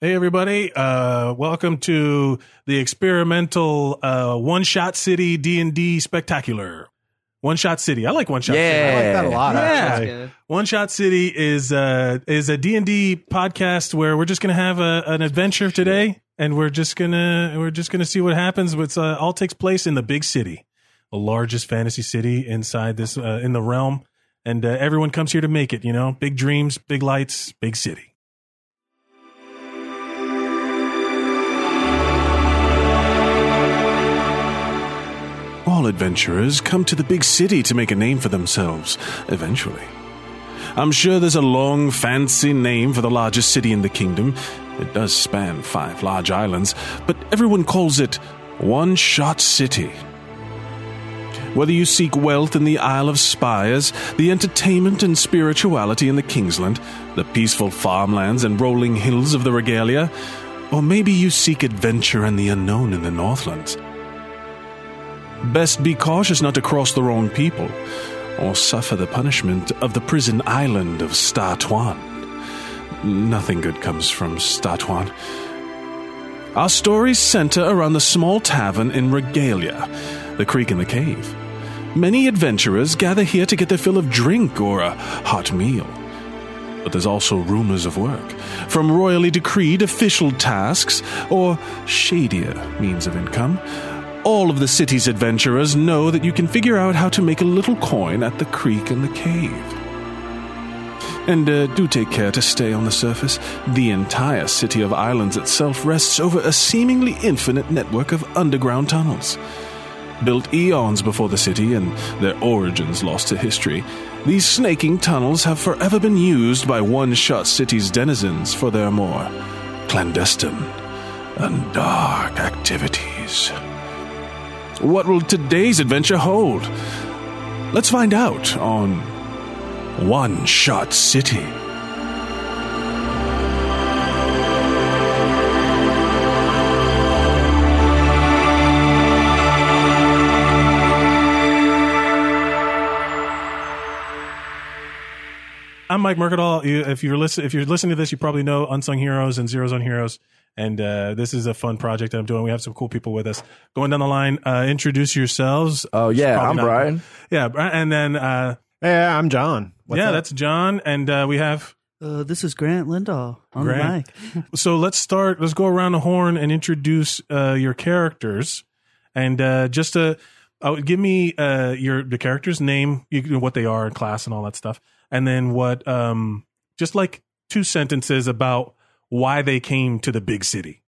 Hey, everybody. Uh, welcome to the experimental uh, One Shot City D&D Spectacular. One Shot City. I like One Shot City. I like that a lot. Yeah. actually. That's One Shot City is uh, is a D and D podcast where we're just gonna have a, an adventure today, and we're just gonna we're just gonna see what happens. It's uh, all takes place in the big city, the largest fantasy city inside this uh, in the realm, and uh, everyone comes here to make it. You know, big dreams, big lights, big city. All adventurers come to the big city to make a name for themselves, eventually. I'm sure there's a long, fancy name for the largest city in the kingdom. It does span five large islands, but everyone calls it One Shot City. Whether you seek wealth in the Isle of Spires, the entertainment and spirituality in the Kingsland, the peaceful farmlands and rolling hills of the Regalia, or maybe you seek adventure and the unknown in the Northlands. Best be cautious not to cross the wrong people, or suffer the punishment of the prison island of Statuan. Nothing good comes from Statuan. Our stories center around the small tavern in Regalia, the creek in the cave. Many adventurers gather here to get their fill of drink or a hot meal. But there's also rumors of work, from royally decreed official tasks or shadier means of income. All of the city's adventurers know that you can figure out how to make a little coin at the creek and the cave. And uh, do take care to stay on the surface. The entire city of islands itself rests over a seemingly infinite network of underground tunnels. Built eons before the city and their origins lost to history, these snaking tunnels have forever been used by one shot city's denizens for their more clandestine and dark activities. What will today's adventure hold? Let's find out on One Shot City. I'm Mike Mercadal. You- If you're listen, if you're listening to this, you probably know Unsung Heroes and Zeros on Heroes. And uh, this is a fun project that I'm doing. We have some cool people with us. Going down the line, uh, introduce yourselves. Oh yeah, Probably I'm not- Brian. Yeah, Bri- and then uh, Yeah, I'm John. What's yeah, up? that's John, and uh, we have. Uh, this is Grant Lindahl on Grant. the mic. So let's start. Let's go around the horn and introduce uh, your characters, and uh, just uh uh, give me uh, your the character's name, you, know, what they are in class, and all that stuff, and then what. Um, just like two sentences about why they came to the big city.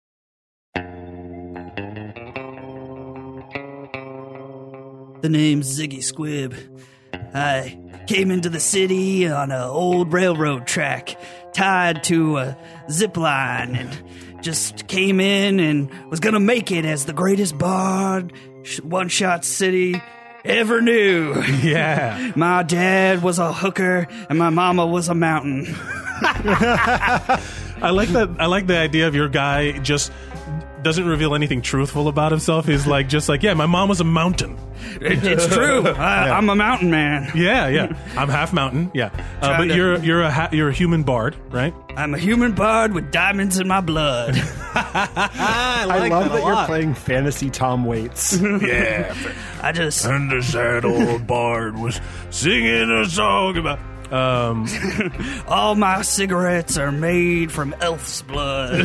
The name's Ziggy Squibb. I came into the city on an old railroad track tied to a zip line and just came in and was going to make it as the greatest bard sh- one shot city ever knew. Yeah. My dad was a hooker and my mama was a mountain. I like that. I like the idea of your guy just doesn't reveal anything truthful about himself. He's like, just like, yeah, my mom was a mountain. It- it's true. I, I'm a mountain man. Yeah, yeah. I'm half mountain. Yeah, uh, but Trying to- you're you're a ha- you're a human bard, right? I'm a human bard with diamonds in my blood. I, love that, you're playing fantasy Tom Waits. Mm-hmm. Yeah. I just and the sad old bard was singing a song about. Um, All my cigarettes are made from elf's blood.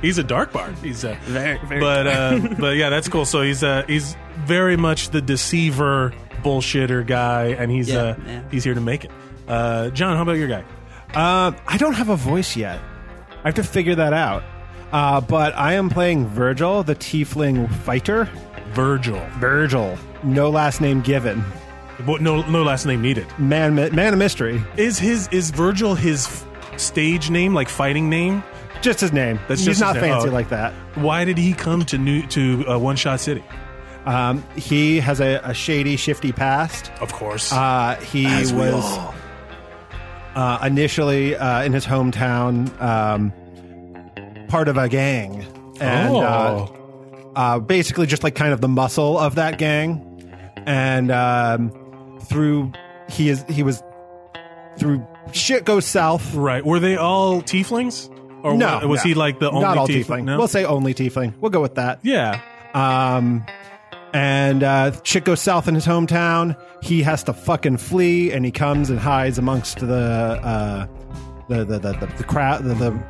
he's a dark bard. He's a Very- very but uh, but yeah, that's cool. So he's uh, he's very much the deceiver, bullshitter guy, and he's Yeah, uh, yeah. he's here to make it. Uh, John, how about your guy? uh, I don't have a voice yet. I have to figure that out. Uh, but I am playing Virgil, the tiefling fighter. Virgil. Virgil, no last name given. Well, no, no last name needed. Man, man of mystery. Is his is Virgil his f- stage name, like fighting name? Just his name. That's He's just his not name. fancy Oh. like that. Why did he come to new to uh, One Shot City? Um, he has a, a shady, shifty past. Of course. Uh, he was uh, initially uh, in his hometown um, part of a gang. And uh, oh, uh, basically just like kind of the muscle of that gang. And um, through he is he was through shit goes south. right. Were they all tieflings? Or no, wa- was no. he like the only Not all tiefling? No? We'll say only tiefling. We'll go with that. yeah. Um, and uh, shit goes south in his hometown. He has to fucking flee, and he comes and hides amongst the uh, the, the, the, the the crowd, the, the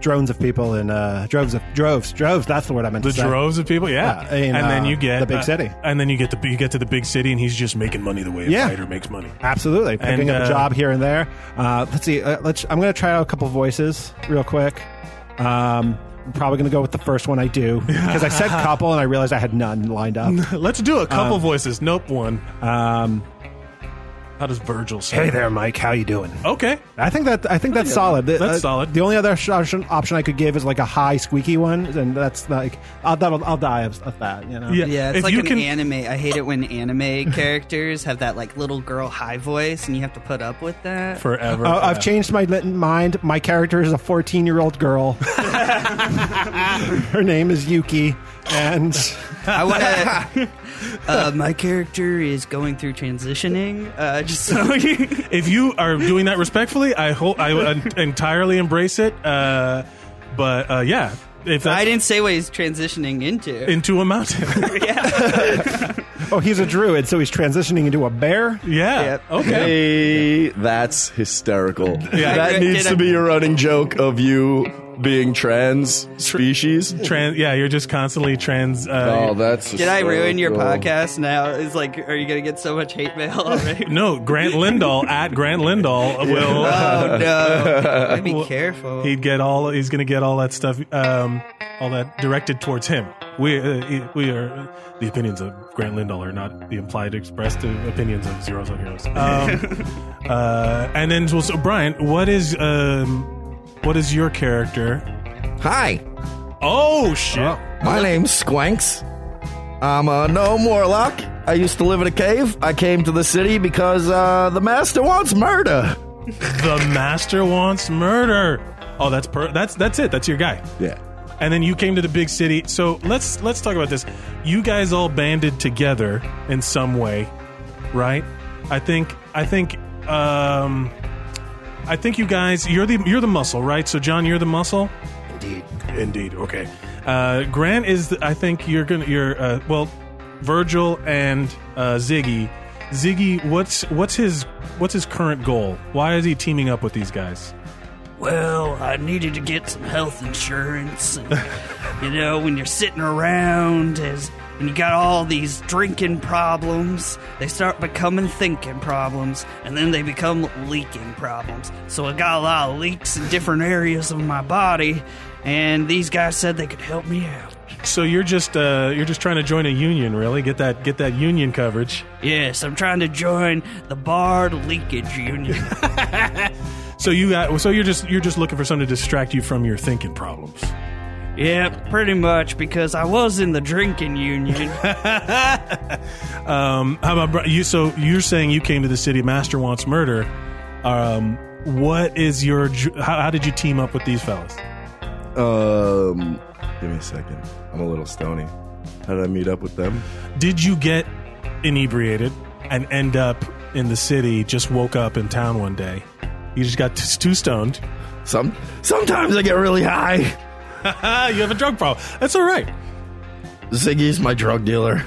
drones of people and uh, droves of droves, droves. That's the word I meant. The to say. droves of people, yeah, Yeah, in, and then uh, you get the big uh, city. and then you get the you get to the big city, and he's just making money the way a Yeah. fighter makes money. Absolutely, picking And, up uh, a job here and there. Uh, let's see. Uh, let's. I'm going to try out a couple voices real quick. Um, I'm probably going to go with the first one I do because I said couple and I realized I had none lined up. Let's do a couple voices. Nope, one. Um, How does Virgil say? hey there, Mike. How you doing? Okay, I think that I think that's solid. The- That's uh, solid. The only other sh- option, option I could give is like a high squeaky one, and that's like I'll that'll, I'll die of, of that. You know. yeah, Yeah, it's if like you an can, anime. I hate it when anime characters have that like little girl high voice, and you have to put up with that. forever. Uh, I've changed my lit- mind. My character is a 14 year old girl. Her name is Yuki, and I want to. uh, my character is going through transitioning. Uh, just so you. if you are doing that respectfully, I hope I uh, entirely embrace it. Uh, but uh, yeah, if I that's didn't say what he's transitioning into. into a mountain, yeah. oh, he's a druid, so he's transitioning into a bear. yeah, Yep. okay. Hey, that's hysterical. Yeah. That Did needs I- to be a running joke of you being trans species. Trans, yeah, you're just constantly trans. Uh, Oh, that's. Did I ruin your hysterical. podcast now? It's like, are you going to get so much hate mail already? No, Grant Lindahl at Grant Lindahl will. Oh, no. Be Well, careful. He'd get all. He's gonna get all that stuff. Um, all that directed towards him. We uh, he- we are the opinions of Grant Lindahl are not the implied expressed uh, opinions of zeros on heroes. Um, uh, and then so, so Brian, what is um, what is your character? Hi, Oh shit! my name's Squanks. I'm uh, a gnome warlock. I used to live in a cave. I came to the city because uh, the master wants murder. The master wants murder. Oh, that's per- that's that's it. That's your guy. Yeah. and then you came to the big city. So let's let's talk about this. You guys all banded together in some way, right? I think I think um, I think you guys you're the you're the muscle, right? So John, you're the muscle. Indeed, indeed. Okay. Uh, Grant is. The, I think you're gonna you're uh, well, Virgil and uh, Ziggy. Ziggy, what's what's his what's his current goal? Why is he teaming up with these guys? Well, I needed to get some health insurance. And, you know, when you're sitting around as and you got all these drinking problems, they start becoming thinking problems, and then they become leaking problems. So I got a lot of leaks in different areas of my body, and these guys said they could help me out. So you're just uh, you're just trying to join a union, really? Get that get that union coverage. Yes, I'm trying to join the Bard Leakage Union. So you got so you're just you're just looking for something to distract you from your thinking problems. yep, pretty much, because I was in the drinking union. Um, how about Bri- you? So you're saying you came to the city. Master wants murder. Um, what is your? ju- How, how did you team up with these fellas? Um, give me a second. I'm a little stony. How did I meet up with them? Did you get inebriated and end up in the city? Just woke up in town one day. You just got t- too stoned. Some sometimes I get really high. you have a drug problem. That's all right. Ziggy's my drug dealer.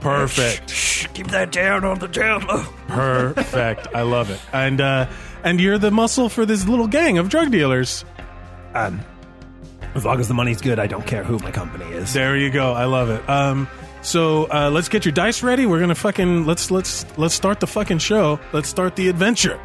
Perfect. Shh, keep that down on the down low. Perfect. I love it. And uh, and you're the muscle for this little gang of drug dealers. Um, As long as the money's good, I don't care who my company is. There you go. I love it. Um, so uh, let's get your dice ready. We're gonna fucking let's let's let's start the fucking show. Let's start the adventure.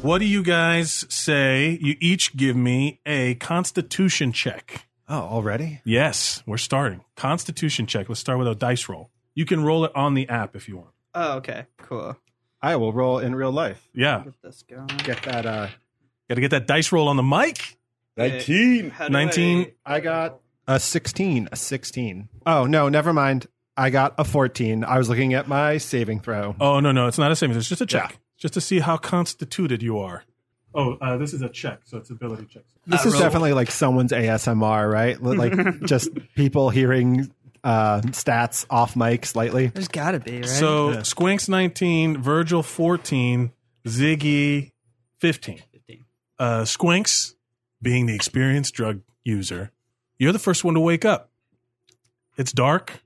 What do you guys say? You each give me a constitution check. Oh, already? Yes, we're starting. Constitution check. Let's start with a dice roll. You can roll it on the app if you want. Oh, okay, cool. I will roll in real life. Yeah. Get this going. Get that. Uh, Got to get that dice roll on the mic. 19. How do 19. I got a 16. A 16. Oh no, never mind. I got a 14. I was looking at my saving throw. Oh, no, no. It's not a savings. It's just a check. Just to see how constituted you are. Oh, uh, this is a check, so it's ability check. This Uh, is roll. definitely like someone's ASMR, right? Li- Like just people hearing uh, stats off mic slightly. There's gotta be, right? So Squink's 19, Virgil 14, Ziggy 15. 15. Uh, Squinks, being the experienced drug user, you're the first one to wake up. It's dark.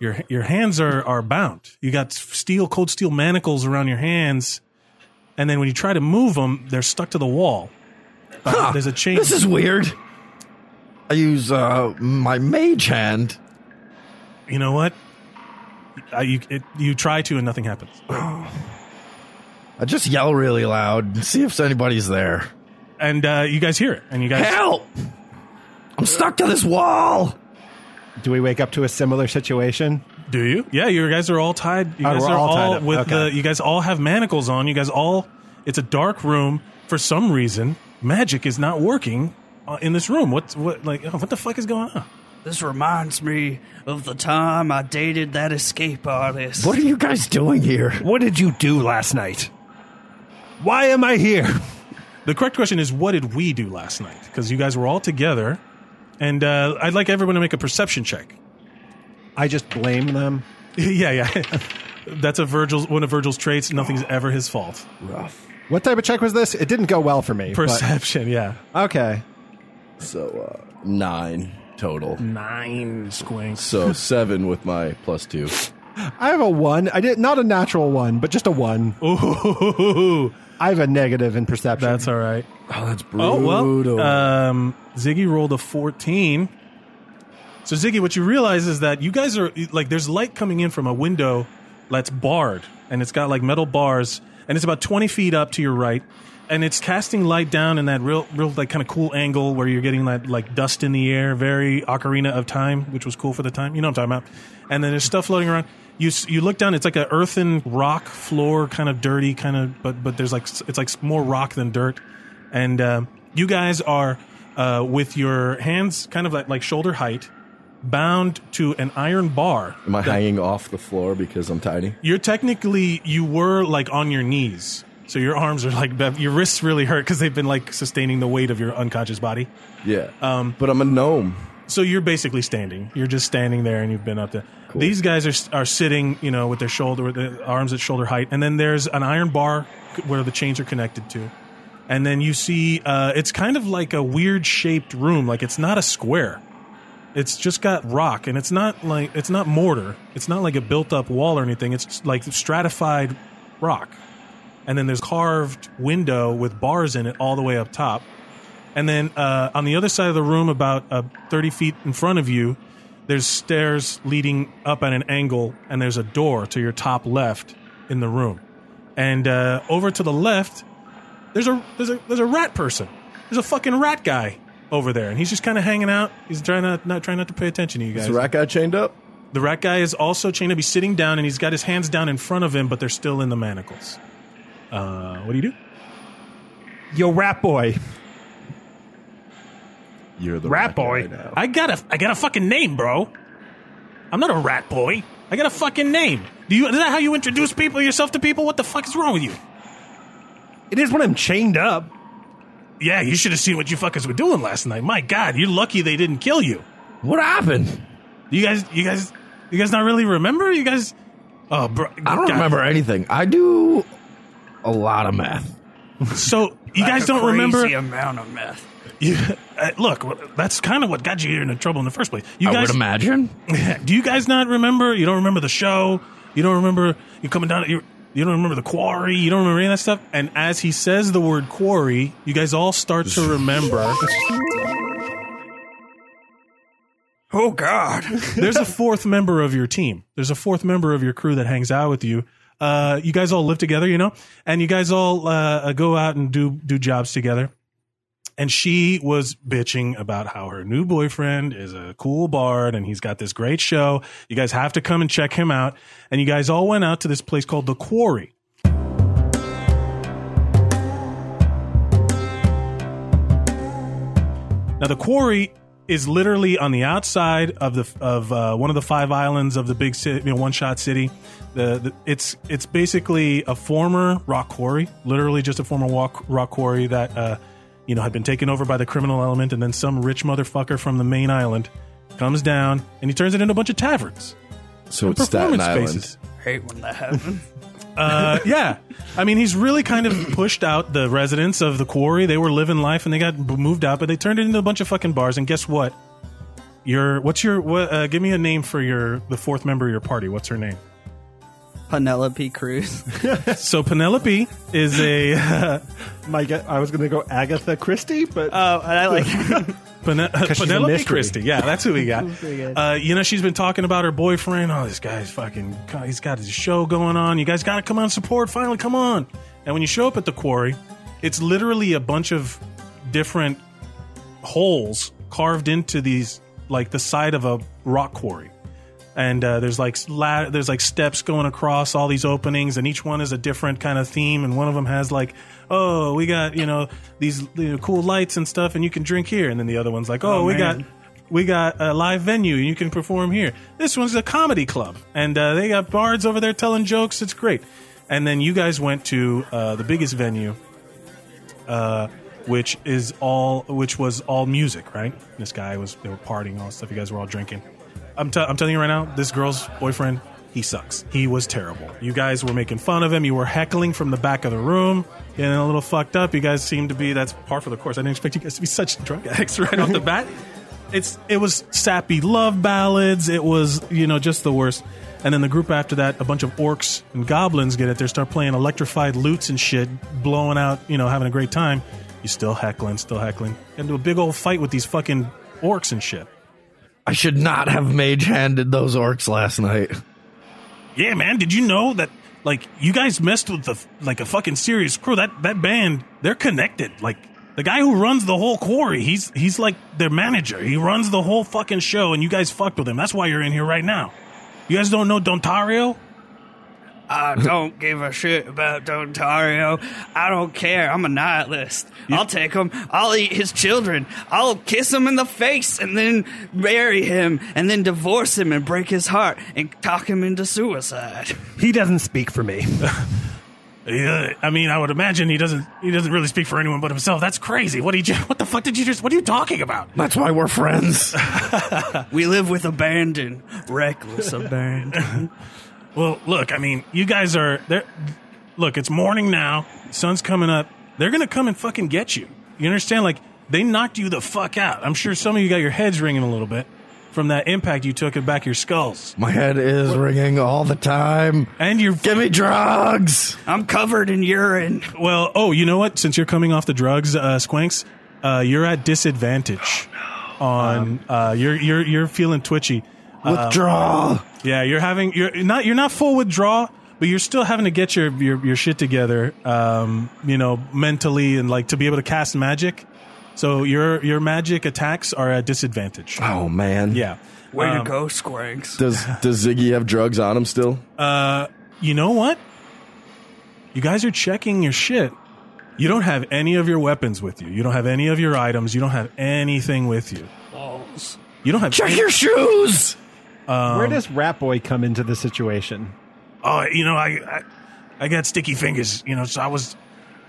Your your hands are, are bound. You got steel, cold steel manacles around your hands, and then when you try to move them, they're stuck to the wall. Uh, Huh. There's a chain. This is weird. I use uh, my mage hand. you know what? Uh, you it, you try to, and nothing happens. I just yell really loud and see if anybody's there. And uh, you guys hear it, and you guys Help! I'm stuck to this wall. Do we wake up to a similar situation? Do you? Yeah, you guys are all tied. You Oh, guys we're are all all, tied up. with Okay. the. You guys all have manacles on. You guys all. It's a dark room. For some reason, magic is not working uh, in this room. What's what? Like, oh, what the fuck is going on? This reminds me of the time I dated that escape artist. What are you guys doing here? What did you do last night? Why am I here? The correct question is, what did we do last night? Because you guys were all together, and uh, I'd like everyone to make a perception check. I just blame them. yeah, yeah. That's a Virgil's one of Virgil's traits. Nothing's ever his fault. What type of check was this? It didn't go well for me. but- Perception, yeah. okay. So uh, nine total. Nine squinks. So seven with my plus two. I have a one. I did not a natural one, but just a one. Ooh, I have a negative in perception. that's all right. Oh, that's Oh brutal. well, uh, um, Ziggy rolled a fourteen. So Ziggy, what you realize is that you guys are like, there's light coming in from a window that's barred, and it's got like metal bars, and it's about twenty feet up to your right, and it's casting light down in that real, real like kind of cool angle where you're getting that like dust in the air, very Ocarina of Time, which was cool for the time. You know what I'm talking about? And then there's stuff floating around. You s- you look down, it's like an earthen rock floor, kind of dirty, kind of, but but there's like s- it's like s- more rock than dirt and um, you guys are uh, with your hands kind of like, like shoulder height bound to an iron bar Am I hanging off the floor because I'm tiny? you're technically you were like on your knees so your arms are like bev- your wrists really hurt because they've been like sustaining the weight of your unconscious body Yeah. Um, but I'm a gnome. so you're basically standing you're just standing there and you've been up there these guys are, s- are sitting you know with their shoulder with their arms at shoulder height and then there's an iron bar c- where the chains are connected to and then you see uh, it's kind of like a weird shaped room like it's not a square it's just got rock and it's not like it's not mortar it's not like a built up wall or anything it's like stratified rock and then there's carved window with bars in it all the way up top and then uh, on the other side of the room, about uh, 30 feet in front of you, there's stairs leading up at an angle, and there's a door to your top left in the room. And uh, over to the left, there's a there's a there's a rat person. There's a fucking rat guy over there, and he's just kind of hanging out. He's trying not not trying not to pay attention to you guys. Is the rat guy chained up? The rat guy is also chained up. He's sitting down, and he's got his hands down in front of him, but they're still in the manacles. Uh, what do you do? Yo, rap boy. You're the Rat boy. guy now. I got a I got a fucking name, bro. I'm not a rat boy. I got a fucking name. Do you is that how you introduce people yourself to people? What the fuck is wrong with you? It is when I'm chained up. Yeah, you should have seen what you fuckers were doing last night. My god, you're lucky they didn't kill you. What happened? You guys you guys you guys not really remember? You guys Oh, bro. I don't God. remember anything. I do a lot of math. So, you Like guys a don't crazy remember amount of meth. you, uh, look, that's kind of what got you here into trouble in the first place. You I guys would imagine. Do you guys not remember? You don't remember the show. You don't remember you coming down. You you don't remember the quarry. You don't remember any of that stuff. And as he says the word quarry, you guys all start to remember. Oh God! There's a fourth member of your team. There's a fourth member of your crew that hangs out with you. Uh, you guys all live together, you know, and you guys all uh, go out and do do jobs together. And she was bitching about how her new boyfriend is a cool bard and he's got this great show. You guys have to come and check him out. And you guys all went out to this place called the Quarry. Now, the quarry is literally on the outside of the of uh, one of the five islands of the big city, you know, one shot city. The, the it's it's basically a former rock quarry, literally just a former rock rock quarry that uh, you know had been taken over by the criminal element, and then some rich motherfucker from the main island comes down and he turns it into a bunch of taverns, So it's Staten performance Island. spaces. Hate when that happens. Uh, yeah, I mean, he's really kind of pushed out the residents of the quarry. They were living life, and they got b- moved out, but they turned it into a bunch of fucking bars. And guess what? Your what's your what? Uh, give me a name for your the fourth member of your party. What's her name? Penelope Cruz. So Penelope is a Mike, I was going to go Agatha Christie, but Oh, and I like. Pene- she's a Penelope mystery. Christie. Yeah, that's who we got. pretty good. uh, you know, she's been talking about her boyfriend. Oh, this guy's fucking. He's got his show going on. You guys got to come out and support. Finally, come on. And when you show up at the quarry, it's literally a bunch of different holes carved into these, like the side of a rock quarry. And uh, there's like la- there's like steps going across all these openings, and each one is a different kind of theme. And one of them has like, oh, we got you know these you know, cool lights and stuff, and you can drink here. And then the other one's like, oh, Oh, we man. got we got a live venue. You can perform here. This one's a comedy club, and uh, they got bards over there telling jokes. It's great. And then you guys went to uh, the biggest venue, uh, which is all, which was all music, right? This guy was, they were partying, all this stuff. You guys were all drinking. I'm, t- I'm telling you right now, this girl's boyfriend, he sucks. He was terrible. You guys were making fun of him. You were heckling from the back of the room, getting a little fucked up. You guys seemed to be, that's par for the course. I didn't expect you guys to be such drug addicts right off the bat it's it was sappy love ballads. It was you know just the worst. And then the group after that, a bunch of orcs and goblins get it. They start playing electrified lutes and shit, blowing out, you know, having a great time. You still heckling, still heckling. Into a big old fight with these fucking orcs and shit. I should not have mage handed those orcs last night. Yeah, man. Did you know that? Like, you guys messed with the like a fucking serious crew. That that band, they're connected. Like, the guy who runs the whole quarry, he's he's like their manager. He runs the whole fucking show, and you guys fucked with him. That's why you're in here right now. You guys don't know Dontario? I don't give a shit about Dontario. I don't care. I'm a nihilist. I'll take him. I'll eat his children. I'll kiss him in the face and then marry him and then divorce him and break his heart and talk him into suicide. he doesn't speak for me. Yeah, I mean, I would imagine he doesn't. He doesn't really speak for anyone but himself. That's crazy. What did you? What the fuck did you just? What are you talking about? That's why we're friends. We live with abandon, reckless abandon. Well, look, I mean, you guys are there. Look, it's morning now. Sun's coming up. They're gonna come and fucking get you. You understand? Like they knocked you the fuck out. I'm sure some of you got your heads ringing a little bit from that impact you took at back of your skulls. My head is ringing all the time. And you're Give me drugs. I'm covered in urine. well. Oh, you know what? Since you're coming off the drugs, uh, Squinks, uh, you're at disadvantage. On uh, you're you're you're feeling twitchy. Withdraw. Yeah, you're having you're not you're not full withdrawal, but you're still having to get your your, your shit together, um, you know, mentally and like to be able to cast magic. So your your magic attacks are at disadvantage. Oh man. Yeah. Way Um, to go, Squanks. Does does Ziggy have drugs on him still? Uh, you know what? You guys are checking your shit. You don't have any of your weapons with you. You don't have any of your items. You don't have anything with you. Balls. You don't have Check your shoes. Where does Rat Boy come into the situation? oh, you know, I, I, I got sticky fingers, you know, so I was,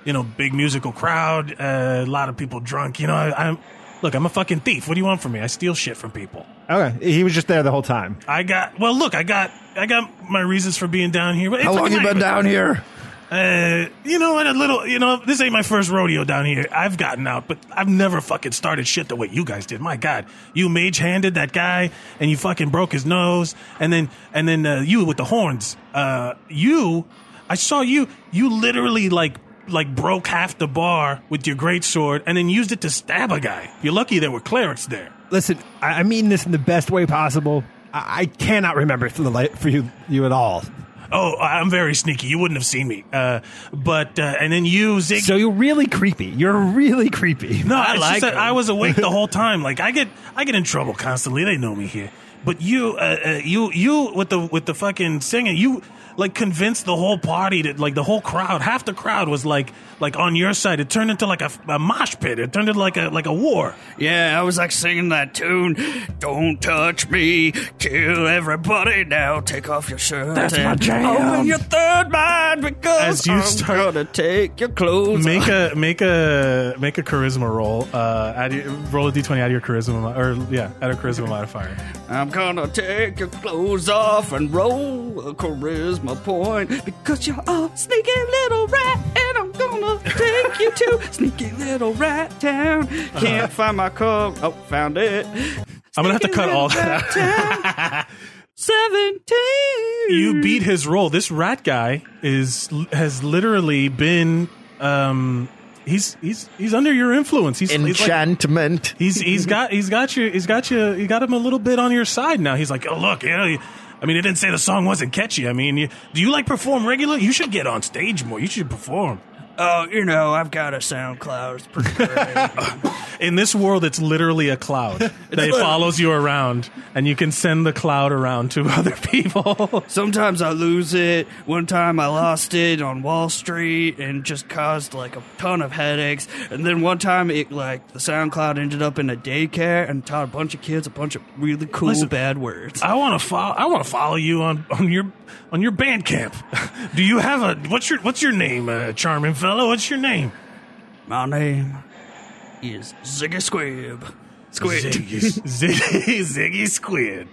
you know, big musical crowd, uh, a lot of people drunk, you know, I, I'm, look, I'm a fucking thief. What do you want from me? I steal shit from people. Okay, he was just there the whole time. I got, well, look, I got, I got my reasons for being down here. But How it's long okay. you been down here? Uh, you know what? A little, you know, this ain't my first rodeo down here. I've gotten out, but I've never fucking started shit the way you guys did. My God, you mage handed that guy, and you fucking broke his nose, and then and then uh, you with the horns. Uh, you, I saw you. You literally like like broke half the bar with your great sword, and then used it to stab a guy. You're lucky there were clerics there. Listen, I I mean this in the best way possible. I, I cannot remember for the li- for you you at all. Oh, I'm very sneaky. You wouldn't have seen me. Uh, but uh, and then you, Zig. So you're really creepy. You're really creepy. No, I it's like just that him. I was awake the whole time. Like I get, I get in trouble constantly. They know me here. But you, uh, uh, you, you with the with the fucking singing, you like convinced the whole party that like the whole crowd, half the crowd was like like on your side. It turned into like a, a mosh pit. It turned into like a like a war. Yeah, I was like singing that tune. Don't touch me, kill everybody now. Take off your shirt That's and open your third mind because As you I'm start- gonna take your clothes. Make off. a make a make a charisma roll. Uh, add your, roll a d twenty. Add your charisma mo- or yeah, add a charisma modifier. I'm gonna take your clothes off and roll a charisma point because you're a sneaky little rat, and I'm gonna take you to sneaky little rat town. Can't find my car. Oh, found it. I'm gonna have to Sneaky cut little all that. out. rat town. Seventeen. You beat his roll. This rat guy is has literally been um he's he's he's under your influence. He's he's like- Enchantment. He's he's got he's got you he's got you he got him a little bit on your side now. He's like, oh look, you know, you- I mean, it didn't say the song wasn't catchy. I mean, you, do you like perform regular? You should get on stage more. You should perform. Oh, you know, I've got a SoundCloud. It's pretty great. In this world, it's literally a cloud that follows you around, and you can send the cloud around to other people. Sometimes I lose it. One time I lost it on Wall Street and just caused like a ton of headaches. And then one time it like the SoundCloud ended up in a daycare and taught a bunch of kids a bunch of really cool Listen, bad words. I want to follow. I want to follow you on, on your on your band camp. Do you have a what's your what's your name, uh, charming fellow? What's your name? My name is Ziggy Squib. Squid. Ziggy, Ziggy, Ziggy Squid.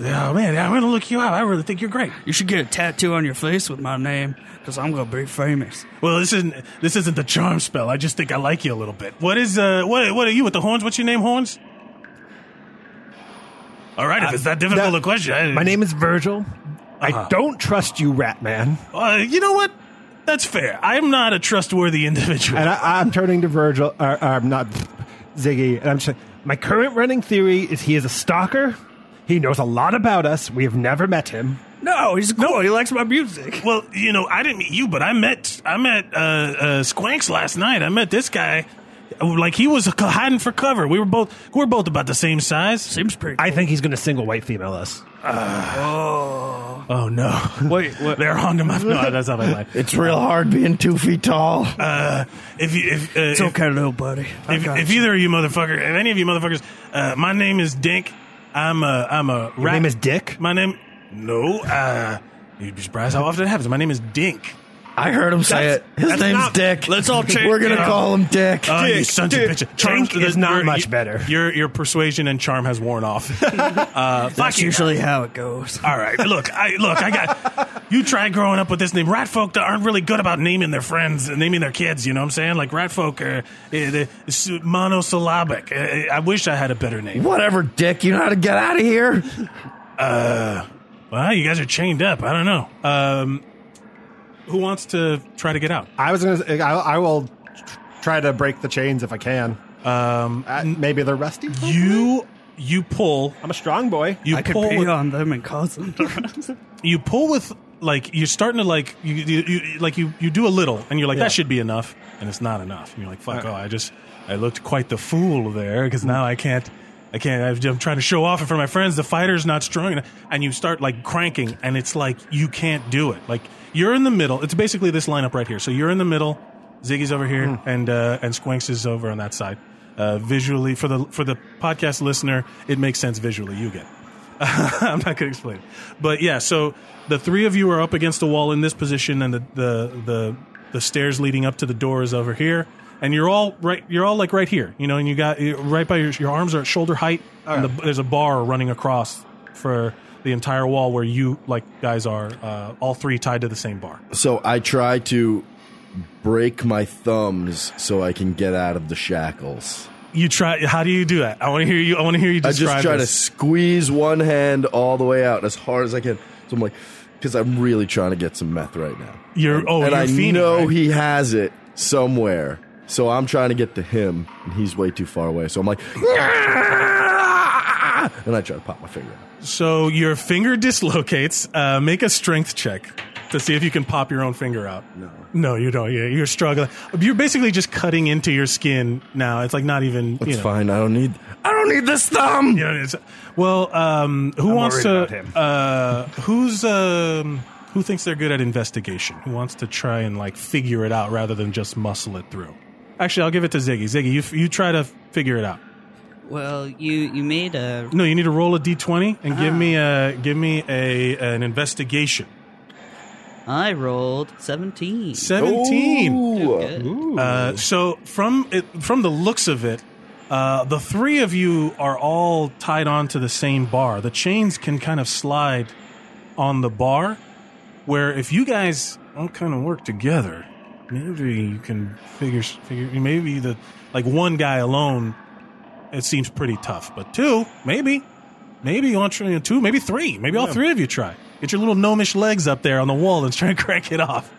Oh man, I'm gonna look you up. I really think you're great. You should get a tattoo on your face with my name because I'm gonna be famous. Well, this isn't this isn't the charm spell. I just think I like you a little bit. What is uh what what are you with the horns? What's your name, horns? All right, if it's that difficult that- a question, I, My name is Virgil. I don't trust you, Rat Man. Uh, you know what? That's fair. I'm not a trustworthy individual. And I, I'm turning to Virgil. Or, or I'm not Ziggy. And I'm just, my current running theory is he is a stalker. He knows a lot about us. We have never met him. No, he's cool. He likes my music. Well, you know, I didn't meet you, but I met I met uh, uh, Squanks last night. I met this guy. Like he was hiding for cover. We were both we we're both about the same size. Seems pretty. I think he's going to single white female us. Oh no! Wait, what? they're onto my. No, Oh, that's not my line. It's real hard being two feet tall. Uh, If you, if, uh, It's if- okay, little buddy. I if, got if you. either of you motherfucker, if any of you motherfuckers, uh, my name is Dink. I'm a I'm a. Your My name is Dick. My name. No. Uh, you'd be surprised how often it happens. My name is Dink. I heard him say it. His that's name's not- Dick. let's all change- We're gonna yeah. call him Dick. Uh, Oh, you sons of bitches. Charm- Dink is not your- much your- better. Your your persuasion and charm has worn off. uh, fuck That's you. usually how it goes. All right, look, I look, I got you. Tried growing up with this name. Rat folk that aren't really good about naming their friends, naming their kids. You know what I'm saying? Like rat folk are uh, the- s- monosyllabic. Uh, I wish I had a better name. Whatever, Dick. You know how to get out of here. Well, you guys are chained up. I don't know. Um, who wants to try to get out? I was going to. I, I will try to break the chains if I can. Um, Uh, maybe they're rusty. you you pull I'm a strong boy. you I could pull pee with- on them and cause them to run. you pull with like you're starting to like you, you, you like you you do a little and you're like that should be enough and it's not enough and you're like fuck oh I just I looked quite the fool there because now I can't I can't I'm trying to show off in front of my friends the fighter's not strong enough and you start like cranking and it's like you can't do it like you're in the middle it's basically this lineup right here so you're in the middle Ziggy's over here and uh, and Squinks is over on that side uh, visually for the for the podcast listener it makes sense visually you get it. I'm not going to explain. But yeah, so the three of you are up against the wall in this position, and the the the, the stairs leading up to the door is over here, and you're all right. You're all like right here, you know, and you got you're right by your your arms are at shoulder height, and the, there's a bar running across for the entire wall where you like guys are uh, all three tied to the same bar. So I try to break my thumbs so I can get out of the shackles. You try. How do you do that? I want to hear you. I want to hear you I describe. just try to this. squeeze one hand all the way out as hard as I can. So I'm like, because I'm really trying to get some meth right now. You're oh, and you're I fiending, know right? he has it somewhere. So I'm trying to get to him, and he's way too far away. So I'm like, and I try to pop my finger out. So your finger dislocates. Uh, make a strength check. to see if you can pop your own finger out. No. No, you don't. Yeah, you're struggling. You're basically just cutting into your skin now. It's like not even. It's you know, fine. I don't need. I don't need this thumb. You know, it's, well, um, who wants to? worried about him. Uh, who's um, who thinks they're good at investigation? Who wants to try and like figure it out rather than just muscle it through? Actually, I'll give it to Ziggy. Ziggy, you f- you try to figure it out. Well, you you made a No, you need to roll a d twenty and Ah. give me a give me a an investigation. I rolled 17. Seventeen. Good. Uh, so from it, from the looks of it, uh, the three of you are all tied onto the same bar. The chains can kind of slide on the bar, where if you guys all kind of work together, maybe you can figure figure maybe the like one guy alone. It seems pretty tough, but two maybe. Maybe you want to try two, maybe three, maybe all three of you try. Get your little gnomish legs up there on the wall and try and crack it off.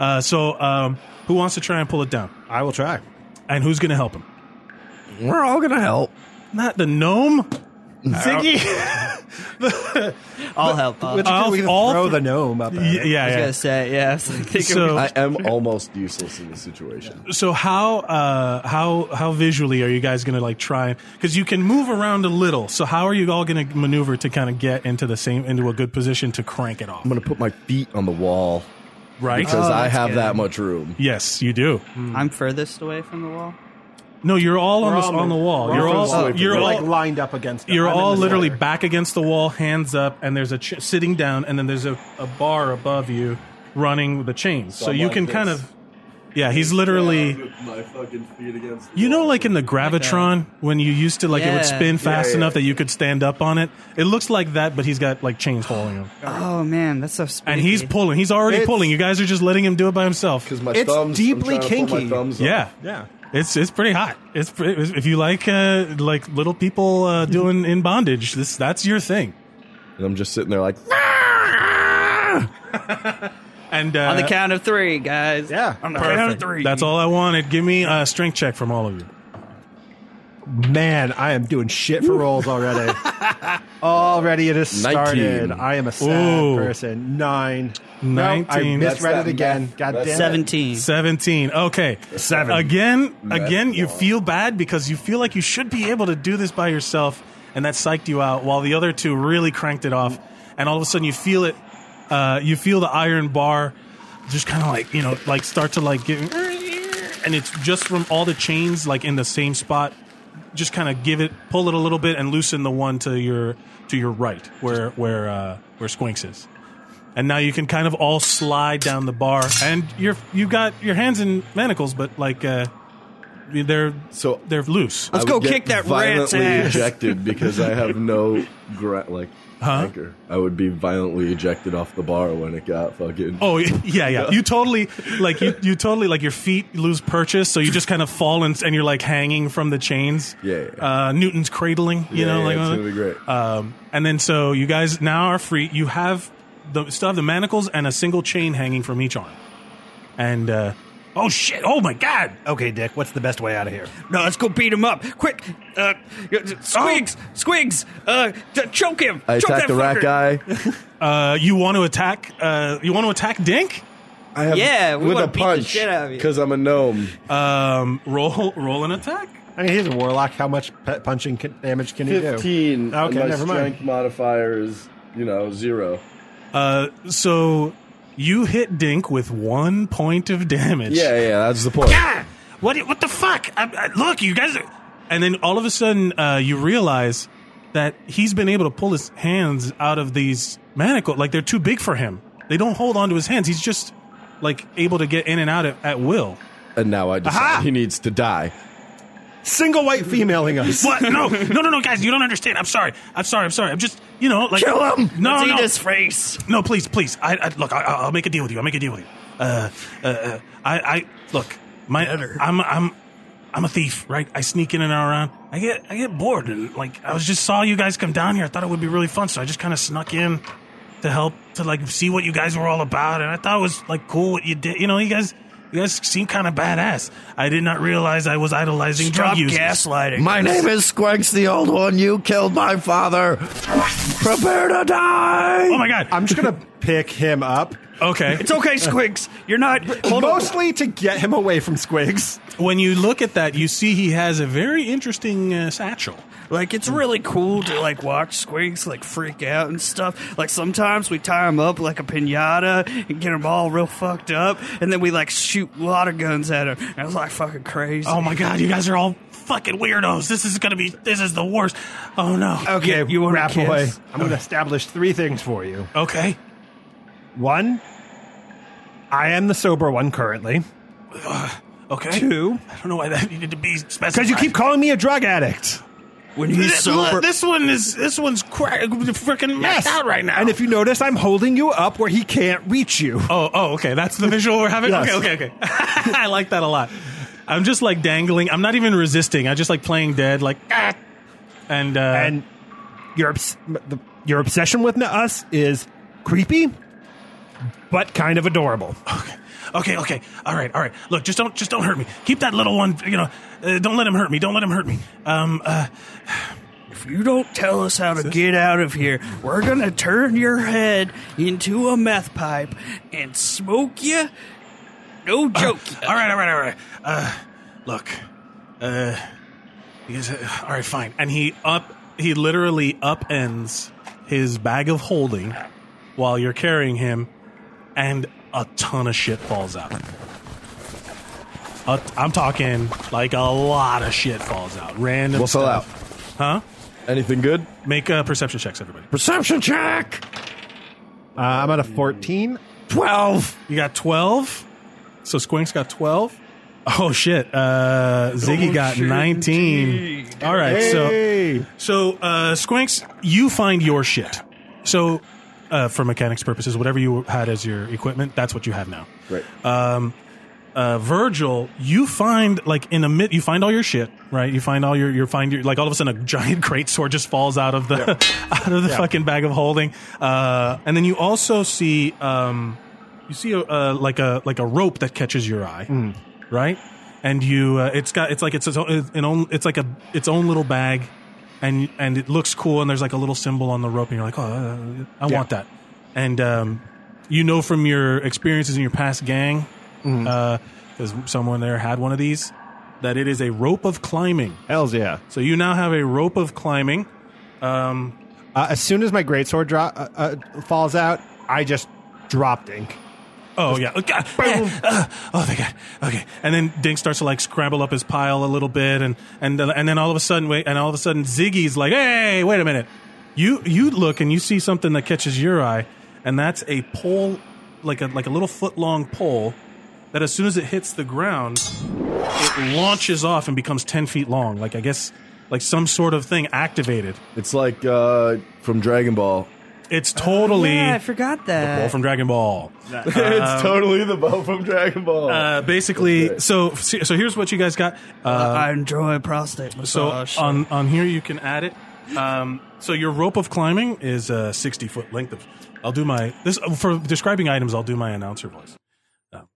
Uh, so, um, who wants to try and pull it down? I will try. And who's going to help him? We're all gonna help. Not the gnome. Ziggy. I'll help. Uh, What you do, I'll- we can all throw thr- the gnome up. at yeah, it. I was yeah. gonna say, yeah. I was like thinking So, I am almost useless in this situation. so how uh, how how visually are you guys going to like try? Because you can move around a little. So how are you all going to maneuver to kind of get into the same into a good position to crank it off? I'm gonna put my feet on the wall Right. because Oh, I that's have good. that much room. yes, you do. I'm furthest away from the wall. No, you're all on We're the, all on the moving. wall. We're You're all all uh, moving. you're We're all like lined up against. them. You're I'm in all the literally center. back against the wall, hands up, and there's a ch- sitting down, and then there's a, a bar above you running the chains. So, I'm you like can kind this. of, yeah, he's literally. my fucking feet against. You know, like in the Gravitron, when you used to, like, it would Yeah. spin fast yeah, enough that yeah. you could stand up on it. It looks like that, but he's got, like, chains holding him. Oh man, that's so spooky. And he's pulling. He's already It's- pulling. You guys are just letting him do it by himself. because my It's thumbs. I'm deeply trying to pull my kinky. thumbs up. Yeah. Yeah. It's it's pretty hot. It's pre- if you like uh, like little people uh, doing in bondage, this that's your thing. and I'm just sitting there like. And uh, on the count of three, guys. Yeah. on the Perfect. count of three. That's all I wanted. Give me a strength check from all of you. Man, I am doing shit for rolls already. already it has started. 19. I am a sad Ooh. person. Nine. No, I 19. That's misread that it again. math- God damn that's it. Seventeen. 17. Okay. Seven. Again, again, you wrong. feel bad because you feel like you should be able to do this by yourself, and that psyched you out while the other two really cranked it off. And all of a sudden, you feel it. Uh, you feel the iron bar just kind of like, you know, like start to like give. And it's just from all the chains, like in the same spot. Just kind of give it, pull it a little bit, and loosen the one to your to your right, where where uh, where Squinks is and now you can kind of all slide down the bar, and you're you got your hands in manacles, but like uh, they're So- they're loose. Uh, Let's go kick that rat's violently ass. ejected because I have no gra- like anchor. I would be violently ejected off the bar when it got fucking. Oh yeah, yeah. You totally like you, you totally like your feet lose purchase, so you just kind of fall and, and you're like hanging from the chains. Yeah, yeah. Uh, Newton's cradling, you Yeah, know, yeah, like it's uh, gonna be great. Um, and then so you guys now are free. You have the still have the manacles and a single chain hanging from each arm. And uh, oh shit! Oh my god! Okay, Dick, what's the best way out of here? No, let's go beat him up. Quick. Uh, squigs. Oh. Squigs. Uh, ch- choke him. I choke that attack the rat fucker. guy. Uh, you want to attack? Uh, you want to attack Dink? I have Yeah, we with wanna a beat the punch shit out of you. because I'm a gnome. Um, roll, roll an attack. I mean, he's a warlock. How much pe- punching can, damage can he do? Fifteen. Okay, and my never mind. Strength modifier is you know zero. Uh, so you hit Dink with one point of damage. Yeah, yeah, that's the point. Ah, what? What the fuck? I, I, look, you guys. Are... And then all of a sudden, uh, you realize that he's been able to pull his hands out of these manacles. Like they're too big for him. They don't hold onto his hands. He's just like able to get in and out at, at will. And now I decide Aha! he needs to die. Single white femaling us. What? No, no, no, no, guys, you don't understand. I'm sorry. I'm sorry. I'm sorry. I'm just, you know, like kill him. No, Let's no, eat his face. No, please, please. I, I look. I, I'll make a deal with you. I'll make a deal with you. Uh, uh, uh I, I look. My, I'm, I'm, I'm a thief, right? I sneak in and out around. I get, I get bored. And, Like I was just saw you guys come down here. I thought it would be really fun, so I just kind of snuck in to help to like see what you guys were all about. And I thought it was like cool what you did. You know, you guys. You guys seem kind of badass. I did not realize I was idolizing Stop drug users. gaslighting. My name is Squanks the Old One. You killed my father. Prepare to die. oh my god! I'm just going to pick him up Okay. It's okay, Squigs. You're not. Hold on. Mostly to get him away from Squigs. When you look at that, you see he has a very interesting uh, satchel. Like it's really cool to like watch squigs like freak out and stuff. Like sometimes we tie them up like a pinata and get them all real fucked up, and then we like shoot water guns at them. And it's like fucking crazy. Oh my god, you guys are all fucking weirdos. This is gonna be. This is the worst. Oh no. Okay, You- you want a rap kiss? away. I'm going to establish three things for you. Okay. One, I am the sober one currently. Okay. Two, I don't know why that needed to be specified. because you keep calling me a drug addict. when you This, sober, this one is this one's cra- freaking messed out right now. And if you notice, I'm holding you up where he can't reach you. Oh, oh, okay. That's the visual we're having. Yes. Okay, okay, okay. I like that a lot. I'm just like dangling. I'm not even resisting. I'm just like playing dead. Like ah, and uh, and your obs- the, your obsession with us is creepy, but kind of adorable. okay, okay. All right, all right. Look, just don't just don't hurt me. Keep that little one. You know, uh, don't let him hurt me. Don't let him hurt me. Um, uh, if you don't tell us how to get out of here, we're gonna turn your head into a meth pipe and smoke you. Uh, No joke. all right, all right, all right. Uh, look, uh, he goes, uh, all right, fine. And he up, he literally upends his bag of holding while you're carrying him, and a ton of shit falls out. A- I'm talking like a lot of shit falls out. Random. What's all stuff. Huh? Anything good? Make uh, perception checks, everybody. Perception check. Uh, I'm at a 14. Twelve. You got 12. So Squink's got 12. Oh shit. Uh Ziggy got 19. All right. So so uh Squinks, you find your shit. So uh for mechanics purposes, whatever you had as your equipment, that's what you have now. Right. Um uh, Virgil, you find like in a mid, you find all your shit, right? You find all your, you find your like all of a sudden a giant great sword just falls out of the out of the fucking bag of holding, uh, and then you also see um, you see a, uh, like a like a rope that catches your eye, right? And you, uh, it's got it's like it's its own, it's an own it's like a its own little bag, and and it looks cool. And there's like a little symbol on the rope, and you're like, oh, uh, I want that. And um, you know from your experiences in your past gang, because someone there had one of these, that it is a rope of climbing. Hells yeah. So you now have a rope of climbing. Um, Uh, as soon as my greatsword dro- uh, uh, falls out, I just dropped ink. Oh yeah! Oh, God. Eh, uh, oh thank God! Okay, and then Dink starts to like scramble up his pile a little bit, and and uh, and then all of a sudden, wait, and all of a sudden, Ziggy's like, "Hey, wait a minute!" You you look and you see something that catches your eye, and that's a pole, like a like a little foot long pole, that as soon as it hits the ground, it launches off and becomes ten feet long. Like I guess like some sort of thing activated. It's like uh, from Dragon Ball. It's totally Oh, Yeah, I forgot that. ball from Dragon Ball. Um, it's totally the bow from Dragon Ball. Uh, basically, Okay. so so here's what you guys got. Uh, I enjoy prostate So uh, massage. on on here you can add it. Um, so your rope of climbing is uh, sixty foot length of. I'll do my this for describing items. I'll do my announcer voice. Uh,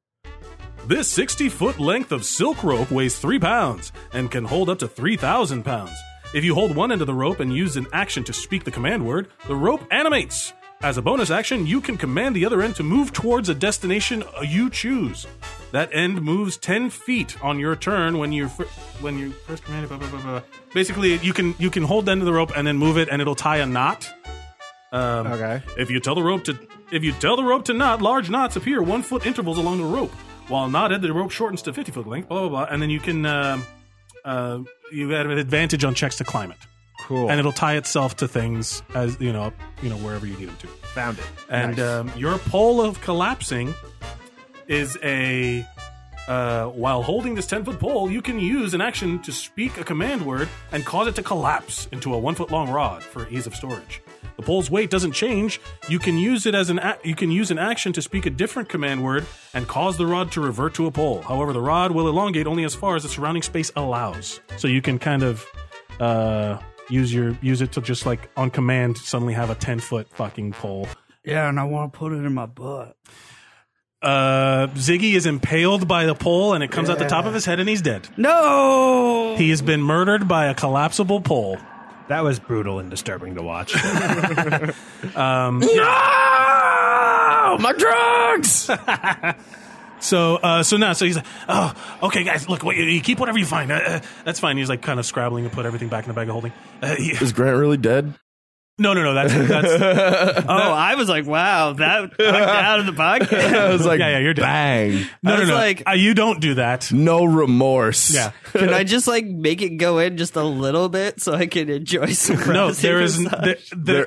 This 60 foot length of silk rope weighs 3 pounds and can hold up to 3,000 pounds. If you hold one end of the rope and use an action to speak the command word, the rope animates. As a bonus action, you can command the other end to move towards a destination uh, you choose. That end moves 10 feet on your turn when you fir- when you first command it. Blah, blah, blah, blah. Basically, you can you can hold the end of the rope and then move it and it'll tie a knot. Um, Okay. if you tell the rope to if you tell the rope to knot, large knots appear one foot intervals along the rope. While knotted, the rope shortens to fifty foot length. Blah blah blah, and then you can um uh, you have an advantage on checks to climb it, Cool. and it'll tie itself to things as you know you know wherever you need them to. found it. And um, your pole of collapsing is a. Uh, while holding this 10 foot pole, you can use an action to speak a command word and cause it to collapse into a one foot long rod for ease of storage. The pole's weight doesn't change. You can use it as an a- you can use an action to speak a different command word and cause the rod to revert to a pole. However, the rod will elongate only as far as the surrounding space allows. So you can kind of uh, use your use it to just like on command suddenly have a 10 foot fucking pole yeah, and I want to put it in my butt. uh, Ziggy is impaled by the pole and it comes out the top of his head and he's dead. No. He has been murdered by a collapsible pole. That was brutal and disturbing to watch. no, my drugs. so, uh, so now, so he's like, oh, okay, guys, look, wait, you keep whatever you find. Uh, uh, that's fine. He's like kind of scrabbling and put everything back in the bag of holding. Uh, he- Is Grant really dead? no, no, no, that's that's. Oh, I was like, wow, that knocked out of the podcast. I was like, Yeah, yeah, you're dead. bang. No, I no, was no. like- uh, you don't do that. No remorse. Yeah. Can I just like make it go in just a little bit so I can enjoy some? No, rousing there is massage? there, There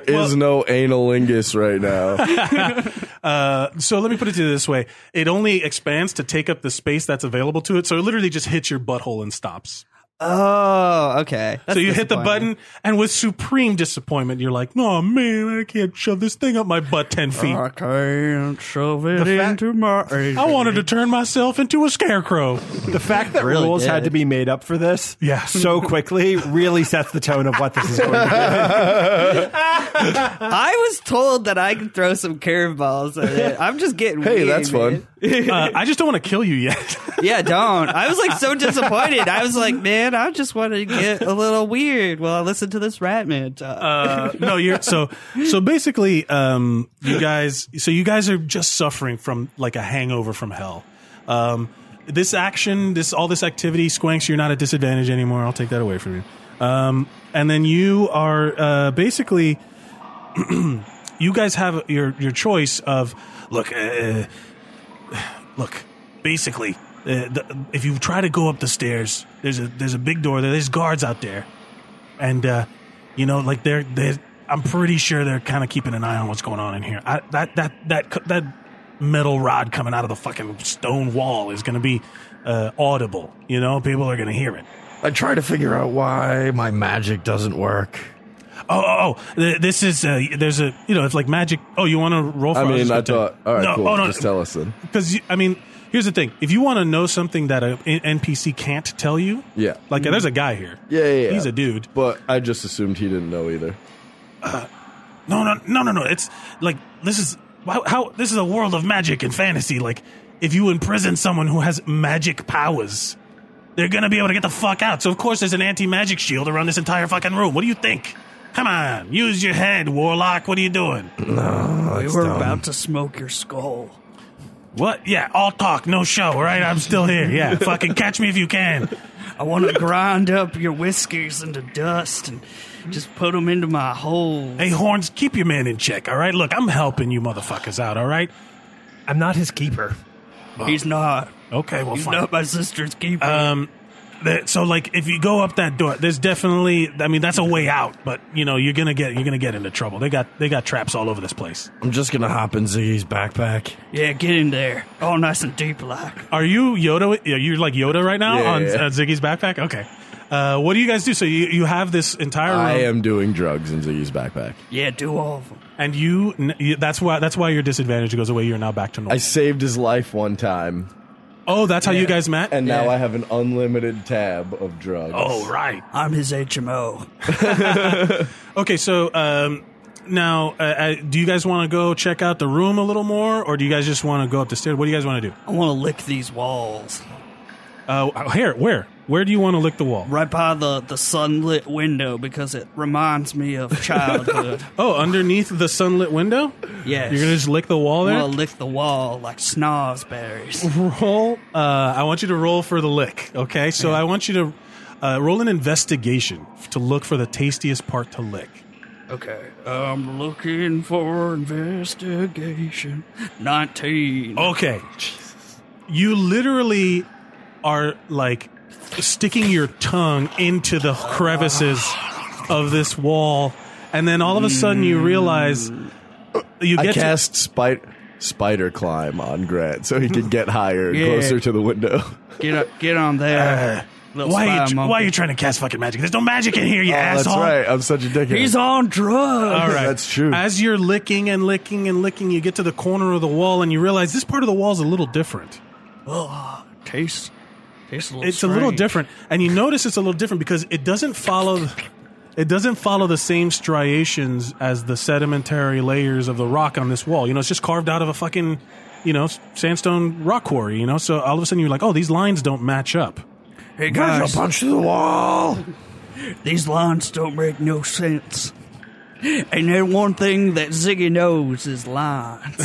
there, is well, no analingus right now. Uh, so let me put it to you this way: it only expands to take up the space that's available to it. So it literally just hits your butthole and stops. Oh, okay. That's so you hit the disappointing. button, and with supreme disappointment, you're like, "No, man, I can't shove this thing up my butt ten feet. Oh, I can't shove it The fact- into my. I wanted to turn myself into a scarecrow." The fact that Really rules did. had to be made up for this Yeah. so quickly really sets the tone of what this is going to I was told that I could throw some curveballs at it. I'm just getting. Hey, weird, that's man. fun. Uh, I just don't want to kill you yet. Yeah, don't. I was like so disappointed. I was like, man, I just want to get a little weird while I listen to this Ratman talk. uh, no, you're so so. Basically, um, you guys, so you guys are just suffering from like a hangover from hell. Um, this action, this all this activity, Squanks, you're not at disadvantage anymore. I'll take that away from you. Um, and then you are uh, basically, you guys have your your choice of look, uh, look. Basically, uh, the, if you try to go up the stairs, there's a there's a big door there. There's guards out there and uh, you know, like they're they I'm pretty sure they're kind of keeping an eye on what's going on in here. I, that that that c- that metal rod coming out of the fucking stone wall is going to be uh, audible. You know, people are going to hear it. I try to figure out why my magic doesn't work. Oh, oh, oh th- this is uh, there's a you know, it's like magic. Oh, you want to roll? For I it? I'll mean, just I go tell- thought, all right, no, cool. Oh, no, just tell us then. because I mean, here's the thing: if you want to know something that a N- NPC can't tell you, Yeah. like there's a guy here. Yeah, yeah, yeah. he's a dude. But I just assumed he didn't know either. No, no, no, no, no. It's like this is how, how this is a world of magic and fantasy. Like if you imprison someone who has magic powers, they're gonna be able to get the fuck out. So of course there's an anti-magic shield around this entire fucking room. What do you think? Come on, use your head, warlock. What are you doing? We were about to smoke your skull. What? Yeah, all talk, no show. Right? I'm still here. Yeah, fucking catch me if you can. I want to grind up your whiskers into dust and just put them into my hole. Hey, horns, keep your man in check. All right. Look, I'm helping you motherfuckers out. All right. I'm not his keeper. He's not. Okay. Well, He's fine. not my sister's keeper. Um, that, so like if you go up that door, there's definitely. I mean, that's a way out, but you know you're gonna get you're gonna get into trouble. They got they got traps all over this place. I'm just gonna hop in Ziggy's backpack. yeah, get in there. All nice and deep like. Are you Yoda? Are you like Yoda right now Yeah, on yeah, yeah. Uh, Ziggy's backpack? Okay. Uh, what do you guys do? So you, you have this entire room, I am doing drugs in Ziggy's backpack. Yeah, do all of them. and you, n- you that's why that's why your disadvantage goes away. You're now back to normal. I saved his life one time, oh, that's how you guys met. and now I have an unlimited tab of drugs. oh right. I'm his HMO. Okay. So um, now, uh, uh, do you guys want to go check out the room a little more, or do you guys just want to go up the stairs? What do you guys want to do? I want to lick these walls. Uh, here, where? Where do you want to lick the wall? Right by the, the sunlit window because it reminds me of childhood. Oh, underneath the sunlit window? yes. You're gonna just lick the wall I there? want to lick the wall like snozberries. roll. Uh, I want you to roll for the lick. Okay, so I want you to uh, roll an investigation to look for the tastiest part to lick. Okay, I'm looking for investigation. 19. Okay, you literally are like sticking your tongue into the crevices of this wall, and then all of a sudden you realize uh, you I get to cast spider spider climb on Grant so he can get higher and closer to the window. Oh, Get up, get on there. Little Uh, Why spy are, you, monkey. why are you trying to cast fucking magic? There's no magic in here, you Oh, That's asshole. right. I'm such a dickhead. He's on drugs. All right. That's true. As you're licking and licking and licking, you get to the corner of the wall and you realize this part of the wall is a little different. Ugh, tastes, tastes a little It's a little strange. different. And you notice it's a little different because it doesn't follow it doesn't follow the same striations as the sedimentary layers of the rock on this wall. You know, it's just carved out of a fucking, you know, s- sandstone rock quarry, you know? So all of a sudden you're like, "Oh, these lines don't match up." Hey Guys, guys, I'll punch through the wall. these lines don't make no sense. And then one thing that Ziggy knows is lines.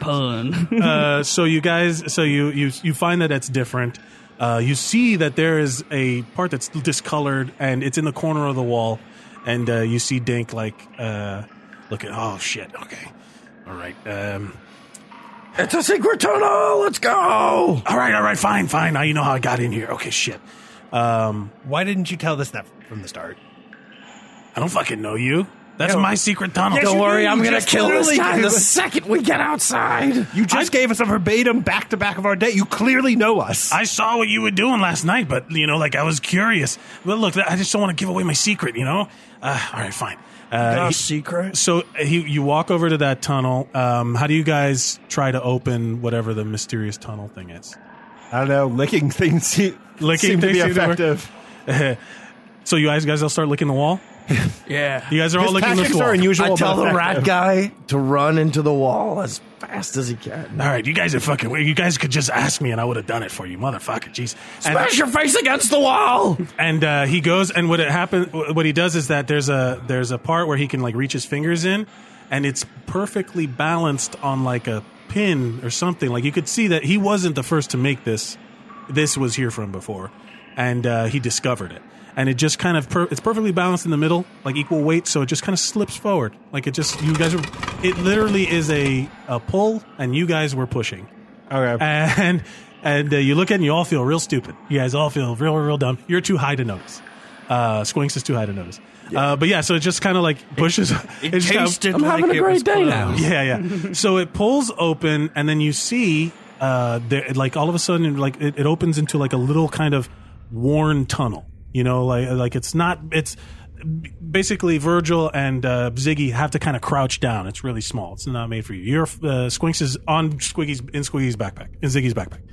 Pun. Uh, so you guys, so you you you find that that's different. Uh, you see that there is a part that's discolored, and it's in the corner of the wall. And uh, you see Dink like uh, look at oh shit okay all right um, It's a secret tunnel. Let's go. all right all right fine fine now you know how I got in here okay shit um, Why didn't you tell us that from the start? I don't fucking know you that's my secret tunnel Yes, you do. You just literally gave us- second we get outside. You just gave us a verbatim back to back of our day. You clearly know us. I saw what you were doing last night, but you know, like I was curious. Well, look, I just don't want to give away my secret, you know. Uh, all right, fine. Uh, he- secret? so he, you walk over to that tunnel. Um, how do you guys try to open whatever the mysterious tunnel thing is? I don't know. Licking things se- Licking seem to be things seem to work. effective. So you guys, guys, all start licking the wall. Yeah. You guys are all His licking the tactics wall. are unusual. I but tell the effective. rat guy to run into the wall as fast as he can. all right, you guys are fucking. weird. You guys could just ask me, and I would have done it for you, motherfucker. Jeez. And- Smash your face against the wall. and uh, he goes and what it happen what he does is that there's a there's a part where he can like reach his fingers in and it's perfectly balanced on like a pin or something like you could see that he wasn't the first to make this this was here from before and uh, he discovered it and it just kind of per- it's perfectly balanced in the middle like equal weight so it just kind of slips forward like it just you guys are it literally is a a pull and you guys were pushing Okay. and and uh, you look at it and you all feel real stupid. You guys all feel real, real dumb. You're too high to notice. Uh, Squinks is too high to notice. Uh, but yeah, so it just kind of like pushes. It, just kinda- Tasted like it was closed. yeah, yeah. so it pulls open, and then you see, uh, there, it, like all of a sudden, like it, it opens into like a little kind of worn tunnel. You know, like like it's not. It's basically Virgil and uh, Ziggy have to kind of crouch down. It's really small. It's not made for you. Your uh, Squinks is on Squiggy's in Squiggy's backpack in Ziggy's backpack.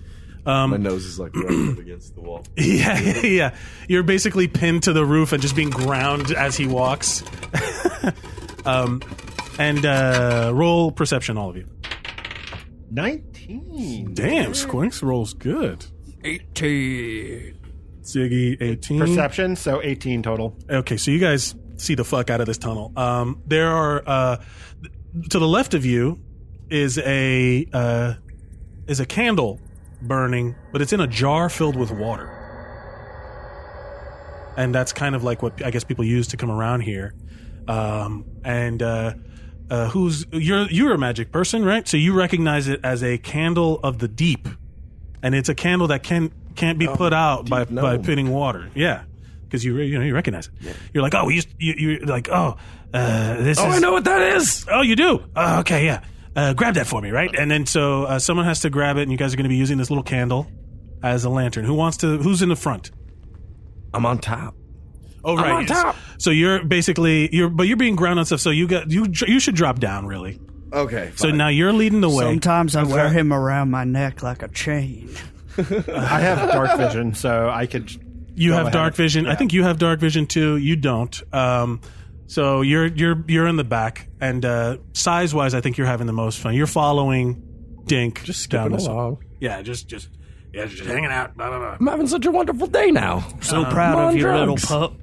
My nose is like rubbing up against the wall. Yeah, yeah, yeah. You're basically pinned to the roof and just being ground as he walks. um, and uh, roll perception, all of you. 19. Damn, Squinks rolls good. 18. Ziggy, 18. Perception, so 18 total. okay, so you guys see the fuck out of this tunnel. Um, there are uh, th- to the left of you is a uh, is a candle burning, but it's in a jar filled with water. And that's kind of like what I guess people use to come around here. Um, and uh, uh, who's you're you're a magic person, right? So you recognize it as a candle of the deep, and it's a candle that can can't Oh, be put out by deep by gnome. putting water. Yeah, because you re- you know you recognize it. You're like, oh, you you you're like, oh, uh, this. Oh, is, I know what that is. Oh, you do? Oh, okay, yeah. Uh, grab that for me, right? And then so uh, someone has to grab it, and you guys are going to be using this little candle as a lantern. Who wants to? Who's in the front? I'm on top. Oh, right. on yes. top. So you're basically you're, but you're being ground on stuff. So you got you you should drop down really. Okay. So now you're leading the way. Sometimes I wear him around my neck like a chain. I have dark vision, so I could. you go have ahead. dark vision. I think you have dark vision too. You don't. Um, so you're you're you're in the back, and uh, size wise, I think you're having the most fun. You're following Dink just down this. along. Yeah, just just yeah, just hanging out. Blah, blah, blah. I'm having such a wonderful day now. So proud I'm of on you, little drugs. pup.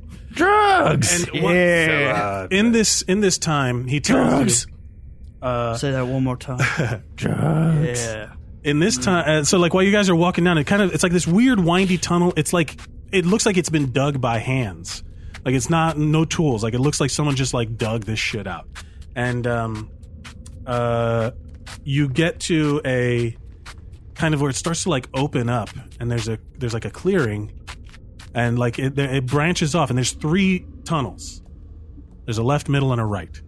Drugs. And what- in this in this time, he tells Drugs. you, Say that one more time. Drugs. Yeah. in this time. Uh, so like while you guys are walking down, it kind of it's like this weird windy tunnel. It's like it looks like it's been dug by hands. Like it's not no tools. Like it looks like someone just like dug this shit out. And um, uh, you get to a kind of where it starts to like open up, and there's a there's like a clearing, and like it there- it branches off, and there's three tunnels. There's a left, middle, and a right.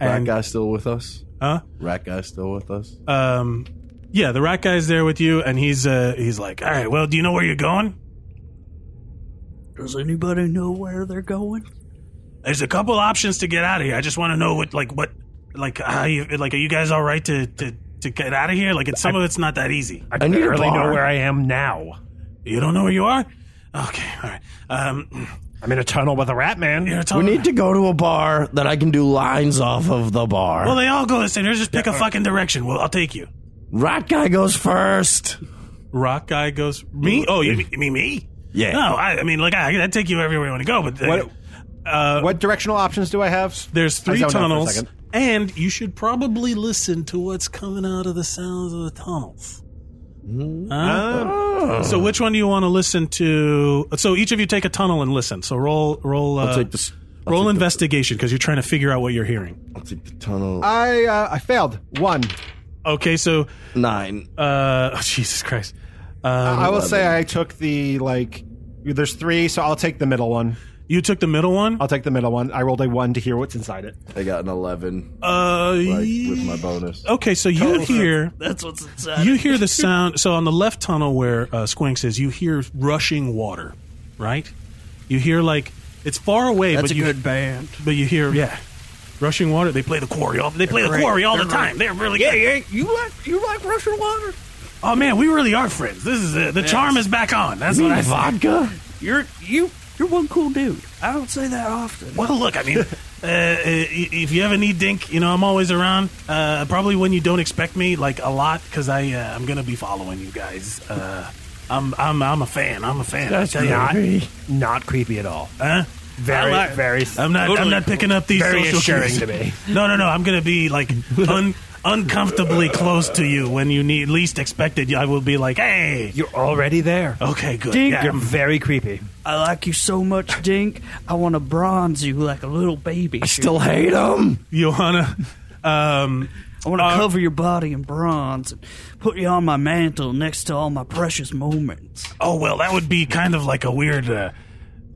rat And guy still with us? huh? Rat guy still with us? Uh, um, yeah, the rat guy's there with you, and he's uh, he's like, all right, well, do you know where you're going? Does anybody know where they're going? There's a couple options to get out of here. I just want to know what, like, what, like, how you, like, are you guys all right to to to get out of here? Like, it's, some of it's not that easy. I, I need a barely know bar. where I am now. You don't know where you are? Okay, all right. Um, I'm in a tunnel with a rat man. you're We talking. need to go to a bar that I can do lines off of the bar. well, they all go the same. Just pick a fucking direction. Well, I'll take you. Rat guy goes first. Rock guy goes me. Oh, you mean you mean me? Yeah. No, I, I mean, like, I I take you everywhere you want to go, but. uh, What, Uh, What directional options do I have? There's I three zoned out for a tunnels, second. and you should probably listen to what's coming out of the sounds of the tunnels. Mm-hmm. Huh? Ah. So, which one do you want to listen to? So, each of you take a tunnel and listen. So, roll, roll, uh, I'll take this. I'll roll take the- investigation because you're trying to figure out what you're hearing. I'll take the tunnel. I uh, I failed one. Okay, so, Nine. uh, oh, Jesus Christ, I will say I took the like. There's three, so I'll take the middle one. you took the middle one. I'll take the middle one. I rolled a one to hear what's inside it. I got an eleven. Uh, like with my bonus. oh, okay, so you hear That's what's inside. you hear the sound. So on the left tunnel where uh, Squinks is, you hear rushing water, right? You hear like it's far away, That's but a you good band. but you hear yeah, rushing water. They play the quarry. All, they play the quarry all the time. They're really yeah, yeah. You like you like Russian water? Oh man, we really are friends. This is it. the charm is back on. That's what I thought. Vodka? You're you you're one cool dude. I don't say that often. Well, look, I mean, uh, uh, if you ever need Dink, you know I'm always around. Uh, probably when you don't expect me, like a lot, because I uh, I'm gonna be following you guys. Uh, I'm I'm I'm a fan. I'm a fan. I tell you, I, Not creepy at all. huh? Very, I like- very. I'm not. I'm not picking up these Very social assuring cues. to me. No, no, no. I'm gonna be like un, uncomfortably close to you when you need least expected. I will be like, hey, You're already there. okay, good. Dink, yeah, you're I'm- very creepy. I like you so much, Dink. I want to bronze you like a little baby. I Still hate him. Johanna. Um, I want to Uh, cover your body in bronze and put you on my mantle next to all my precious moments. oh well, that would be kind of like a weird uh,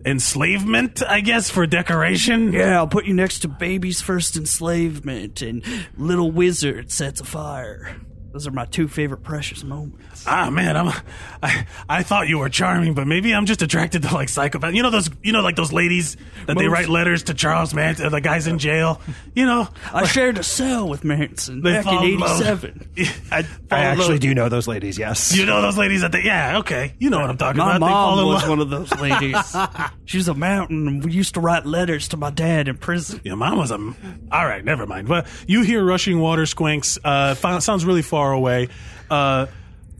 enslavement, I guess, for decoration. Yeah, I'll put you next to Baby's First Enslavement and Little Wizard Sets a Fire. Those are my two favorite precious moments. Ah man, I'm I, I thought you were charming, but maybe I'm just attracted to like psychopath. You know those you know like those ladies that they write letters to Charles Manson, the guys in jail. You know, I shared a cell with Manson They back in fall in love. '87. I, I actually do know those ladies. Yes. You know those ladies that they yeah okay you know what I'm talking My about. They fall mom in was love. one of those ladies. she was a mountain, and we used to write letters to my dad in prison. Your mom was a. All right, never mind. But you hear rushing water squinks. Uh, fi- sounds really far away. Uh,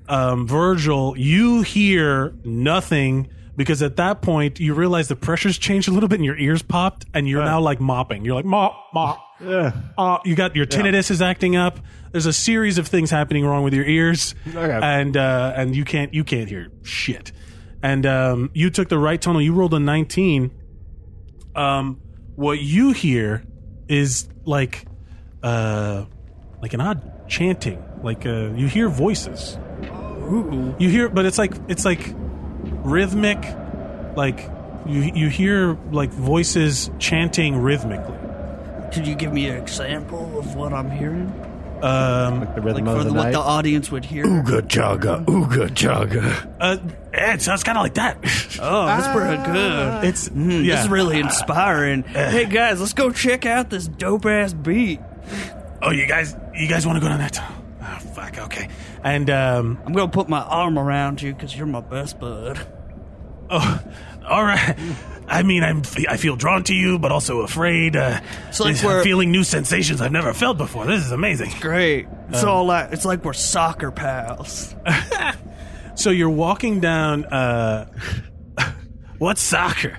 um, Virgil, you hear nothing because at that point you realize the pressure's changed a little bit and your ears popped and you're now like mopping. You're like mop mop. Yeah. Uh, you got your tinnitus is acting up. There's a series of things happening wrong with your ears, Okay. and uh, and you can't you can't hear shit. And um, you took the right tunnel. You rolled a 19 um, what you hear is like uh, like an odd chanting. Like uh, you hear voices. You hear, but it's like it's like rhythmic. Like you you hear like voices chanting rhythmically. Could you give me an example of what I'm hearing? Um, The rhythm Like for of the, the, what night. the audience would hear? Ooga chugga, ooga chugga. uh, yeah, it sounds kind of like that. Oh, that's pretty good. it's yeah. hmm, This is really inspiring. hey guys, let's go check out this dope ass beat. oh, you guys, you guys want to go down that tunnel? Oh, fuck. Okay. And um, I'm gonna put my arm around you because you're my best bud. oh, all right. I mean, I'm I feel drawn to you, but also afraid. Uh, So, like, I'm we're- feeling new sensations I've never felt before. This is amazing. Great. It's all like it's like we're soccer pals. So you're walking down. Uh, what's soccer?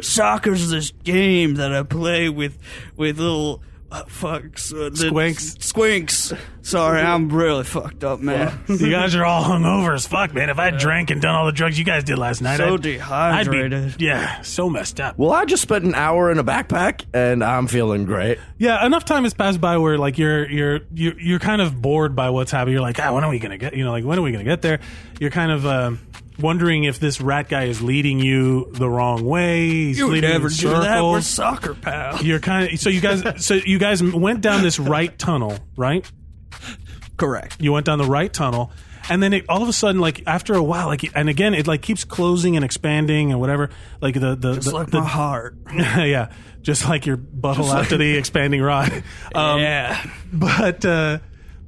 Soccer's this game that I play with with little uh, fucks. Uh, the- Squinks. Squinks. Sorry, I'm really fucked up, man. You guys are all hungover as fuck, man. If I drank and done all the drugs you guys did last night, So I'd, dehydrated. I'd be, yeah, so messed up. Well, I just spent an hour in a backpack and I'm feeling great. Yeah, enough time has passed by where like you're you're you're you're kind of bored by what's happening. You're like, ah, when are we gonna get? You know, like when are we gonna get there? You're kind of um, wondering if this rat guy is leading you the wrong way. He's You would leading never in do that. We're circles. soccer pals. You're kind of so you guys so you guys went down this right tunnel, right? Correct. you went down the right tunnel and then it all of a sudden like after a while like and again it like keeps closing and expanding and whatever like the the, It's the, like the- my heart. yeah just like your butthole after the expanding rod um, yeah. but uh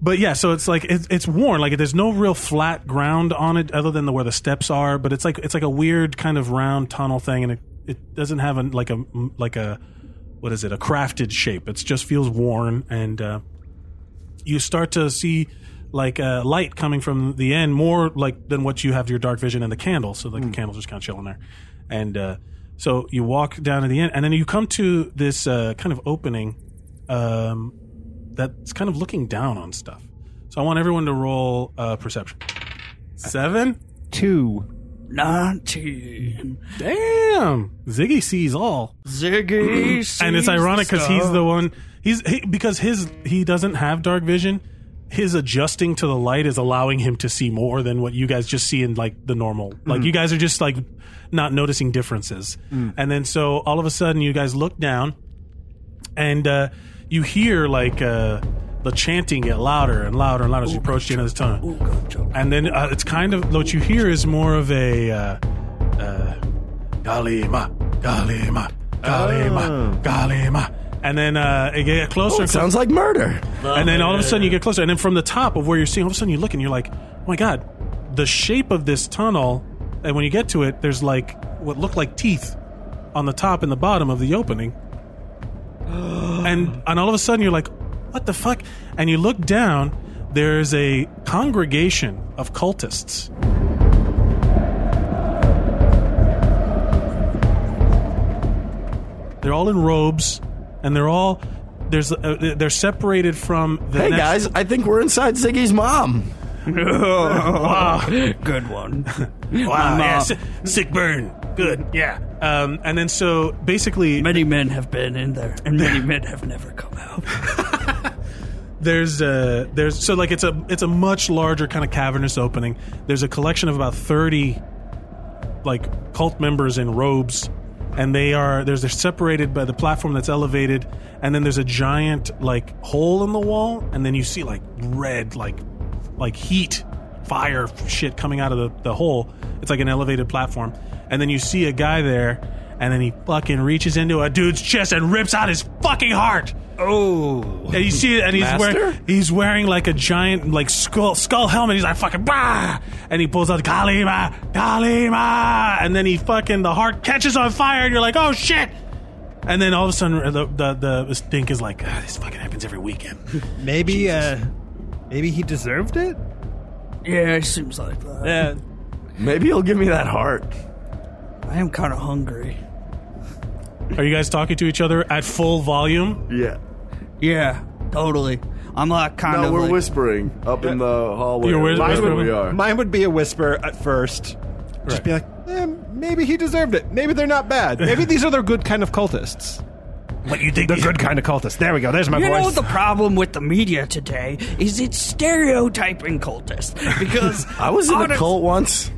but yeah, so it's like it's, it's worn. Like there's no real flat ground on it, other than the, where the steps are. But it's like it's like a weird kind of round tunnel thing, and it, it doesn't have a like a like a what is it a crafted shape. It just feels worn, and uh, you start to see like uh, light coming from the end more like than what you have your dark vision and the candle. So like the candle's just kind of chilling there, and uh, So you walk down to the end, and then you come to this uh, kind of opening um, that's kind of looking down on stuff. So I want everyone to roll uh, perception. Seven? Two. 19. Damn! Ziggy sees all. Ziggy. and it's sees ironic because he's star. the one he's he, because his he doesn't have dark vision his adjusting to the light is allowing him to see more than what you guys just see in like the normal like you guys are just like not noticing differences and then so all of a sudden you guys look down and uh you hear like uh the chanting get louder and louder and louder as you approach the end of the tunnel and then uh, it's kind of what you hear is more of a uh, uh, Kalima, Kalima, Kalima, Kalima. And then uh, it get closer and closer. Sounds like murder. and then all of a sudden you get closer. And then from the top of where you're seeing, all of a sudden you look and you're like, oh my God, the shape of this tunnel. And when you get to it, there's like what look like teeth on the top and the bottom of the opening. and, and all of a sudden you're like, what the fuck? And you look down, there's a congregation of cultists. They're all in robes, and they're all there's uh, they're separated from the Hey next- guys, I think we're inside Ziggy's mom. Good one. Wow, I'm, yeah, uh, si- sick burn, good, yeah. Um, and then so basically, Many men have been in there, and many men have never come out. there's uh there's so like it's a it's a much larger kind of cavernous opening. There's a collection of about thirty like cult members in robes, and they are there's they're separated by the platform that's elevated, and then there's a giant like hole in the wall, and then you see like red like like heat fire shit coming out of the, the hole. It's like an elevated platform, and then you see a guy there, and then he fucking reaches into a dude's chest and rips out his fucking heart. And you see it, and he's wearing he's wearing like a giant like skull skull helmet. He's like fucking bah, and he pulls out Kalima, Kalima, and then he fucking the heart catches on fire, and you're like, oh shit. And then all of a sudden, uh, the the, the stink is like, "Ah, this fucking happens every weekend. Maybe, uh, maybe he deserved it. Yeah, it seems like that. Yeah. Maybe he'll give me that heart. I am kind of hungry. Are you guys talking to each other at full volume? Yeah. Yeah, totally. I'm like kind No, of we're like, whispering up in the hallway. You're or whis- wherever whispering. we are. Mine would be a whisper at first. Just Right. be like, eh, maybe he deserved it. Maybe they're not bad. Maybe these are the good kind of cultists. What you think? The good kind of cultists. There we go. There's my You know voice. the problem with the media today is it's stereotyping cultists because I was in a honest- cult once.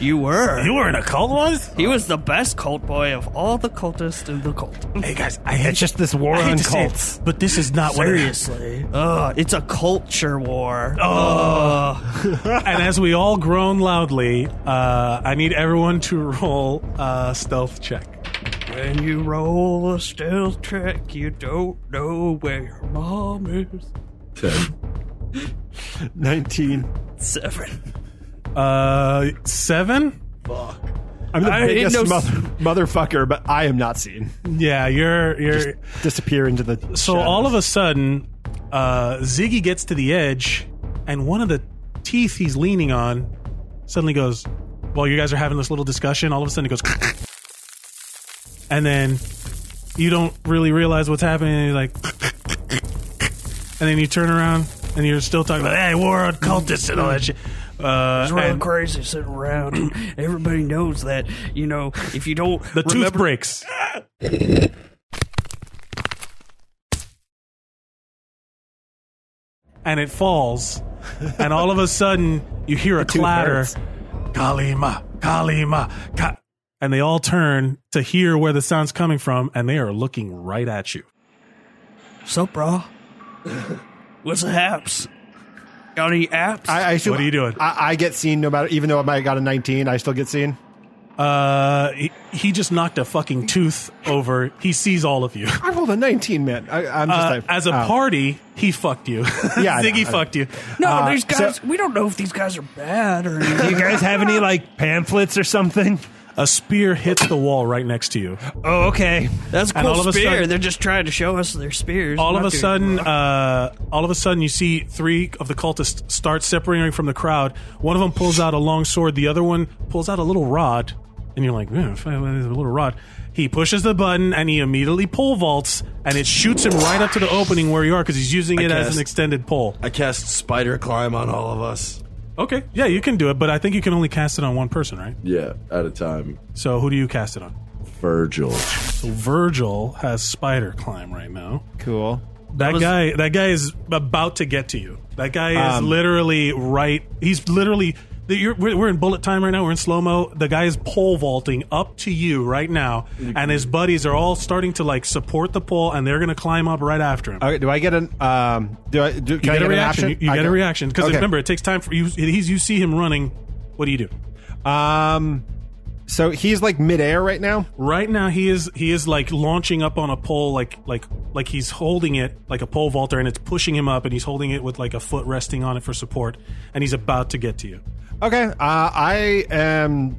You were. You were in a cult once? he was the best cult boy of all the cultists in the cult. Hey guys, I hate it's just this war I hate on to say it, cults. but this is not what it is. Seriously, Ugh, it's a culture war. and as we all groan loudly, uh, I need everyone to roll uh, stealth check. When you roll a stealth check, you don't know where your mom is. Nineteen. Seven. Uh, seven? I'm the I ain't biggest no s- mother, motherfucker, but I am not seen. Yeah, you're you're. Disappear into the. so all of a sudden, uh, Ziggy gets to the edge, and one of the teeth he's leaning on suddenly goes. While you guys are having this little discussion, all of a sudden it goes, and then you don't really realize what's happening. And you're like, and then you turn around and you're still talking about hey, war on cultists and all that shit. Uh, It's real and- crazy sitting around. and Everybody knows that, you know, if you don't The tooth remember breaks. and it falls. And all of a sudden, you hear a clatter. Kalima, Kalima, Ka-. And they all turn to hear where the sound's coming from, and they are looking right at you. Sup, bro? What's the haps? Got any apps? I, I assume, What are you doing? I, I get seen no matter. Even though I might have got a 19, I still get seen. Uh, he, he just knocked a fucking tooth over. He sees all of you. I rolled a 19, man. I, I'm just Uh, like, as a oh. party, he fucked you. Yeah, I know, Ziggy I know. fucked you. no, uh, these guys. so- we don't know if these guys are bad or anything. Do you guys have any like pamphlets or something? A spear hits the wall right next to you. Oh, okay. That's a And cool all of a spear. sudden- They're just trying to show us their spears. all of Not a doing sudden, wrong. uh, all of a sudden, you see three of the cultists start separating from the crowd. One of them pulls out a long sword. The other one pulls out a little rod, And you're like, "Eh, if I- there's a little rod. He pushes the button and he immediately pole vaults and it shoots him right up to the opening where you are because he's using it as cast- an extended pole. I cast spider climb on all of us. Okay, yeah, you can do it, but I think you can only cast it on one person, right? Yeah, at a time. So who do you cast it on? Virgil. So Virgil has spider climb right now. Cool. That guy, that guy is about to get to you. That guy is Um, literally right. He's literally. the- You're, we're, we're in bullet time right now. We're in slow mo. The guy is pole vaulting up to you right now, Mm-hmm. and his buddies are all starting to like support the pole, and they're gonna climb up right after him. All right. Do I get an? Um, do I? Do, can I you get get a an reaction. option? You, you I get a can- reaction because Okay. remember, it takes time for you. He's you see him running. What do you do? Um, so he's like midair right now. Right now, he is he is like launching up on a pole, like like like he's holding it like a pole vaulter, and it's pushing him up, and he's holding it with like a foot resting on it for support, and he's about to get to you. Okay. Uh, I am.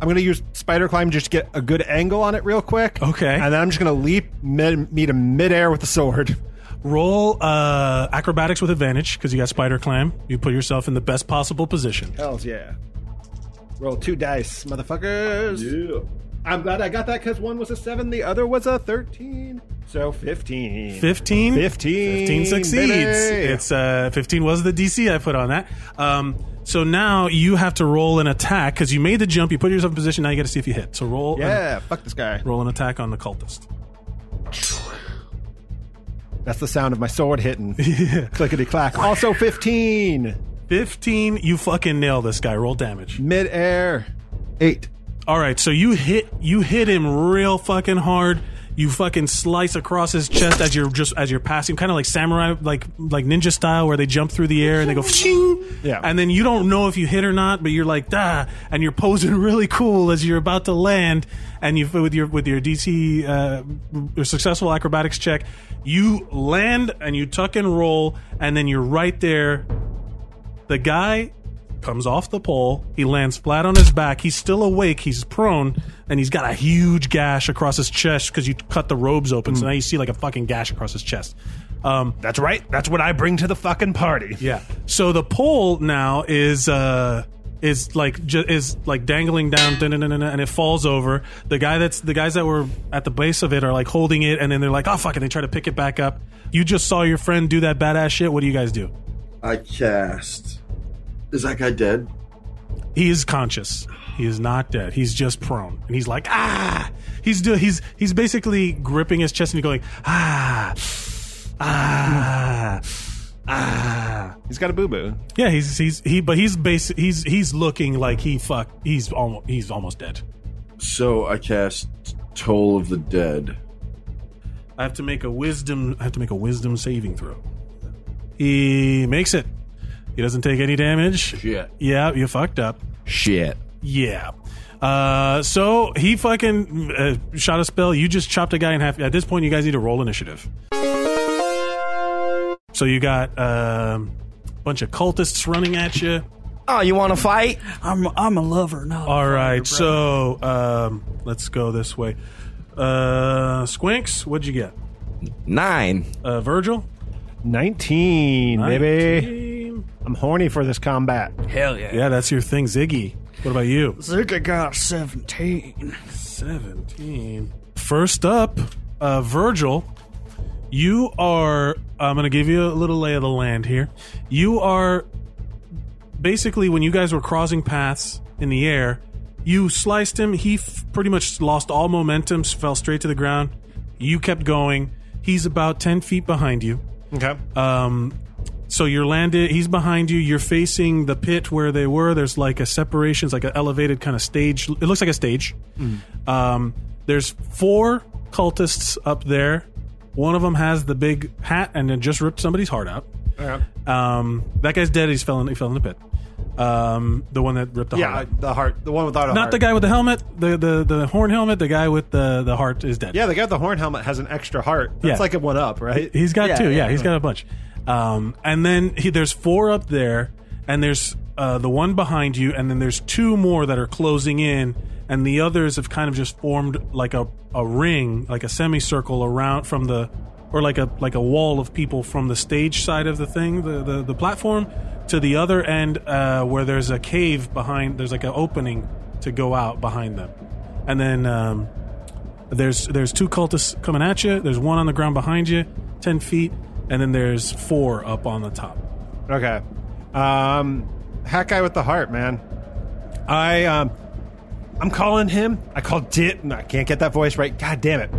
I'm gonna use spider climb just to get a good angle on it real quick. Okay. And then I'm just gonna leap mid, meet him midair with the sword. Roll uh, acrobatics with advantage because you got spider climb. You put yourself in the best possible position. Hells yeah. Roll two dice, motherfuckers. Yeah. I'm glad I got that because one was a seven, the other was a thirteen. So fifteen. 15 15, 15 succeeds baby. it's uh 15 was the dc i put on that um so now you have to roll an attack because you made the jump you put yourself in position now you gotta see if you hit so roll an- Yeah, fuck this guy. roll an attack on the cultist That's the sound of my sword hitting. Clickety clack. Also fifteen. 15 you fucking nail this guy roll damage Midair. Eight. all right so you hit you hit him real fucking hard you fucking slice across his chest as you're just as you're passing kind of like samurai like like ninja style where they jump through the air and they go Fshing! Yeah. and then you don't know if you hit or not but you're like da and you're posing really cool as you're about to land and you with your with your dc uh, your successful acrobatics check you land and you tuck and roll and then you're right there the guy comes off the pole. He lands flat on his back. He's still awake. He's prone, and he's got a huge gash across his chest because you cut the robes open. So now you see like a fucking gash across his chest. Um, That's right. That's what I bring to the fucking party. yeah. So the pole now is uh is like ju- is like dangling down, dun- dun- dun- dun- dun, and it falls over. The guy that's the guys that were at the base of it are like holding it, and then they're like, oh fuck, it. they try to pick it back up. You just saw your friend do that badass shit. What do you guys do? I cast. Is that guy dead? He is conscious. He is not dead. He's just prone, and he's like ah. He's do he's he's basically gripping his chest and going ah ah ah. He's got a boo boo. Yeah, he's he's he, but he's basi- he's he's looking like he fuck. He's almost he's almost dead. So I cast Toll of the Dead. I have to make a wisdom. I have to make a wisdom saving throw. He makes it. He doesn't take any damage. Shit. Yeah, you fucked up. Shit. Yeah. Uh, so he fucking uh, shot a spell. You just chopped a guy in half. At this point, you guys need to roll initiative. So you got um, a bunch of cultists running at you. Oh, you want to fight? I'm I'm a lover, not a All fighter, right, brother. so um, let's go this way. Uh, Squinks, what'd you get? Nine. Uh, Virgil, 19, baby. 19. I'm horny for this combat. hell yeah. Yeah, that's your thing, Ziggy. What about you? Zuka got seventeen. Seventeen. First up, uh, Virgil. You are. I'm going to give you a little lay of the land here. You are basically when you guys were crossing paths in the air, you sliced him. He f- pretty much lost all momentum, s- fell straight to the ground. You kept going. He's about ten feet behind you. Okay. Uh, Um, so you're landed. He's behind you. You're facing the pit where they were. There's like a separation. It's like an elevated kind of stage. It looks like a stage. Um, there's four cultists up there. One of them has the big hat and then just ripped somebody's heart out. Um, that guy's dead. He's fell in, he fell in the pit. Um, the one that ripped the yeah, heart. out. the heart. The one without a Not heart. the guy with the helmet. The, the the horn helmet. The guy with the the heart is dead. Yeah, the guy with the horn helmet has an extra heart. That's Yeah. like a one up, right? He's got Yeah, two. Yeah, yeah. he's got a bunch. Um, and then he, there's four up there, and there's uh, the one behind you, and then there's two more that are closing in, and the others have kind of just formed like a, a ring, like a semicircle around from the, or like a like a wall of people from the stage side of the thing, the the, the platform, to the other end uh, where there's a cave behind. There's like an opening to go out behind them. And then um, there's there's two cultists coming at you. There's one on the ground behind you, ten feet, and then there's four up on the top. Okay. Um, hat guy with the heart, man. I um, I'm calling him. I call dib. No, I can't get that voice right. God damn it!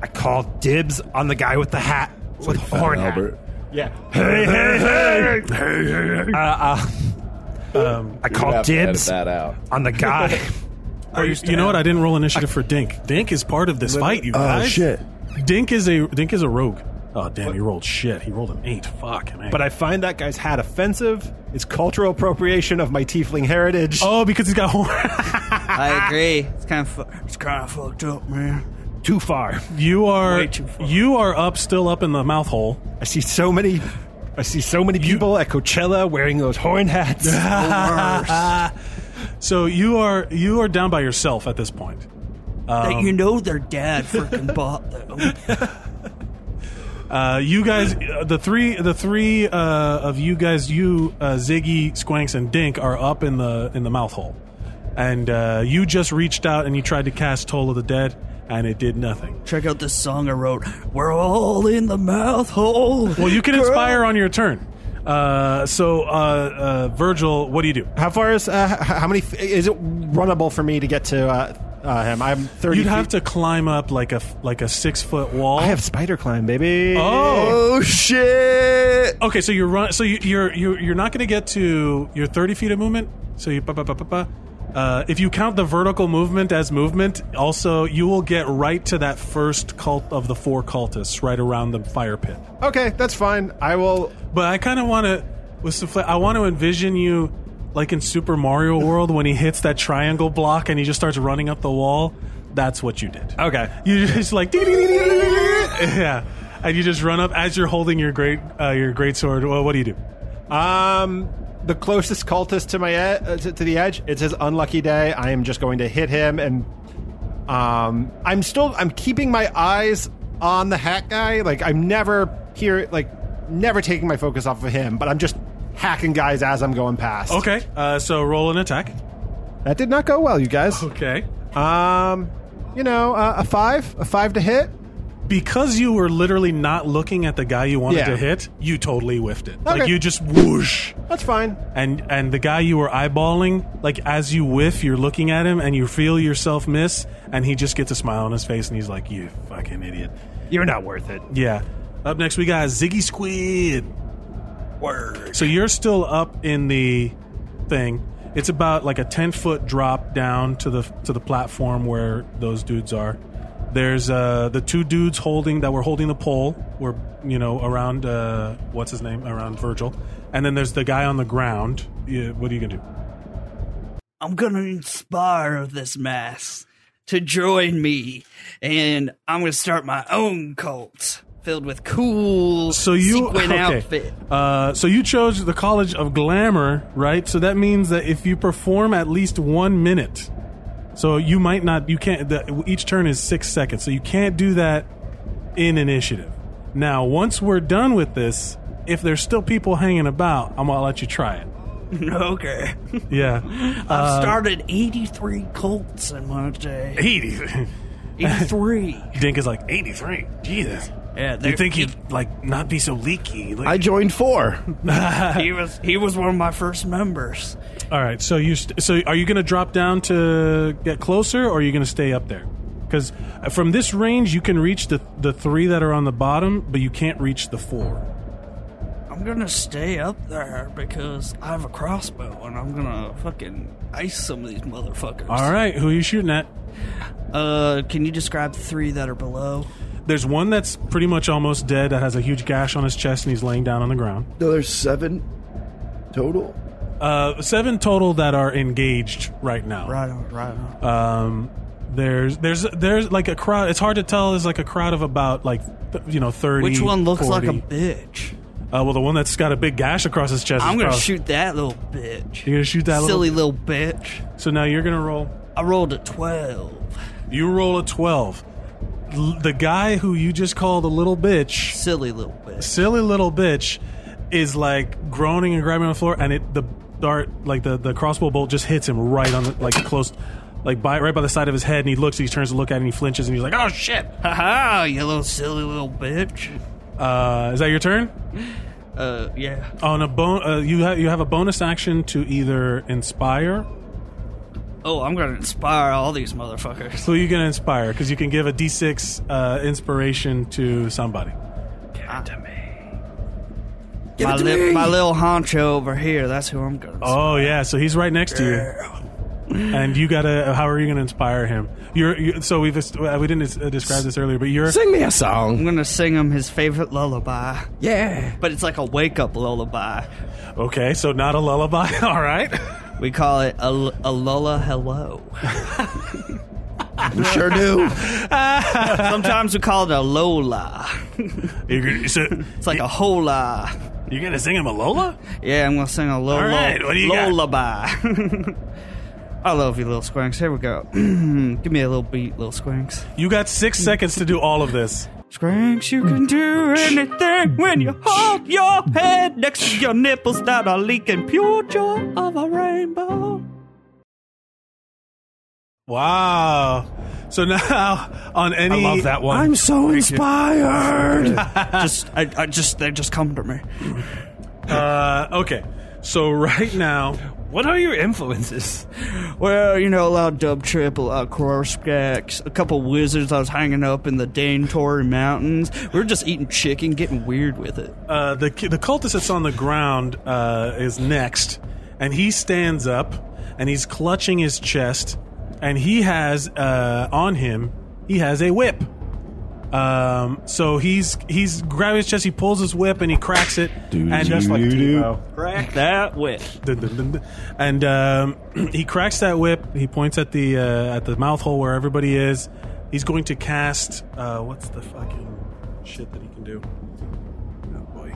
I call dibs on the guy with the hat with the Fat horn hat. Albert. Yeah. Hey hey hey. Uh, uh, I call have to edit dibs that out. on the guy. Or you, you know what? I didn't roll initiative for Dink. Dink is part of this fight, you guys. shit. Dink is a Dink is a rogue. Oh damn, he rolled shit. He rolled an eight. Fuck man. but I find that guy's hat offensive. It's cultural appropriation of my tiefling heritage. oh, because he's got horn. I agree. It's kind of fu- It's kind of fucked up, man. Too far. you are Way too far. you are up, still up in the mouth hole. I see so many. I see so many people at Coachella wearing those horn hats. Oh, So you are you are down by yourself at this point. that you know their dad freaking bought them. Uh, you guys, uh, the three, the three uh, of you guys, you uh, Ziggy, Squanks, and Dink are up in the in the mouth hole, and uh, you just reached out and you tried to cast Toll of the Dead, and it did nothing. Check out this song I wrote. We're all in the mouth hole. Well, you can inspire on your turn. Uh, so, uh, uh, Virgil, what do you do? How far is uh, h- how many? f- Is it runnable for me to get to uh, uh, him? I'm thirty. You'd have feet- to climb up like a f- like a six foot wall. I have spider climb, baby. oh. Oh shit! Okay, so you're run. So you, you're you're you're not going to get to your 30 feet of movement. So you. Ba, ba, ba, ba, ba. Uh, if you count the vertical movement as movement, also you will get right to that first cult of the four cultists, right around the fire pit. Okay, that's fine. I will. But I kind of want to with some. fla- I want to envision you like in Super Mario World when he hits that triangle block and he just starts running up the wall. That's what you did. Okay. You just like yeah, and you just run up as you're holding your great uh, your great sword. Well, what do you do? Um, the closest cultist to my e- uh, to, to the edge. It's his unlucky day. I am just going to hit him, and um, I'm still I'm keeping my eyes on the hack guy. Like I'm never here. Like never taking my focus off of him, but I'm just hacking guys as I'm going past. Okay, uh, so roll an attack. that did not go well, you guys. Okay. Um, you know, uh, a five, a five to hit. Because you were literally not looking at the guy you wanted Yeah. to hit, you totally whiffed it. Like Okay. you just whoosh, That's fine. and and the guy you were eyeballing, like as you whiff, you're looking at him and you feel yourself miss, and he just gets a smile on his face and he's like, "You fucking idiot." You're not worth it. Yeah. Up next, we got Ziggy Squid. Word. So you're still up in the thing. It's about like a ten foot drop down to the to the platform where those dudes are. There's uh, the two dudes holding that were holding the pole. Were you know around uh, what's his name around Virgil, and then there's the guy on the ground. Yeah, what are you gonna do? I'm gonna inspire this mass to join me, and I'm gonna start my own cult filled with cool So you sequin okay. outfit. Uh, so you chose the College of Glamour, right? So that means that if you perform at least one minute, so you might not, you can't. The, each turn is six seconds, so you can't do that in initiative. Now, once we're done with this, if there's still people hanging about, I'm gonna let you try it. Okay, Uh, Yeah, I've started 83 cults in my day. eighty. 83. Dink is like eighty-three. Jesus. yeah, You think you'd like not be so leaky? Like, I joined four. he was he was one of my first members. All right, so you st- so are you going to drop down to get closer, or are you going to stay up there? Because from this range, you can reach the the three that are on the bottom, but you can't reach the four. I'm gonna stay up there because I have a crossbow and I'm gonna fucking ice some of these motherfuckers. All right, who are you shooting at? Uh, can you describe the three that are below? There's one that's pretty much almost dead that has a huge gash on his chest and he's laying down on the ground. No, there's seven total. Uh, seven total that are engaged right now. Right on, right on. Um, there's there's there's like a crowd. It's hard to tell. There's like a crowd of about like th- you know thirty. Which one looks like 40. a bitch? Uh, well, the one that's got a big gash across his chest. I'm is gonna probably- shoot that little bitch. You're gonna shoot that little silly little bitch. So now you're gonna roll. I rolled a twelve. You roll a twelve. L- the guy who you just called a little bitch, Silly little bitch. silly little bitch, is like groaning and grabbing on the floor, and it the dart like the the crossbow bolt just hits him right on the like close. like by right by the side of his head, and he looks, and he turns to look at, it, and he flinches, and he's like, "Oh shit!" Ha ha, you little silly little bitch. Uh, is that your turn? Uh, yeah. On a bon- uh, you ha- you have a bonus action to either inspire. Oh, I'm gonna inspire all these motherfuckers. Who are you gonna inspire? Because you can give a d6 uh, inspiration to somebody. my, li- my little honcho over here, that's who I'm gonna Oh yeah, so he's right next to you. And you gotta. How are you gonna inspire him? You're, you so we've uh, we didn't uh, describe this earlier, but you're Sing me a song. I'm gonna sing him his favorite lullaby, Yeah. but it's like a wake up lullaby. okay. So not a lullaby. All right. We call it a, l- a lulla hello. We sure do. Sometimes we call it a lola. You're, gonna- so It's like a hola. you're gonna sing him a Lola? Yeah, I'm gonna sing a lola. All right, what do you got? lullaby. I love you, little squanks. Here we go. Give me a little beat, little squanks. You got six seconds to do all of this. Squanks, you can do anything when you hold your head next to your nipples that are leaking pure joy of a rainbow. Wow. So now on any, love that one. I'm so inspired. just, I, I just, they just come to me. Uh, okay. So right now, What are your influences? Well, you know, a lot of dub trip, a lot of Korskaks, a couple wizards I was hanging up in the Dane Tory Mountains. We were just eating chicken, getting weird with it. uh, the the cultist that's on the ground uh, is next, and he stands up and he's clutching his chest, and he has uh, on him he has a whip. Um, so he's he's grabbing his chest, he pulls his whip, and he cracks it, and Just like Tebow. Crack that whip. Dun, dun, dun, dun. and um, he cracks that whip. He points at the uh, at the mouth hole where everybody is. He's going to cast. Uh, what's the fucking shit that he can do? Oh boy,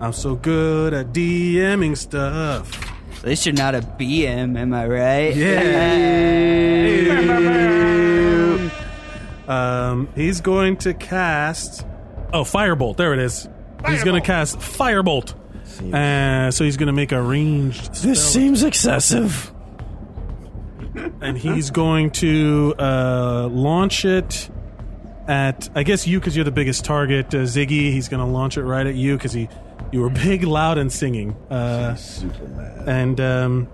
I'm so good at DMing stuff. They should not a BM, am I right? Um, he's going to cast. Oh, firebolt! There it is. He's going to cast firebolt. Uh, so he's going to make a ranged. this seems excessive. and he's going to uh, launch it at I guess you because you're the biggest target, uh, Ziggy. He's going to launch it right at you because he you were big, loud, and singing. Uh, and um,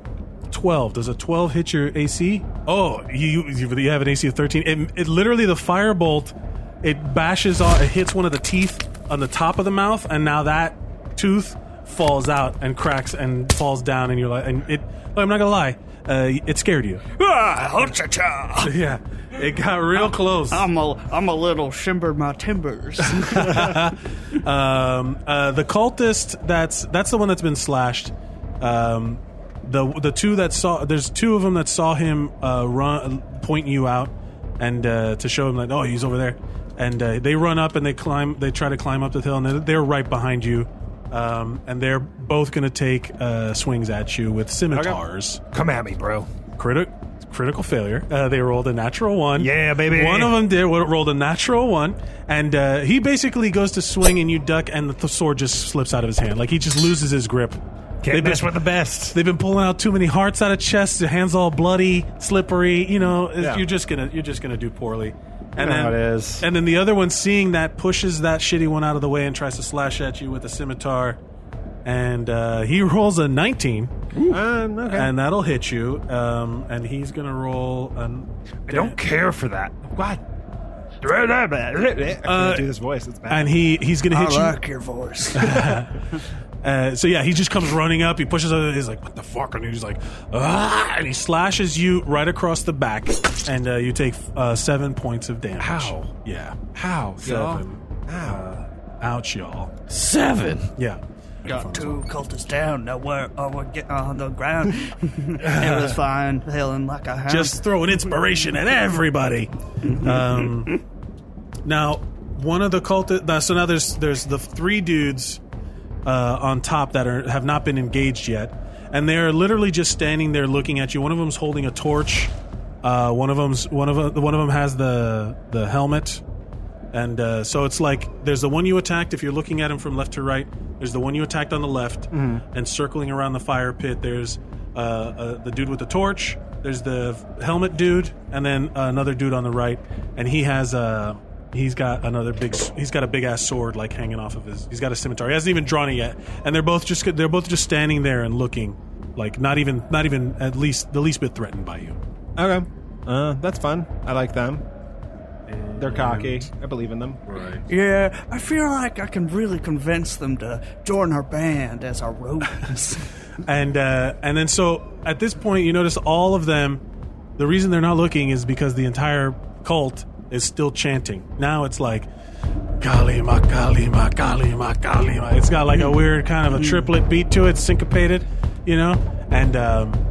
twelve. Does a twelve hit your AC? Oh, you you, you have an AC of thirteen. It, it literally the firebolt. It bashes on. It hits one of the teeth on the top of the mouth, and now that tooth falls out and cracks and falls down, and you're like, and it. I'm not gonna lie. Uh, it scared you. Yeah, it got real close. I'm a, I'm a little shimbered my timbers. Um, uh, the cultist that's that's the one that's been slashed. Um, the the two that saw there's two of them that saw him uh, run point you out and uh, to show him that oh he's over there and uh, they run up and they climb they try to climb up the hill and they're, they're right behind you um, and they're both gonna take uh, swings at you with scimitars. Come at me, bro. Criti- critical failure. Uh, they rolled a natural one. Yeah, baby. One of them did rolled a natural one, and uh, he basically goes to swing, and you duck, and the, th- sword just slips out of his hand. Like he just loses his grip. Can't They've mess been- with the best. They've been pulling out too many hearts out of chests. Their hands all bloody, slippery. You know, you're just gonna you're just gonna do poorly. And You know then, how it is. and then the other one, seeing that, pushes that shitty one out of the way and tries to slash at you with a scimitar. And uh, he rolls a 19 Um, okay. and that'll hit you. Um, and he's gonna roll an. I don't care for that. What? Uh, I can't do this voice. It's bad. And he he's gonna hit you. your voice. Uh, so yeah, he just comes running up. He pushes. Over, he's like, "What the fuck?" And he's like, "Ah!" And he slashes you right across the back, and uh, you take uh, seven points of damage. Ow. Yeah, How? seven. Ow. Uh, ouch, y'all. Seven. Yeah. Got two cultists down. Now we're, oh, we're getting on the ground. it was fine, hailing like a hound. just throwing inspiration at everybody. Um, now, one of the cult. uh, So now there's there's the three dudes uh, on top that are have not been engaged yet, and they are literally just standing there looking at you. One of them's holding a torch. Uh, one of them's one of one of them has the the helmet. And uh, so it's like there's the one you attacked. If you're looking at him from left to right, there's the one you attacked on the left, and circling around the fire pit, there's uh, uh, the dude with the torch, There's the helmet dude, and then another dude on the right, and he has a. He's got another big. s- He's got a big ass sword like hanging off of his. He's got a scimitar. He hasn't even drawn it yet, and they're both just. They're both just standing there and looking, like not even, not even at least the least bit threatened by you. Okay. Uh, that's fun. I like them. They're cocky. I believe in them. Right. Yeah, I feel like I can really convince them to join our band as our roadies. and uh, and then so at this point you notice all of them the reason they're not looking is because the entire cult is still chanting now it's like kalima kalima kalima kalima it's got like a weird kind of a triplet beat to it syncopated you know and um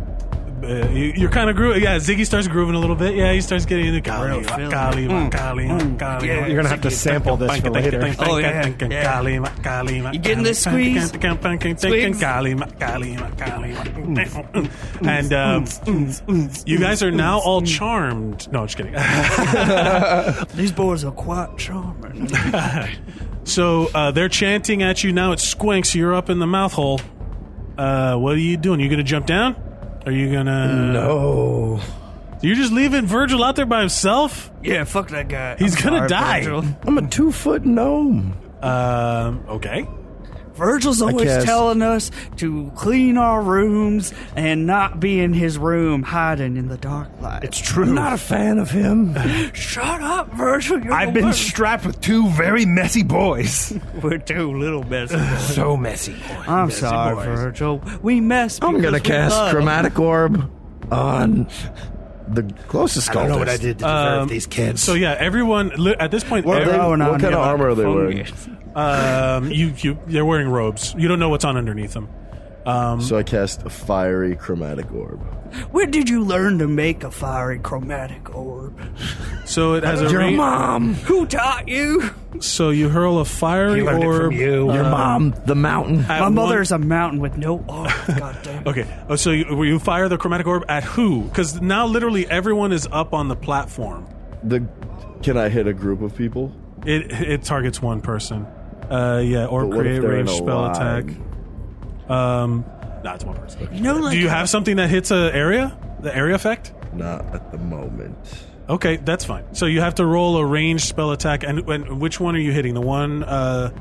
uh, you, you're kind of grooving. Yeah, Ziggy starts grooving a little bit. Yeah, he starts getting into Kalima, feeling. Kalima, Kalima, Kalima. You're gonna have to sample this for later. Oh, yeah. Yeah. Kalima, Kalima. You getting this squeeze? Squeeze? Kalima, Kalima, Mm. Kalima. And um, you guys are now Mm. all charmed. No, I'm just kidding. These boys are quite charming. So uh, they're chanting at you now. It's Squinks. You're up in the mouth hole. Uh, what are you doing? You gonna jump down? Are you gonna? No. You're just leaving Virgil out there by himself. Yeah, fuck that guy. He's I'm gonna sorry, die. Virgil. I'm a two foot gnome. Um, okay. Virgil's always guess. telling us to clean our rooms and not be in his room hiding in the dark light. It's True. I'm not a fan of him. Shut up, Virgil. You're I've the been worst. strapped with two very messy boys. We're two little messes. so messy. I'm sorry, Virgil. We mess. I'm because gonna we cast love. chromatic orb on the closest sculptor. to deserve these kids. So yeah, everyone li- at this point, What, every- Throwing what on kind of your armor are they phone. wearing? um, you, you they're wearing robes. You don't know what's on underneath them. Um, So I cast a fiery chromatic orb. Where did you learn to make a fiery chromatic orb? so it has a Your ra- mom, Who taught you? so you hurl a fiery You learned it orb. from you. Uh, your mom, the mountain. at My one- mother's a mountain with no arm. Goddamn. Okay, oh, so you, will you fire the chromatic orb at who? Because now literally everyone is up on the platform. The can I hit a group of people? It it targets one person. Uh, yeah, or But what create if they're in range a spell line? attack. Um, nah, it's one person. You know, like Do you have something that hits a area? The area effect? Not at the moment. Okay, that's fine. So you have to roll a ranged spell attack, and, and which one are you hitting? The one uh,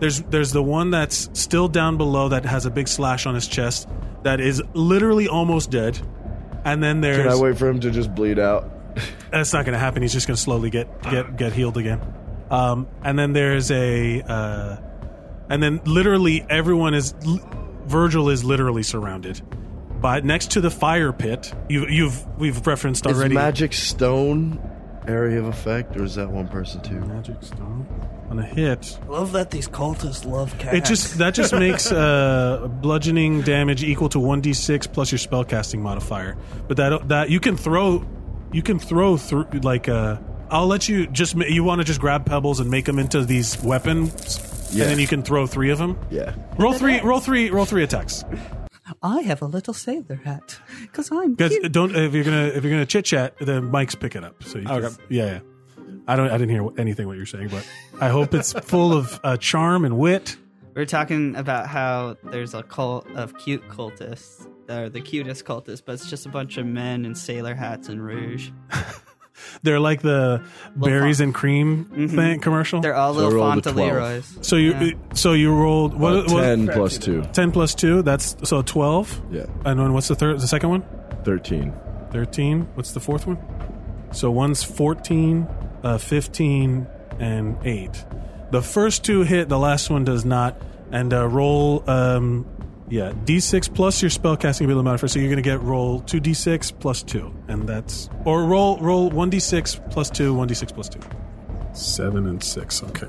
there's there's the one that's still down below that has a big slash on his chest that is literally almost dead, and then there's Can I wait for him to just bleed out? that's not going to happen. He's just going to slowly get get get healed again. Um, and then there's a, uh, and then literally everyone is, li- Virgil is literally surrounded, by next to the fire pit. You, you've we've referenced Is already. magic stone area of effect, or is that one person too? Magic stone on a hit. I love that these cultists love cats. It just that just makes uh, bludgeoning damage equal to one d six plus your spellcasting modifier. But that that you can throw, you can throw through like uh, I'll let you just ma- you want to just grab pebbles and make them into these weapons, Yeah. and then you can throw three of them. Yeah. Roll three, roll three, roll three attacks. I have a little sailor hat because I'm Guys, cute. don't if you're gonna if you're gonna chit chat, the mics pick it up. So you can, Okay. yeah, yeah. I don't. I didn't hear anything what you're saying, but I hope it's full of uh, charm and wit. We were talking about how there's a cult of cute cultists. That are the cutest cultists, but it's just a bunch of men in sailor hats and rouge. They're like the berries and cream thing commercial. They're all little rolled a Fauntleroy's. So you so you rolled what, Uh, what- 10 plus 2. 10 plus two. That's so twelve. Yeah. And then what's the third? The second one? 13. Thirteen. What's the fourth one? So one's fourteen, uh, fifteen, and eight. The first two hit. The last one does not. And uh, roll. Um, yeah, d6 plus your spellcasting ability modifier. So you're going to get roll two d6 plus two, and that's or roll roll one d6 plus two, one d6 plus two. Seven and six. Okay.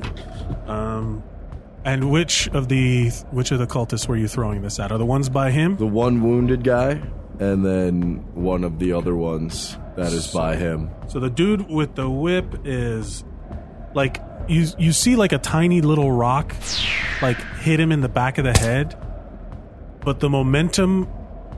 Um, and which of the which of the cultists were you throwing this at? Are the ones by him? The one wounded guy, and then one of the other ones that is by him. So the dude with the whip is like you you see like a tiny little rock like hit him in the back of the head. But the momentum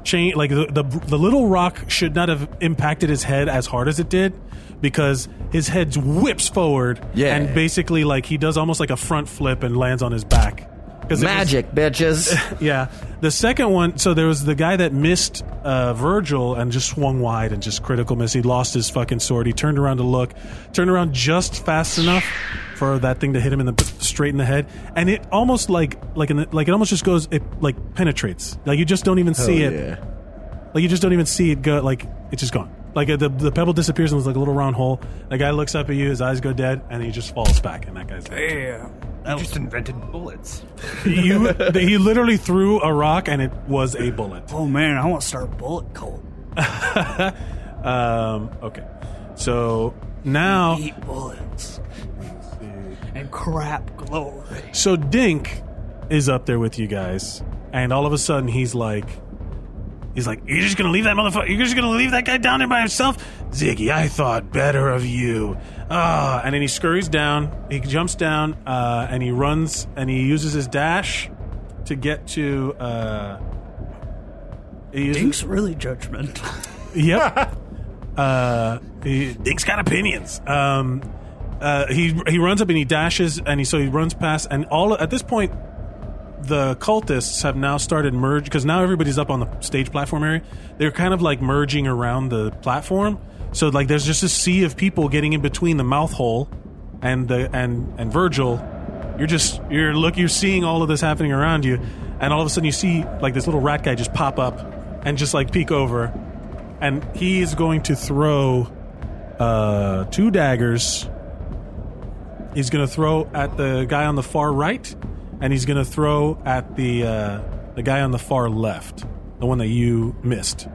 change like the, the the little rock should not have impacted his head as hard as it did because his head whips forward Yeah. and basically like he does almost like a front flip and lands on his back. 'Cause it was- Magic, bitches. yeah. The second one, so there was the guy that missed uh, Virgil and just swung wide and just critical miss. He lost his fucking sword. He turned around to look, turned around just fast enough for that thing to hit him in the straight in the head, and it almost like like in the, like it almost just goes it like penetrates. Like you just don't even see it. Oh, yeah. Like you just don't even see it go. Like it's just gone. Like uh, the the pebble disappears and there's like a little round hole. The guy looks up at you, his eyes go dead, and he just falls back. And that guy's like, just invented bullets. you, he literally threw a rock and it was a bullet. Oh man, I want to start bullet cult. Um, okay. So now, Eat bullets and crap glory. so Dink is up there with you guys, and all of a sudden he's like, he's like, you're just gonna leave that motherfucker, you're just gonna leave that guy down there by himself, Ziggy. I thought better of you. Ah, and then he scurries down, he jumps down, uh, and he runs, and he uses his dash to get to. Uh, he uses- Dink's really judgmental. Yep. uh, he, Dink's got opinions. Um, uh, he he runs up and he dashes and he so he runs past and all at this point the cultists have now started merge because now everybody's up on the stage platform area. They're kind of like merging around the platform, so like there's just a sea of people getting in between the mouth hole and the and and Virgil. You're just you're look you're seeing all of this happening around you, and all of a sudden you see like this little rat guy just pop up and just like peek over, and he is going to throw uh, two daggers. He's going to throw at the guy on the far right, and he's going to throw at the uh, the guy on the far left, the one that you missed.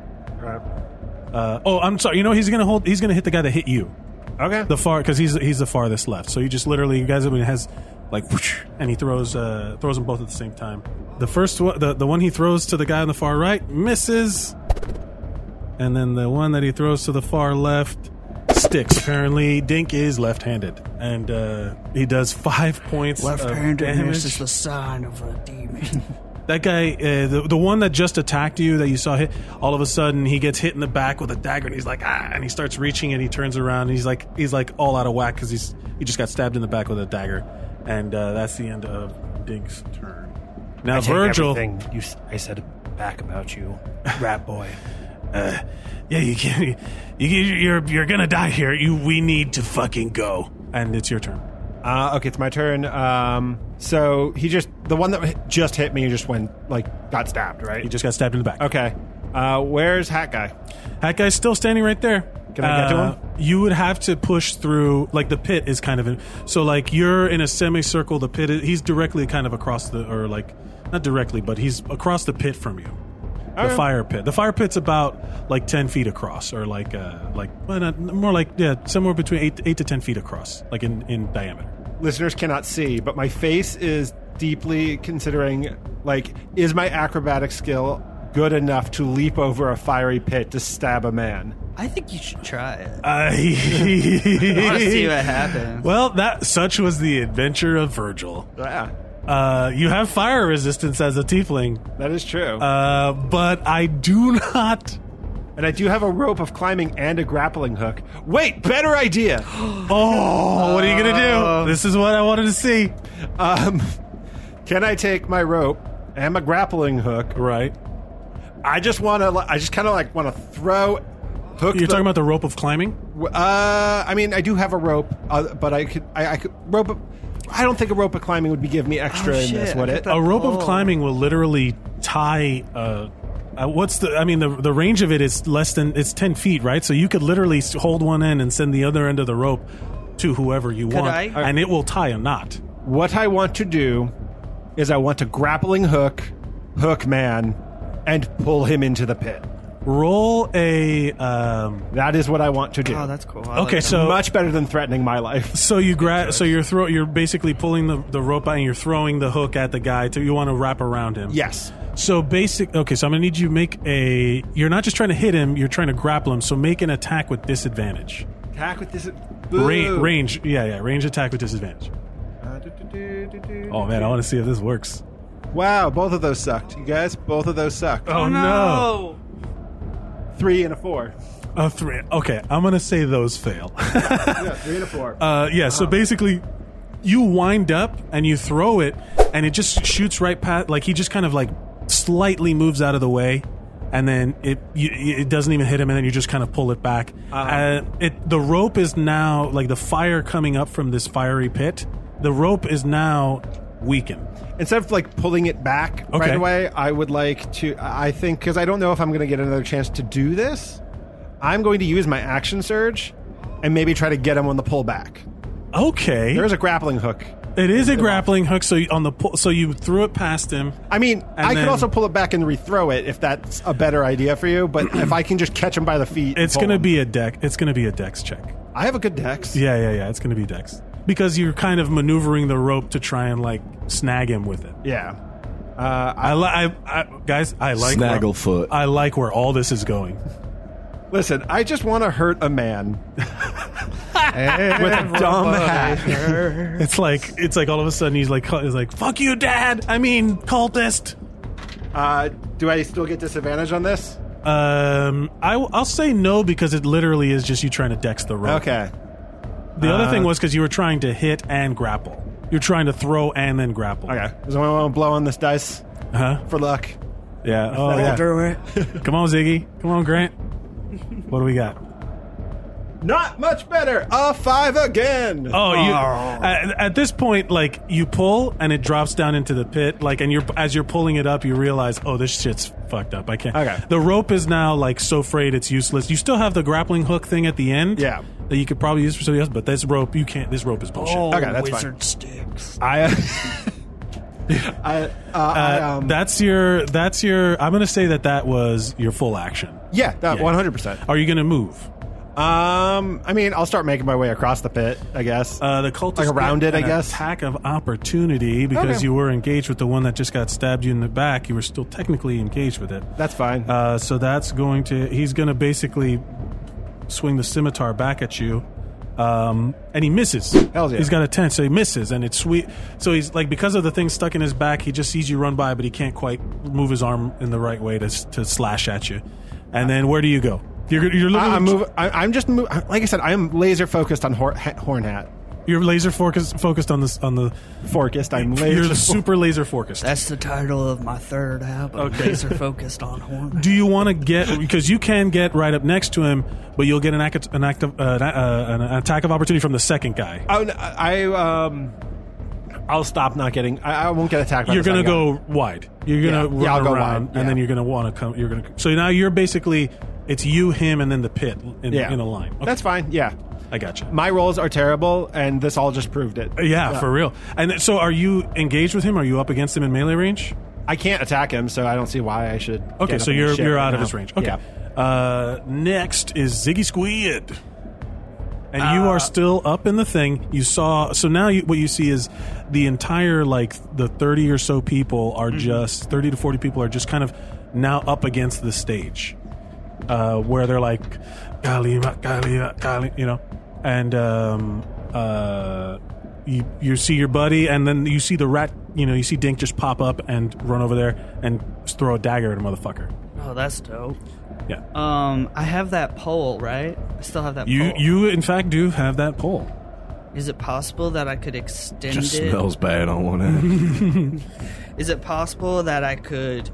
Uh, oh, I'm sorry. You know he's going to hold. He's going to hit the guy that hit you. Okay. The far because he's he's the farthest left. So you just literally you guys I mean, has like whoosh, and he throws uh, throws them both at the same time. The first one, the, the one he throws to the guy on the far right misses. And then the one that he throws to the far left sticks. Apparently, Dink is left-handed, and uh, he does five points. of Left-handedness is damage. the sign of a demon. That guy, uh, the the one that just attacked you, that you saw hit. All of a sudden, he gets hit in the back with a dagger, and he's like, ah, and he starts reaching, and he turns around, and he's like, he's like all out of whack because he's he just got stabbed in the back with a dagger, and uh, that's the end of Dink's turn. Now, I take Virgil. everything You, s- I said back about you, rat boy. uh, yeah, you can, you, you you're you're gonna die here. You we need to fucking go, and it's your turn. Uh, okay, it's my turn. Um, so he just the one that hit- just hit me just went like got stabbed, right? He just got stabbed in the back. okay. Uh, where's Hat Guy? That guy's still standing right there. Uh, Can I get to him? You would have to push through. Like the pit is kind of in. So like you're in a semicircle. The pit. Is, he's directly kind of across the, or like not directly, but he's across the pit from you. The fire pit. The fire pit's about like ten feet across, or like uh, like well, not, more like yeah, somewhere between eight eight to ten feet across, like in in diameter. Listeners cannot see, but my face is deeply considering like is my acrobatic skill good enough to leap over a fiery pit to stab a man? I think you should try it. I want to see I what happens. Well, that such was the adventure of Virgil. Yeah, Uh, you have fire resistance as a tiefling. that is true. Uh, but I do not. and I do have a rope of climbing and a grappling hook. Wait, better idea. Oh, what are you gonna do? This is what I wanted to see. Um, can I take my rope and my grappling hook? Right. I just want to. I just kind of like want to throw. Hook. You're the- talking about the rope of climbing? Uh, I mean, I do have a rope, uh, but I could. I, I could rope. I don't think a rope of climbing would be give me extra in this, Oh, shit, would I it? A rope of climbing will literally tie. Uh, uh, what's the? I mean, the the range of it is less than it's ten feet, right? So you could literally s- hold one end and send the other end of the rope to whoever you want, I- and it will tie a knot. What I want to do is I want to grappling hook, hook man, and pull him into the pit. Roll a. Um, That is what I want to do. Oh, that's cool. I like okay, that. so Much better than threatening my life. So you grab, so you're throw, you're basically pulling the, the rope out and you're throwing the hook at the guy. To you want to wrap around him. Yes. So basic. Okay, so I'm gonna need you to make a. You're not just trying to hit him. You're trying to grapple him. So make an attack with disadvantage. Attack with this. Ra- range. Yeah, yeah. Range attack with disadvantage. Oh man, I want to see if this works. Wow, both of those sucked. You guys, both of those sucked. Oh no. Three and a four. A three. Okay, I'm gonna say those fail. Yeah, three and a four. Uh, yeah, so basically, you wind up and you throw it, and it just shoots right past. Like he just kind of like slightly moves out of the way, and then it you, it doesn't even hit him, and then you just kind of pull it back. Uh, it the rope is now like the fire coming up from this fiery pit. The rope is now weakened. Instead of like pulling it back Okay. right away, I would like to. I think because I don't know if I'm going to get another chance to do this. I'm going to use my action surge and maybe try to get him on the pullback. Okay, There is a grappling hook. it is a grappling hook. So you, on the pull, so you threw it past him. I mean, I then- could also pull it back and rethrow it if that's a better idea for you. But if I can just catch him by the feet, and It's pull gonna him. be a deck. It's gonna be a dex check. I have a good dex. Yeah, yeah, yeah. It's gonna be dex because you're kind of maneuvering the rope to try and like snag him with it. Yeah. Uh, I, li- I, I guys, I like where- Snagglefoot. I like where all this is going. Listen, I just want to hurt a man. With a dumb hat. It's like it's like all of a sudden he's like he's like fuck you, dad. I mean cultist. Uh, do I still get disadvantage on this? Um, I will say no because it literally is just you trying to dex the rope. Okay. Uh, The other thing was because you were trying to hit and grapple. You're trying to throw and then grapple. Okay. Does anyone want to blow on this dice Huh? for luck? Yeah. Oh yeah. Come on, Ziggy. Come on, Grant. What do we got? Not much better. A five again. Oh, you, at, at this point, like you pull and it drops down into the pit. Like, and you're as you're pulling it up, you realize, oh, this shit's fucked up. I can't. Okay. The rope is now like so frayed it's useless. You still have the grappling hook thing at the end. Yeah. That you could probably use for somebody else, but this rope, you can't. This rope is bullshit. Oh, Okay, that's fine. wizard sticks. I. I, uh, I Uh, um, that's your. That's your. I'm gonna say that that was your full action. yeah, that yeah. one hundred percent. Are you gonna move? Um, I mean, I'll start making my way across the pit. I guess. Uh, the cultist Like around get it, I an guess? Attack of opportunity because Okay. you were engaged with the one that just got stabbed you in the back. You were still technically engaged with it. that's fine. Uh, so that's going to. He's going to basically swing the scimitar back at you. Um, and he misses. Hell yeah. He's got a 10, so he misses. And it's sweet. So he's like, because of the thing stuck in his back, he just sees you run by, but he can't quite move his arm in the right way to, s- to slash at you. And then where do you go? You're, you're literally. I, I'm move, I, I'm just move, like I said. I am laser focused on hor- ha- horn hat. You're laser focused, focused on this, on the. Focused. I'm laser. You're super laser focused. That's the title of my third album. Okay. Laser focused on horn. Do you want to get because you can get right up next to him, but you'll get an act, an, act of, uh, an, uh, an attack of opportunity from the second guy. Oh, no, I um, I'll stop not getting. I, I won't get attacked. By You're this gonna other guy. go wide. You're gonna Yeah. run Yeah, I'll go around, wide. and then Yeah. you're gonna want to come. You're gonna so now you're basically it's you, him, and then the pit in, Yeah. in a line. Okay, That's fine. Yeah, I got you. my rolls are terrible, and this all just proved it. Yeah, for real. And so, are you engaged with him? Are you up against him in melee range? I can't attack him, so I don't see why I should. get Okay, up so in his you're shit you're right out of now. his range. Okay. Yeah. Uh, next is Ziggy Squid, and you Uh, are still up in the thing. You saw so now you, what you see is the entire like the thirty or so people are Mm-hmm. just thirty to forty people are just kind of now up against the stage, uh, where they're like, Kalima, Kalima, Kalima, you know, and um, uh, you you see your buddy, and then you see the rat. You know, you see Dink just pop up and run over there and throw a dagger at a motherfucker. Oh, that's dope. Yeah. Um, I have that pole, right? I still have that You pole. you in fact do have that pole. Is it possible that I could extend Just it? smells bad on one end. Is it possible that I could?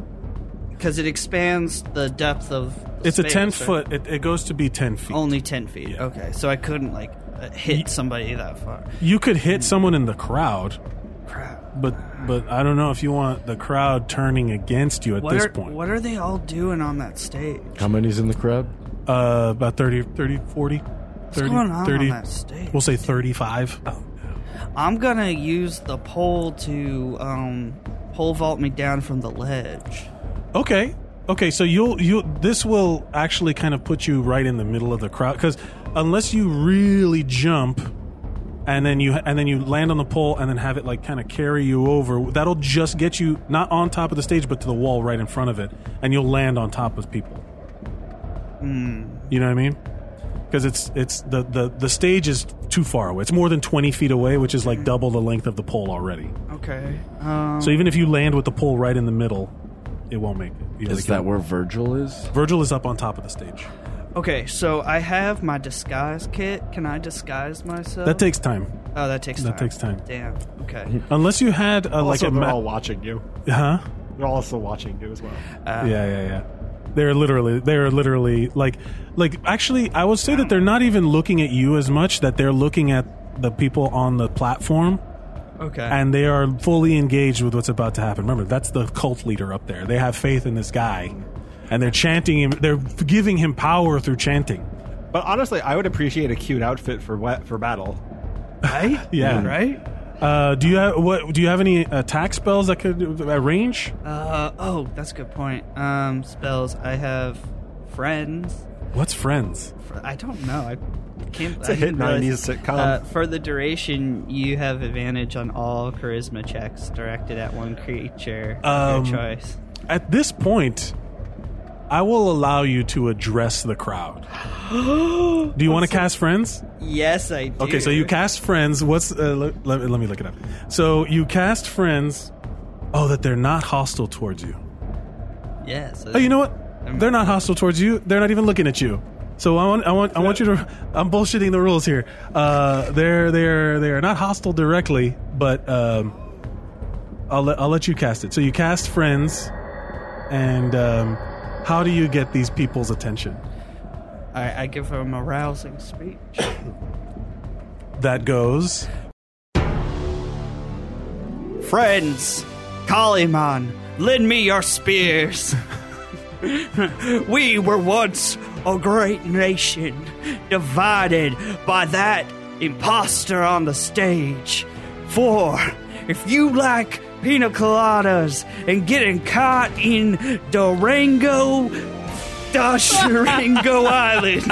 Because it expands the depth of. the It's a space, ten right? foot. It, it goes to be ten feet. Only ten feet. Yeah. Okay, so I couldn't like uh, hit somebody that far. You could hit someone in the crowd, Crap. but but I don't know if you want the crowd turning against you at What this are point. what are they all doing on that stage? How many's in the crowd? uh, about 30, 30, 40, 30, going on 30 on that stage? Oh. We'll say thirty-five. I'm gonna use the pole to um pole vault me down from the ledge. Okay. Okay, so you'll you this will actually kind of put you right in the middle of the crowd cuz unless you really jump and then you and then you land on the pole and then have it like kind of carry you over, that'll just get you not on top of the stage but to the wall right in front of it and you'll land on top of people. You know what I mean? Because it's it's the, the the stage is too far away. It's more than twenty feet away, which is like double the length of the pole already. Okay. Um, So even if you land with the pole right in the middle, it won't make it. You know, Is they can't- that where Virgil is? Virgil is up on top of the stage. Okay, so I have my disguise kit. Can I disguise myself? That takes time. Oh, that takes That time. takes time. Damn. Okay. Unless you had uh, like Also, a they're ma- all watching you. huh? They're also watching you as well. yeah, yeah, yeah. They're literally, they're literally like, like. Actually, I would say that they're not even looking at you as much. That they're looking at the people on the platform, Okay. and they are fully engaged with what's about to happen. Remember, that's the cult leader up there. They have faith in this guy, and they're chanting him. They're giving him power through chanting. But honestly, I would appreciate a cute outfit for wet for battle. right? Yeah. Right? Uh, do you have what? Do you have any attack spells that could uh, range? Uh, oh, that's a good point. Um, spells. I have friends. What's friends? Fr- I don't know. I can't. a I hit didn't realize- 90s sitcom. Uh, for the duration, you have advantage on all charisma checks directed at one creature. Um, of your choice. At this point, I will allow you to address the crowd. Do you want to cast friends? Yes, I do. Okay, so you cast friends. What's uh, le- let, me- let me look it up. So you cast friends. Oh, that they're not hostile towards you. Yes. Oh, you know what? They're not hostile towards you. They're not even looking at you. So I want, I want, I want you to. I'm bullshitting the rules here. Uh, they're they're they are not hostile directly, but um, I'll let I'll let you cast it. So you cast friends, and um, how do you get these people's attention? I, I give him a rousing speech. That goes. Friends, Kaliman, lend me your spears. we were once a great nation, divided by that imposter on the stage. For if you like pina coladas and getting caught in Durango, Durango Island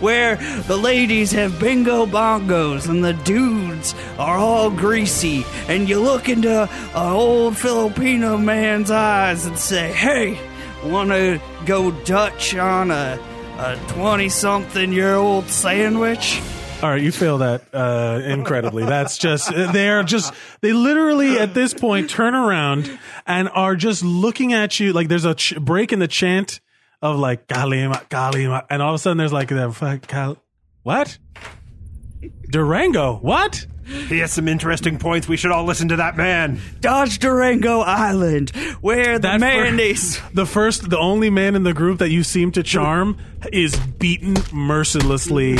where the ladies have bingo bongos and the dudes are all greasy, and you look into an old Filipino man's eyes and say, Hey, wanna go Dutch on a 20 something year old sandwich? All right, you fail that uh, incredibly. That's just they are just they literally at this point turn around and are just looking at you like there's a ch- break in the chant of like Kalima Kalima, and all of a sudden there's like the fuck Kal- what Durango what He has some interesting points. We should all listen to that man. Dodge Durango Island, where the That man fir- is. the first the only man in the group that you seem to charm is beaten mercilessly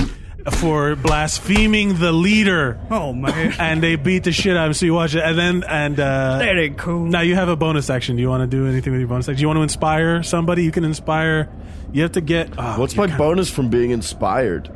for blaspheming the leader. Oh, man. And they beat the shit out of him. So you watch it, and then and uh, That ain't cool. Now you have a bonus action. Do you want to do anything with your bonus action? Do you want to inspire somebody? You can inspire. You have to get oh, What's you my can't- bonus from being inspired?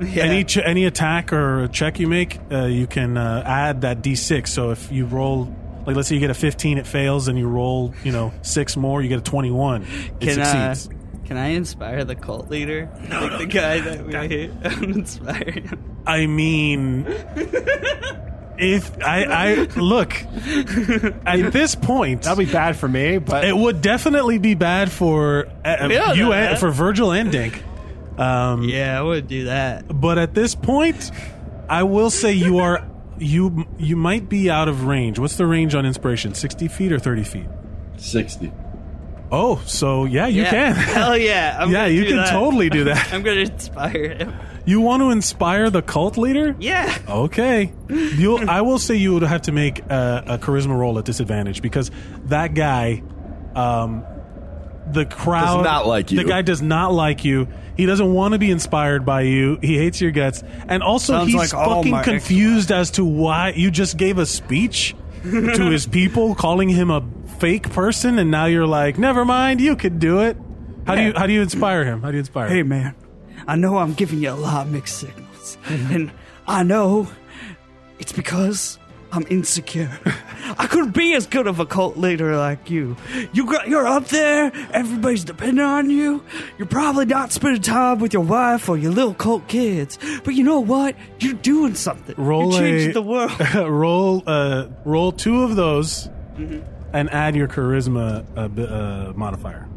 any ch- any attack or check you make. Uh, you can uh, add that d6. So if you roll, like let's say you get a 15, it fails, and you roll, you know, six more, you get a 21. It Can, uh, succeeds. can I inspire the cult leader? like the guy that we hate? I'm inspiring him. I mean, if I, I look at this point, That'd be bad for me, but it would definitely be bad for uh, Yeah, you and that- for Virgil and Dink. Um, Yeah, I would do that. but at this point, I will say you are you you might be out of range. What's the range on inspiration? Sixty feet or thirty feet? 60. Oh, so yeah, you Yeah. can. Hell yeah. I'm yeah, gonna you do can that. totally do that. I'm going to inspire him. You want to inspire the cult leader? Yeah. Okay, you'll. I will say you would have to make a, a charisma roll at disadvantage because that guy, um, the crowd Does not like you. The guy does not like you. He doesn't want to be inspired by you. He hates your guts, and also Sounds he's like all fucking my ex- confused as to why you just gave a speech to his people, calling him a fake person, and now you're like, never mind, you could do it. How do you how do you inspire him? How do you inspire? Hey, him? man. I know I'm giving you a lot of mixed signals. Mm-hmm. and I know it's because I'm insecure. I couldn't be as good of a cult leader like you. you got, you're up there, everybody's depending on you. You're probably not spending time with your wife or your little cult kids. But you know what? You're doing something. Roll You're changing a- the world. roll uh, roll two of those and add your charisma uh, b- uh, modifier.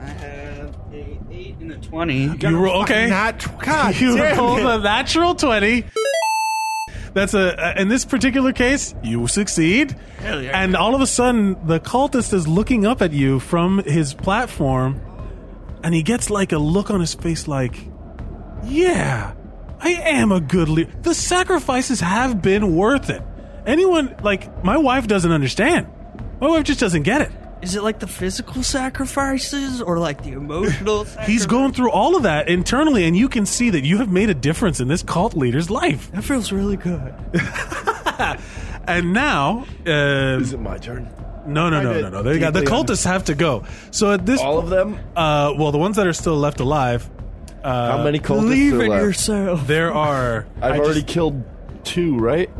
I have a 8 and a 20. You roll okay. not God. you damn rolled it. a natural twenty. That's a uh, in this particular case you succeed, Hell yeah. and all of a sudden the cultist is looking up at you from his platform, and he gets like a look on his face like, yeah, I am a good leader. The sacrifices have been worth it. Anyone, like, my wife doesn't understand. My wife just doesn't get it. Is it like the physical sacrifices or like the emotional? sacrifices? He's going through all of that internally, and you can see that you have made a difference in this cult leader's life. That feels really good. And now, uh, Is it my turn? no, no, no, no, no. They got, the deeply cultists have to go. So at this, All of them? uh, well, the ones that are still left alive, How many cultists Believe are in left? yourself. there are I've already killed two, right?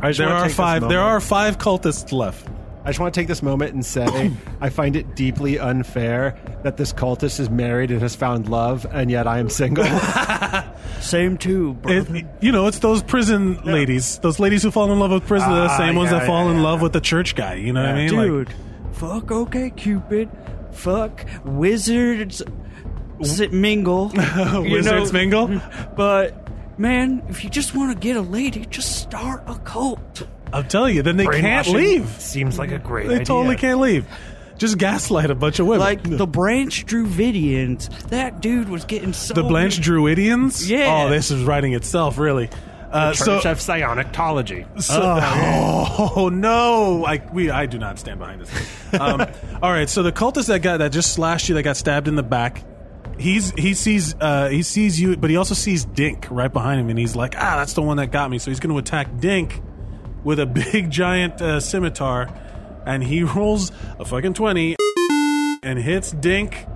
there wanna are take this five there moment. are five cultists left. I just want to take this moment and say I find it deeply unfair that this cultist is married and has found love, and yet I am single. Same too, bro. It, you know, it's those prison ladies, those ladies who fall in love with prison, are the Ah, same ones yeah, that fall yeah, in yeah. love with the church guy. You know what I mean, Like, Dude, fuck okay Cupid. Fuck wizards sit mingle. you Wizards know, mingle. But man, if you just want to get a lady, just start a cult. I'm telling you, then they can't Brainwashing leave. Seems like a great They idea. totally can't leave. Just gaslight a bunch of women. Like the Branch Druvidians, that dude was getting so the Blanche Druidians. Yeah. Oh, this is writing itself, really. Uh, so, Church of Psionictology. so oh, no, I we I do not stand behind this. Um, all right, so the cultist that guy that just slashed you, that got stabbed in the back. He's he sees uh, he sees you, but he also sees Dink right behind him, and he's like, ah, that's the one that got me. So he's going to attack Dink with a big giant uh, scimitar, and he rolls a fucking twenty and hits Dink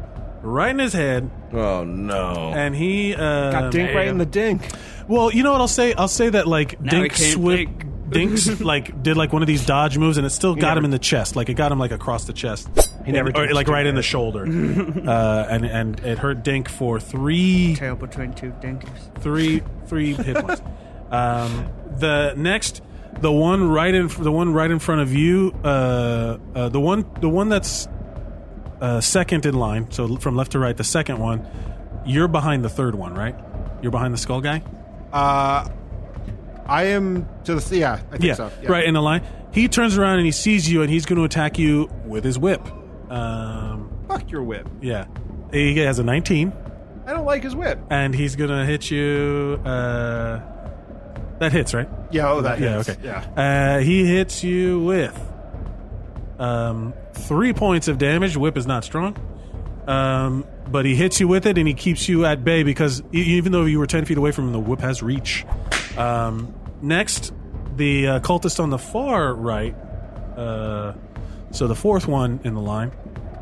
right in his head, Oh no! and he uh, Got dink right in the dink. well, you know what I'll say? I'll say that like Now Dink I can't swi- think. Dink's like did like one of these dodge moves, and it still got him in the chest. Like it got him like across the chest, he never or, touched like right in the shoulder, uh, and and it hurt Dink for three, tail between two dinkers. three, three hit points. Um, the next, the one right in, the one right in front of you, uh, uh, the one, the one that's uh, second in line. So from left to right, the second one. You're behind the third one, right? You're behind the skull guy. Uh, I am to the yeah. I think Yeah, so. right in the line. He turns around and he sees you, and he's going to attack you with his whip. Um, Fuck your whip. yeah, he has a 19, I don't like his whip. and he's going to hit you. Uh, that hits, right? Yeah. Oh, that. Yeah, hits. okay. Yeah. Uh, he hits you with um, three points of damage. Whip is not strong. Um, but he hits you with it and he keeps you at bay because e- even though you were 10 feet away from him, the whip has reach. Um, next, the uh, cultist on the far right, uh, so the fourth one in the line,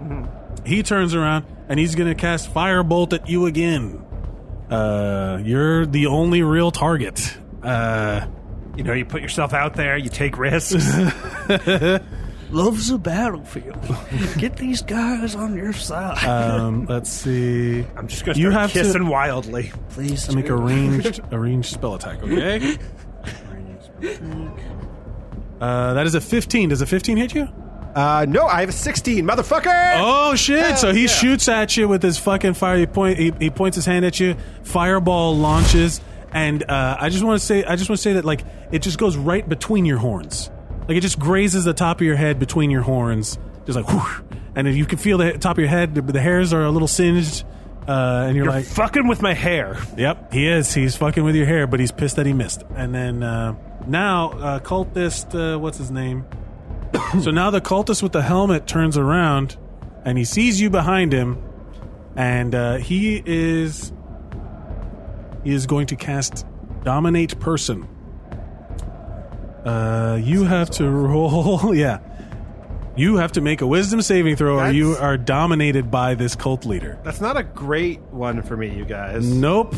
Mm-hmm. he turns around and he's going to cast Firebolt at you again. Uh, you're the only real target. Uh, You know, you put yourself out there, you take risks. Love's a battlefield. Get these guys on your side, Um, let's see. I'm just going You to have start to- kissing wildly. please. Make a do. ranged a ranged spell attack. Okay. Uh, that is a 15. Does a 15 hit you? Uh, no, I have a sixteen, motherfucker. Oh shit! so he yeah. shoots at you with his fucking fire. He point he, he points his hand at you. Fireball launches, and uh, I just want to say I just want to say that like it just goes right between your horns, like it just grazes the top of your head between your horns, just like, whoosh, and then you can feel the top of your head. The, the hairs are a little singed, uh, and you're, You're like, fucking with my hair. Yep, he is. He's fucking with your hair, but he's pissed that he missed. And then uh, now, uh, cultist, uh, what's his name? so now the cultist with the helmet turns around and he sees you behind him, and uh, he is he is going to cast dominate person. Uh, you have to roll, yeah. You have to make a wisdom saving throw, or you That's- are dominated by this cult leader. That's not a great one for me, you guys. Nope.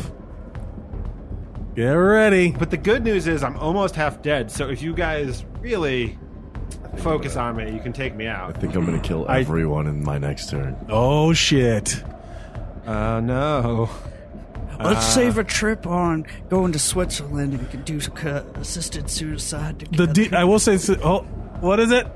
Get ready. But the good news is I'm almost half dead. So if you guys really focus on me, you can take me I out. think I'm gonna kill I- everyone in my next turn. Oh shit. Oh no! Let's uh, save a trip on going to Switzerland and we can do c- assisted suicide. The D- Together. I will say s- oh what is it?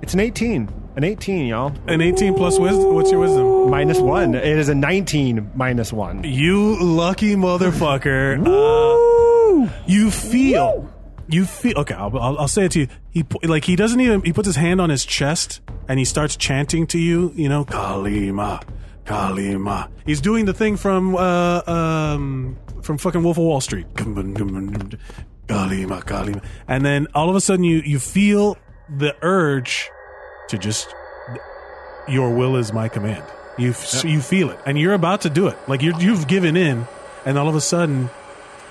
It's an 18. An 18, y'all. An 18 plus wisdom. What's your wisdom? Minus one. It is a 19 minus one. You lucky motherfucker. Uh, you feel you feel okay, I'll, I'll, I'll say it to you. He pu- like he doesn't even he puts his hand on his chest and he starts chanting to you, you know, Kalima, Kalima. He's doing the thing from uh, um, from fucking Wolf of Wall Street. Kalima, Kalima. And then all of a sudden you you feel the urge to just your will is my command. You f you feel it, and you're about to do it. Like you you've given in, and all of a sudden,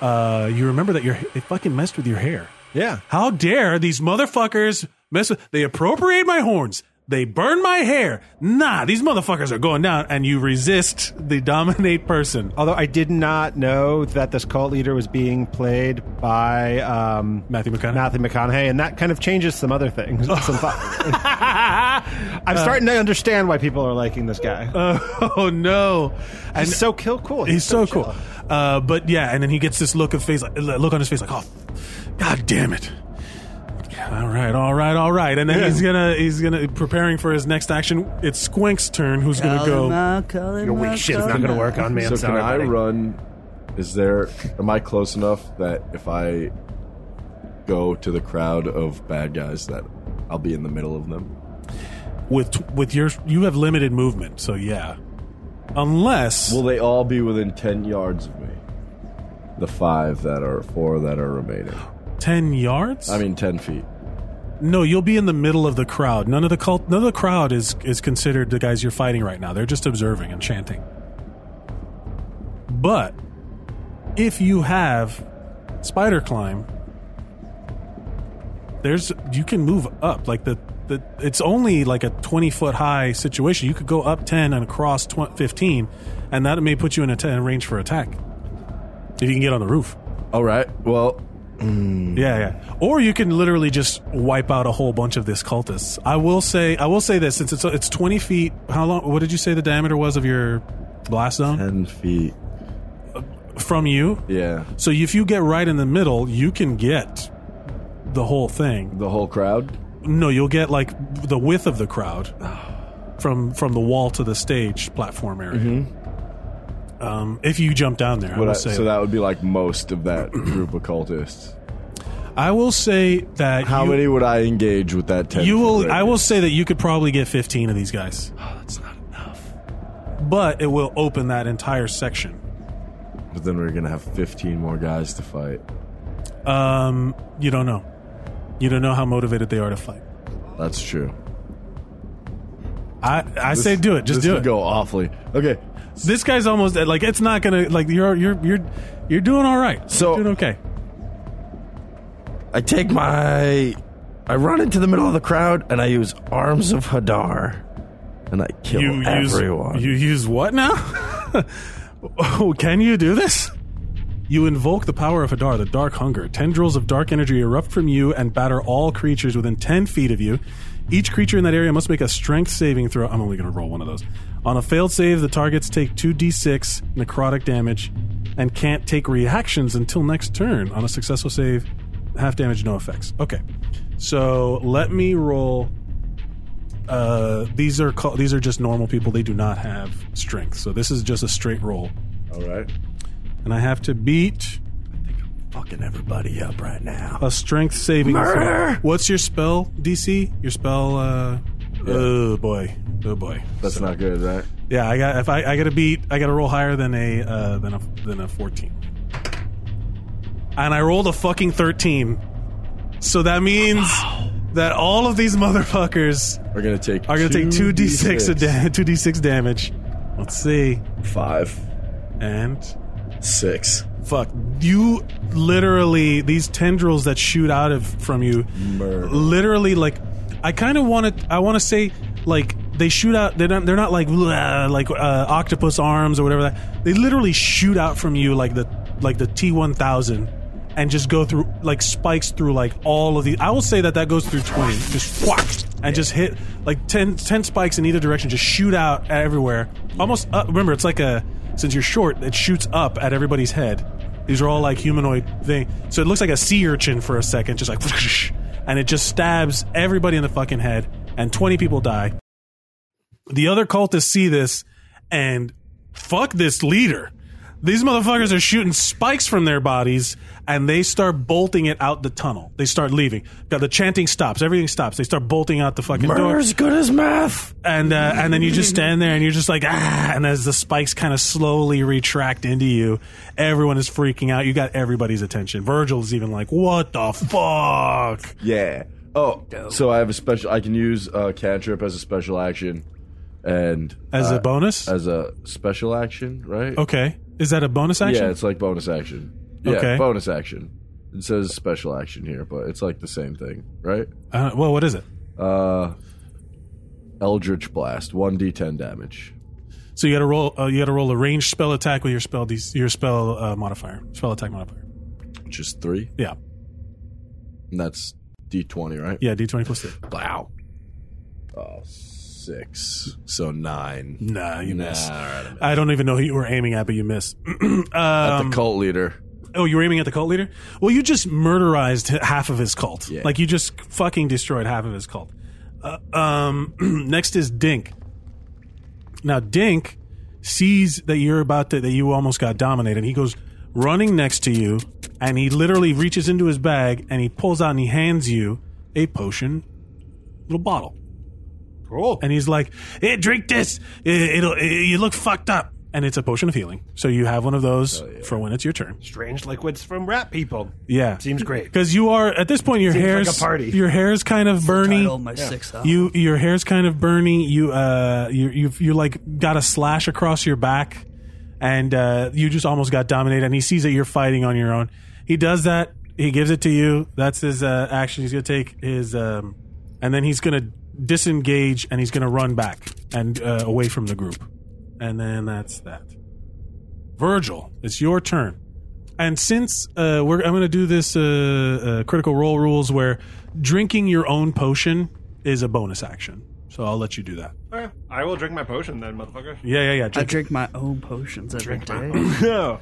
uh, you remember that your it fucking messed with your hair. Yeah. How dare these motherfuckers mess with? They appropriate my horns. They burn my hair. Nah, these motherfuckers are going down, and you resist the dominate person, Although I did not know that this cult leader was being played by um, Matthew McConaughey. Matthew McConaughey, and that kind of changes some other things. Some thought- I'm Uh, starting to understand why people are liking this guy. oh no! And he's so kill cool. He's so cool. chill. Uh, but yeah, and then he gets this look of face, like, look on his face, like, oh, god damn it. All right, all right, all right, and then he's gonna he's gonna preparing for his next action. It's Squink's turn. Who's gonna go? Your weak shit is not going to work on me. so I'm can sorry. I buddy. run? Is there? Am I close enough that if I go to the crowd of bad guys, that I'll be in the middle of them? With with your you have limited movement, so yeah. Unless Will they all be within ten yards of me? The five that are four that are remaining. ten yards. I mean, ten feet. no, you'll be in the middle of the crowd. None of the cult, none of the crowd is is considered the guys you're fighting right now. They're just observing and chanting. But if you have spider climb, there's you can move up like the. the It's only like a 20 foot high situation. You could go up 10 and across 20, 15, and that may put you in a 10 range for attack. If you can get on the roof. All right. Well, Yeah, yeah. Or you can literally just wipe out a whole bunch of this cultists. I will say, I will say this since it's it's twenty feet. How long? What did you say the diameter was of your blast zone ten feet. from you? Yeah, So if you get right in the middle, you can get the whole thing. the whole crowd. No, you'll get like the width of the crowd from from the wall to the stage platform area. Um, if you jump down there, I Would will Mm-hmm. I- say. so that would be like most of that group of cultists. I will say that How you, many would I engage with that ten? You foot will. radius? I will say that you could probably get fifteen of these guys. Oh, That's not enough. but it will open that entire section. But then we're gonna have fifteen more guys to fight. Um, you don't know. You don't know how motivated they are to fight. That's true. I, I say do it. Just this do could it. Go awfully. Okay. This guy's almost like it's not gonna like you're you're you're you're doing all right. So- you're doing okay. I take my. I run into the middle of the crowd and I use Arms of Hadar. And I kill You everyone. use you use what now? oh, can you do this? You invoke the power of Hadar, the Dark Hunger. Tendrils of dark energy erupt from you and batter all creatures within 10 feet of you. Each creature in that area must make a strength saving throw. I'm only going to roll one of those. On a failed save, the targets take 2d6 necrotic damage and can't take reactions until next turn. On a successful save, half damage, no effects. Okay. So let me roll. Uh, these are call- these are just normal people. They do not have strength, so this is just a straight roll All right. and I have to beat fucking everybody up right now. a strength saving throw. Murder! What's your spell DC? Your spell? Uh, Oh boy, oh boy. That's not good, right? Yeah, I got. If I, I got to beat, I got to roll higher than a uh, than a than a fourteen. And I rolled a fucking thirteen, so that means that all of these motherfuckers We're gonna take. are going to take two d six a da- two d six damage. Let's see, Five, and six. fuck you literally these tendrils that shoot out of from you Murder. literally like i kind of want to i want to say like they shoot out they're not they're not like "Blah," like uh, octopus arms or whatever that they literally shoot out from you like the like the t1000 and just go through like spikes through like all of the i will say that that goes through 20 just whack and just hit like 10, 10 spikes in either direction just shoot out everywhere almost up, remember it's like a since you're short it shoots up at everybody's head these are all like humanoid thing. So it looks like a sea urchin for a second, just like, whoosh, and it just stabs everybody in the fucking head, and 20 people die. The other cultists see this and fuck this leader. These motherfuckers are shooting spikes from their bodies and they start bolting it out the tunnel. They start leaving. Got the chanting stops. Everything stops. They start bolting out the fucking door. Murder's good as math. And uh, and then you just stand there and you're just like ah and as the spikes kind of slowly retract into you, everyone is freaking out. You got everybody's attention. Virgil's even like, "What the fuck?" Yeah. Oh, so I have a special. I can use uh, cantrip as a special action, and As uh, a bonus? as a special action, right? okay. Is that a bonus Oh, action? Yeah, it's like bonus action. Yeah, Okay. bonus action. It says special action here, but it's like the same thing, right? Uh, well, what is it? Uh, Eldritch Blast, one d10 damage. So you got to roll. Uh, you got to roll a ranged spell attack with your spell. dec- Your spell uh, modifier. Spell attack modifier. Just three, Yeah. and that's d20, right? Yeah. D twenty plus three. Wow. Oh, six. So nine. Nah, you miss. Nah, all right, I miss. I don't even know who you were aiming at, but you miss. At um, the cult leader. oh, you were aiming at the cult leader. Well, you just murderized h- half of his cult. Yeah. Like you just fucking destroyed half of his cult. Uh, um, next is Dink. Now Dink sees that you're about to that you almost got dominated. He goes running next to you, and he literally reaches into his bag and he pulls out and he hands you a potion, little bottle. Cool. And he's like, "Hey, drink this. It, it'll it, you look fucked up." And it's a potion of healing, so you have one of those for when it's your turn. Strange liquids from rat people. Yeah, Seems great. because you are at this point your Seems like hair's a party. your hair's kind of burning. Title of my sixth album. You your hair's kind of burning. You uh you you you like got a slash across your back, and uh, you just almost got dominated. And he sees that you're fighting on your own. He does that. He gives it to you. That's his uh, action. He's gonna take his um, and then he's gonna disengage and he's gonna run back and uh, away from the group. And then that's that. Virgil, it's your turn. And since uh, we're, I'm going to do this uh, uh, critical role rules where drinking your own potion is a bonus action. So I'll let you do that. Okay, I will drink my potion then, motherfucker. Yeah, yeah, yeah. I Drink, drink my own potions every day. No.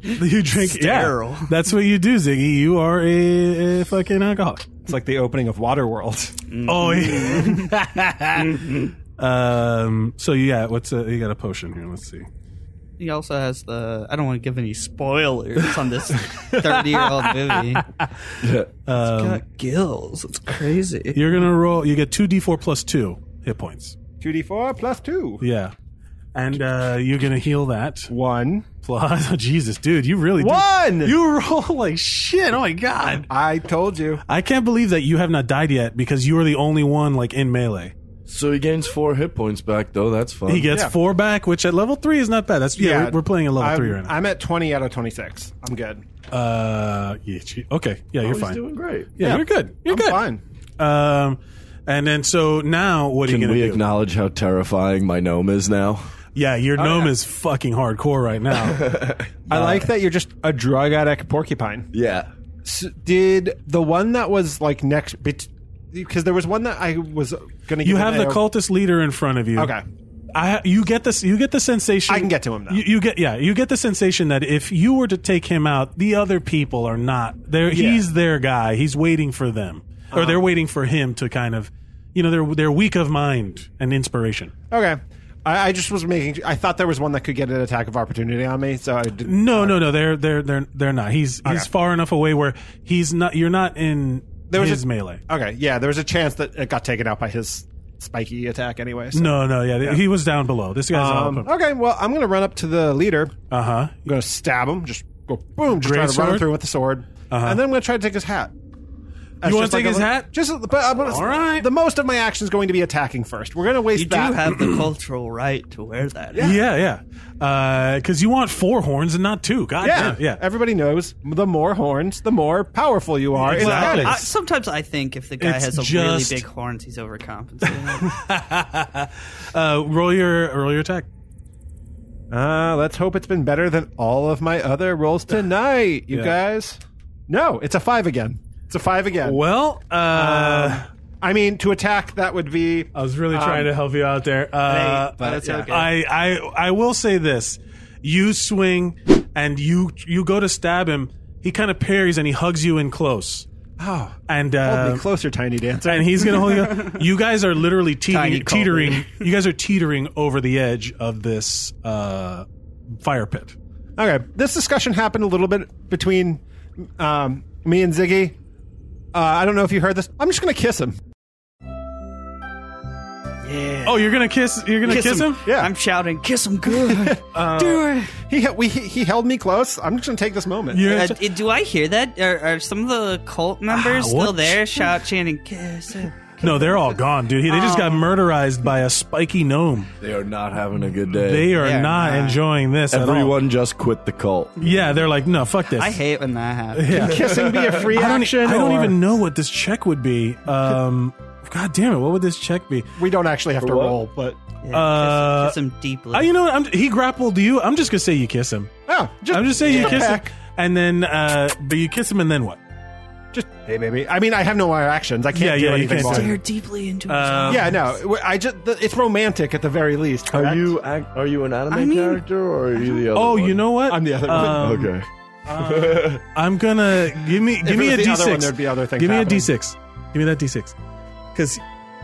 you drink. Sterile. Yeah, that's what you do, Ziggy. You are a, a fucking alcoholic. It's like the opening of Waterworld. Oh, yeah. um. So yeah, what's a, you got a potion here? Let's see. He also has the. I don't want to give any spoilers on this 30 year old movie. uh, Um, He's got gills. It's crazy. You're gonna roll. You get two d4 plus two hit points. 2d4 plus 2. Yeah, and uh, you're gonna heal that. 1. Plus, Oh, Jesus, dude, you really do- One! You roll like shit. Oh my god. I told you. I can't believe that you have not died yet because you are the only one like in melee. So he gains four hit points back, though. That's fun. He gets Yeah. four back, which at level three is not bad. That's yeah. we're, we're playing a level I'm, three right now. I'm at 20 out of 26. I'm good. uh, yeah, gee- okay, yeah, you're Oh, He's fine. doing great. yeah, you're good. You're I'm good. fine. Um, and then so now what are you Can gonna we do? acknowledge how terrifying my gnome is now? yeah, Oh, your gnome is fucking hardcore right now. I like that you're just a drug addict porcupine. Yeah. S did the one that was like next because there was one that I was gonna. you give have an the AO cultist leader in front of you. Okay, I you get this you get the sensation I can get to him now. You, you get yeah you get the sensation that if you were to take him out, the other people are not there. He's their guy. He's waiting for them, or they're Uh-huh. waiting for him to kind of you know they're they're weak of mind and inspiration. okay. I, I just was making. I thought there was one that could get an attack of opportunity on me, so I didn't. No, no, no. They're they're they're they're not. He's he's far enough away where he's not. You're not in There was his a- melee. Okay, yeah, there was a chance that it got taken out by his spiky attack anyway. So. No, no, yeah, He was down below. This guy's Um, okay, well, I'm gonna run up to the leader. Uh huh. I'm gonna stab him. Just go boom. Just try to run Greatsword? him through with the sword, and then I'm gonna try to take his hat. That's Uh-huh. wanna just take a his li- hat? Just, but I'm gonna, All right. The most of my action is going to be attacking first. We're gonna waste You do that. have the cultural right to wear that. Yeah, yeah. Because you want four horns and not two. God Yeah, damn. Yeah. Everybody knows the more horns, the more powerful you are. in Exactly. I, battle. sometimes I think if the guy It's has a just- really big horns, he's overcompensating. Uh, roll your roll your attack. Uh, let's hope it's been better than all of my other rolls tonight, you Yeah. guys. No, it's a five again. It's a five again. Well, uh, I mean, to attack that would be. I was really trying to um, help you out there. Uh, but it's okay. I, I I will say this: you swing and you you go to stab him. He kind of parries and he hugs you in close. Oh, And hold uh, me closer, tiny dancer. and he's gonna hold you. You guys are literally Tiny teetering, Colby. teetering. You guys are teetering over the edge of this uh, fire pit. Okay, this discussion happened a little bit between um, me and Ziggy. Uh, I don't know if you heard this. I'm just gonna kiss him. Oh, you're gonna kiss. You're gonna kiss, him. Uh, Yeah. I'm shouting, kiss him good. Do it. He we, he he held me close. I'm just gonna take this moment. You're Uh, d- do I hear that? Are, are some of the cult members Ah, still what? there? Shout, chanting, kiss it. no, they're all gone, dude. They just Oh. got murderized by a spiky gnome. They are not having a good day. They are They're not not. enjoying this at all. Everyone just quit the cult. Yeah, they're like, no, fuck this. I hate when that happens. Kissing be a free I don't, e- action. I don't or- even know what this check would be. Um, God damn it, what would this check be? We don't actually have to what? roll, but Yeah, Uh, kiss, him, kiss him deeply. Uh, you know what? I'm, he grappled you. I'm just gonna say you kiss him. oh, just, I'm just saying you just kiss peck. him, and then uh, but you kiss him, and then what? Just hey, baby. I mean, I have no other actions. I can't Yeah, do yeah, you anything. can't more. do Stare deeply into his Um, eyes. yeah, no. I just it's romantic at the very least. Are correct? you ac- are you an anime I mean- character or are you the other? Oh, one? you know what? I'm the other one. Um, Okay. I'm gonna give me give If me it a was the other one, d6. there'd be other things. give me a happening. d6. Give me that d6. Because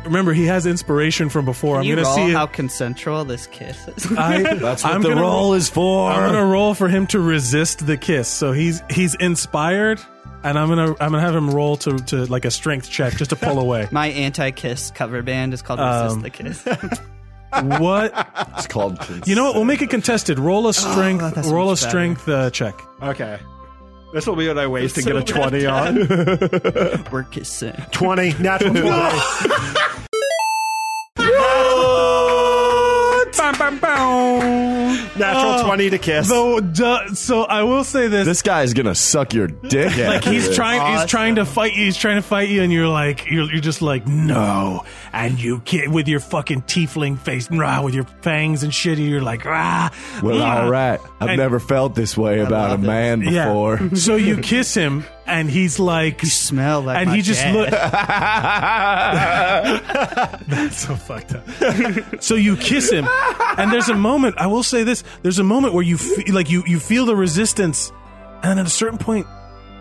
remember, he has inspiration from before. Can I'm you gonna roll see how it. Uh, consensual this kiss is. I, That's what I'm the gonna roll is for. I'm gonna roll for him to resist the kiss. So he's he's inspired, and I'm gonna I'm gonna have him roll to, to like a strength check just to pull away. My anti-kiss cover band is called Resist um, the Kiss. what It's called. Consent. you know what? We'll make it contested. Roll Oh, a strength. that's roll a much better. strength uh, check. Okay. This will be what I waste to get a 20 on. We're kissing. 20, natural 20. Bam, bam, bam. natural Oh, 20 to kiss. Though, duh, so I will say this. This guy's gonna suck your dick. like he's trying, he's trying to fight you. He's trying to fight you, and you're like, you're, you're just like, no. And you get with your fucking tiefling face, rah, with your fangs and shit. And you're like, rah. Well, rah. all right. I've And- never felt this way about a man Yeah. before. so you kiss him, and he's like, Smell like and my he just dad. look. That's so fucked up. so you kiss him, and there's a moment. I will say this: there's a moment where you feel, like you you feel the resistance, and at a certain point,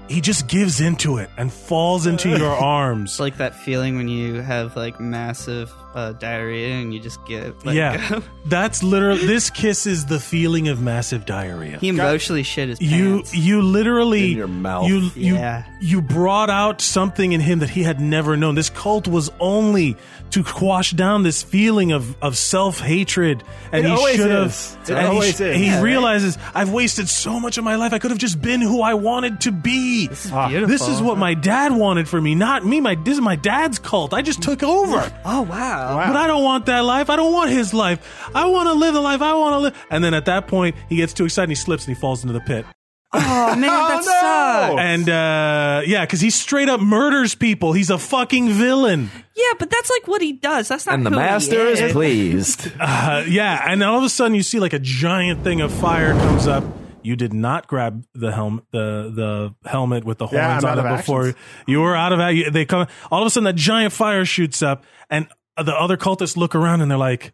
he just gives into it and falls into your arms. It's like that feeling when you have like massive uh, diarrhea and you just get like, yeah, that's literally this kiss is the feeling of massive diarrhea. he emotionally shit his You pants. you literally In your mouth. You you Yeah. you brought out something in him that he had never known. This cult was only to quash down this feeling of of self hatred, and It he always should is. have. It and always he, sh- is. He Yeah, right. realizes I've wasted so much of my life. I could have just been who I wanted to be. This is, beautiful. what my dad wanted for me, not me. My this is my dad's cult. I just took over. oh wow. But I don't want that life. I don't want his life. I want to live the life I want to live. And then at that point, he gets too excited and he slips and he falls into the pit. Oh man, that sucks. And uh, yeah, because he straight up murders people. He's a fucking villain. Yeah, but that's like what he does. That's not And the who he master is is. pleased. Uh, yeah, and all of a sudden you see like a giant thing of fire comes up. You did not grab the helm, the the helmet with the Yeah, horns I'm on out it of before you were out of that. They come all of a sudden that giant fire shoots up, and the other cultists look around and they're like,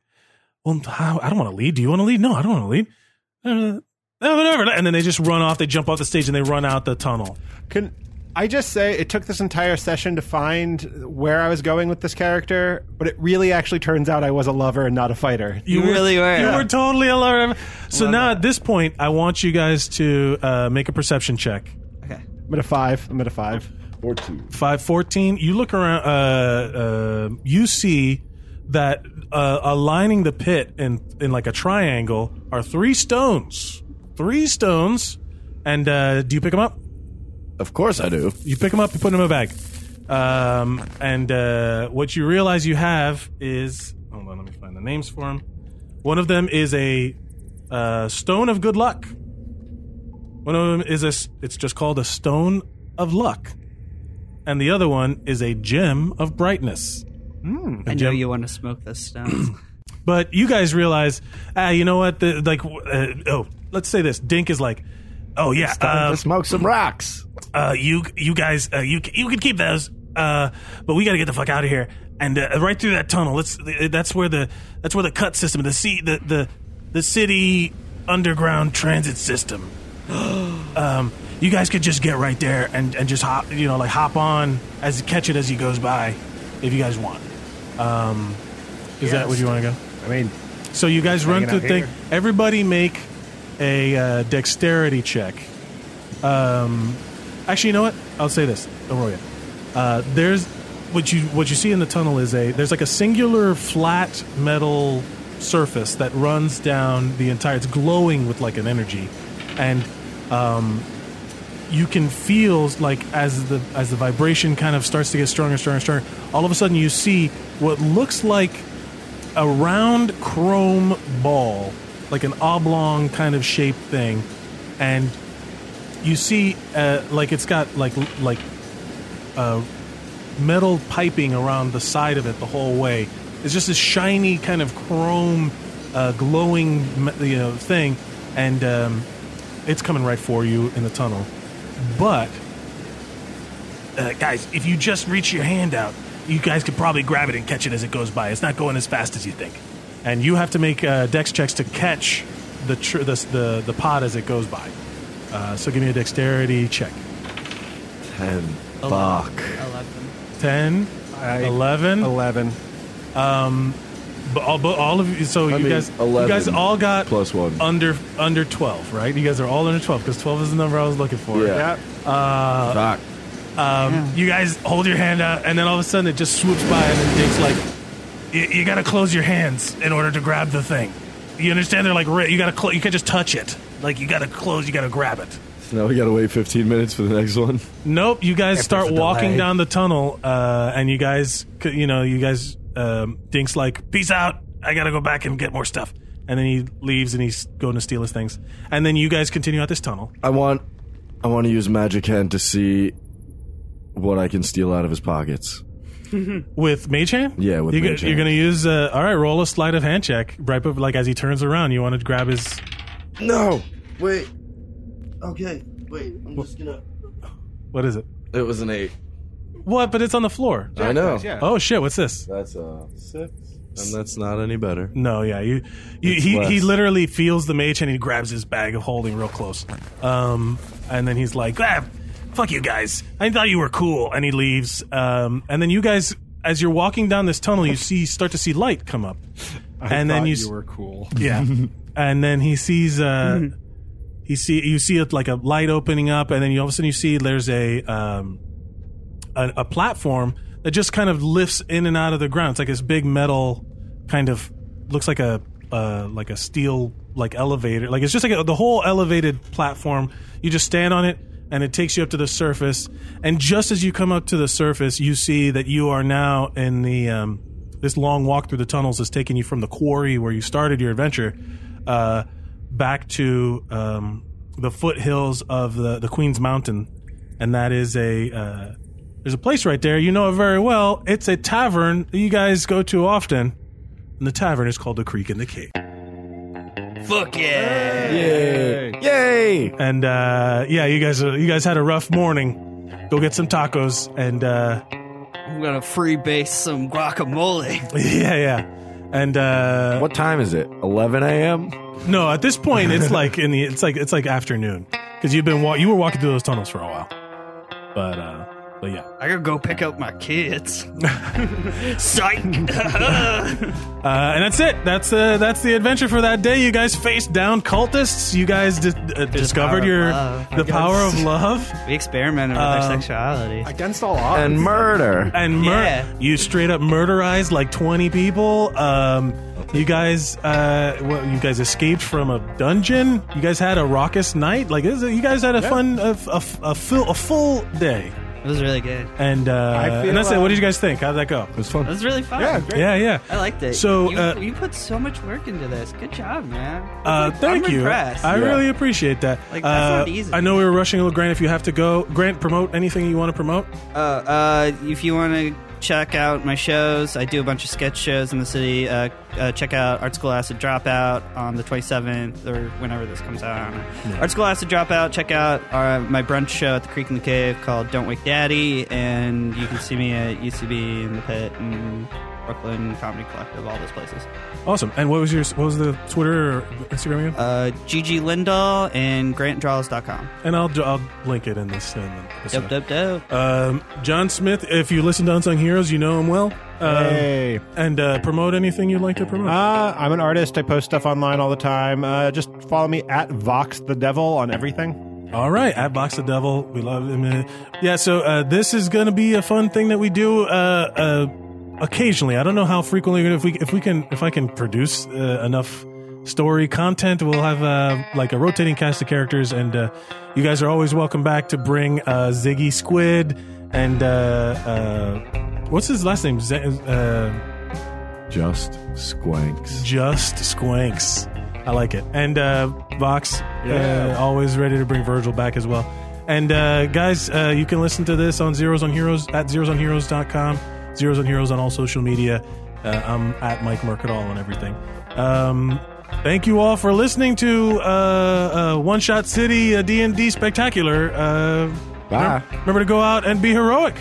"Well, how, I don't want to lead. Do you want to lead? No, I don't want to lead." Uh, "No, whatever. And then they just run off. They jump off the stage and they run out the tunnel. Can I just say it took this entire session to find where I was going with this character, but it really actually turns out I was a lover and not a fighter. You really were. You Yeah. were totally alive. So now at this point, I want you guys to uh, make a perception check. I'm at a 5. I'm at a 5. Or two. Five fourteen. You look around. Uh, uh, you see that uh, aligning the pit in in like a triangle are three stones. Three stones. And uh, do you pick them up? Of course I do. You pick them up. You put them in a bag. Um, and uh, what you realize you have is hold on. Let me find the names for them. One of them is a uh, stone of good luck. One of them is a. s- It's just called a stone of luck, and the other one is a gem of brightness. I know you want to smoke those stones. But you guys realize, ah, you know what? The, like, uh, oh, let's say this. Dink is like, oh yeah, uh, to smoke some rocks. uh, you you guys uh, you you can keep those, uh, but we got to get the fuck out of here and uh, right through that tunnel. Let's that's where the that's where the cut system, the sea, the the the city underground transit system. um, you guys could just get right there and and just hop you know like hop on as catch it as he goes by, if you guys want. Um, is that where you want to go? I mean, So you guys run Hanging through out the thing. here. Everybody make a uh, dexterity check. Um, actually, you know what? I'll say this. Don't roll yet. Uh, there's what you what you see in the tunnel is a there's like a singular flat metal surface that runs down the entire. It's glowing with like an energy, and um, you can feel like as the as the vibration kind of starts to get stronger and stronger and stronger. All of a sudden, you see what looks like a round chrome ball, like an oblong kind of shaped thing, and you see uh, like it's got like like uh, metal piping around the side of it the whole way. It's just this shiny kind of chrome, uh, glowing you know thing, and um, it's coming right for you in the tunnel. But uh, guys, if you just reach your hand out, you guys could probably grab it and catch it as it goes by. It's not going as fast as you think, and you have to make uh, dex checks to catch the, tr- the the the pod as it goes by. Uh, so give me a dexterity check. Ten. Eleven. Fuck. 10, 11. Eleven. But all, but all of you, so you mean, guys, you 11 guys all got plus one. under under twelve, right? You guys are all under twelve because twelve is the number I was looking for. Yeah. Fuck. You guys hold your hand out, and then all of a sudden it just swoops by and then digs like, you, you got to close your hands in order to grab the thing. You understand? They're like, ri- you got to, cl- you can't just touch it. Like you got to close, you got to grab it. Now we gotta wait 15 minutes for the next one. Nope. You guys start there's a walking delay. down the tunnel, uh, and you guys, c- you know, you guys, um, Dink's like, peace out. I gotta go back and get more stuff. And then he leaves and he's going to steal his things. And then you guys continue out this tunnel. I want. I want to use magic hand to see what I can steal out of his pockets. With Mage Hand? Yeah, with you Mage You're Hand. going to use, uh, all right, roll a sleight of hand check. Right, but like as he turns around, you want to grab his. No. Wait. Okay. Wait. I'm just gonna. What is it? It was an eight. What? But it's on the floor. I know. Yeah. Oh, shit, what's this? That's a six, and that's not any better. No, yeah, you, you It's he, less. he literally feels the mage and he grabs his bag of holding real close. Um, and then he's like, ah, "Fuck you guys! I thought you were cool." And he leaves. Um, and then you guys, as you're walking down this tunnel, you see start to see light come up, and then Thought you, s- you, were cool. yeah, and then he sees uh, he see you see it like a light opening up, and then you all of a sudden you see there's a um, a, a platform that just kind of lifts in and out of the ground. It's like this big metal kind of looks like a uh, like a steel like elevator. Like it's just like a, the whole elevated platform. You just stand on it and it takes you up to the surface. And just as you come up to the surface, you see that you are now in the um, this long walk through the tunnels is taking you from the quarry where you started your adventure uh, back to um, the foothills of the, the Queen's Mountain, and that is a uh, there's a place right there you know it very well. It's a tavern that you guys go to often, and the tavern is called the Creek in the Cave. Fuck yeah. Yay! And uh, yeah, you guys uh, you guys had a rough morning. Go get some tacos and. Uh, I'm gonna freebase some guacamole. Yeah, yeah. And uh What time is it? 11 a.m. no, at this point it's like in the it's like it's like afternoon cuz you've been wa- you were walking through those tunnels for a while. But uh but yeah. I gotta go pick up my kids. Psych. Uh, and that's it. That's uh, that's the adventure for that day. You guys faced down cultists. You guys di- uh, discovered power of your love, I the guess. power of love We experimented with Uh, their sexuality. Against all odds. and murder. and mur- Yeah. you straight up murderized like 20 people. Um you guys uh well, you guys escaped from a dungeon. You guys had a raucous night. Like this is- you guys had a fun a, a, a full a full day. It was really good. And uh, feel, and that's it. uh, What did you guys think? How would that go? It was fun. It was really fun. Yeah, great. Yeah, yeah. I liked it. So, you, uh, you put so much work into this. Good job, man. Uh, thank I'm you. Impressed. I Yeah. really appreciate that. Like, that's Uh, not easy. I know we were rushing a little. Grant, if you have to go, Grant, promote anything you want to promote. Uh, uh, if you want to check out my shows, I do a bunch of sketch shows in the city. Uh, uh, check out Art School Acid Dropout on the 27th or whenever this comes out. I don't know. Art School Acid Dropout. Check out our, my brunch show at the Creek in the Cave called Don't Wake Daddy, and you can see me at UCB in the Pit and Brooklyn Comedy Collective, all those places. Awesome. And what was your what was the Twitter or Instagram again? Uh, Gigi Lindahl and GrantDraws.com. and I'll do- I'll link it in this. In the, this Dope, dope, dope. Um, John Smith. If you listen to Unsung Heroes, you know him well. Um, And uh, promote anything you'd like to promote. Uh, I'm an artist. I post stuff online all the time. Uh, just follow me at Vox the Devil on everything. All right, at Box the Devil, we love him. Yeah, so uh, this is going to be a fun thing that we do uh, uh, occasionally. I don't know how frequently. If we if we can if I can produce uh, enough story content, we'll have uh, like a rotating cast of characters, and uh, you guys are always welcome back to bring uh, Ziggy Squid and uh, uh, what's his last name? Z- uh, Just squanks. just squinks. I like it. And uh, Vox, uh, always ready to bring Virgil back as well. And uh, guys, uh, you can listen to this on Zeros on Heroes at zerosonheroes.com, Zeros on Heroes on all social media. Uh, I'm at Mike Mercadal on everything. Um, thank you all for listening to uh, uh, One Shot City uh, D&D Spectacular. Uh, Bye. Remember to go out and be heroic.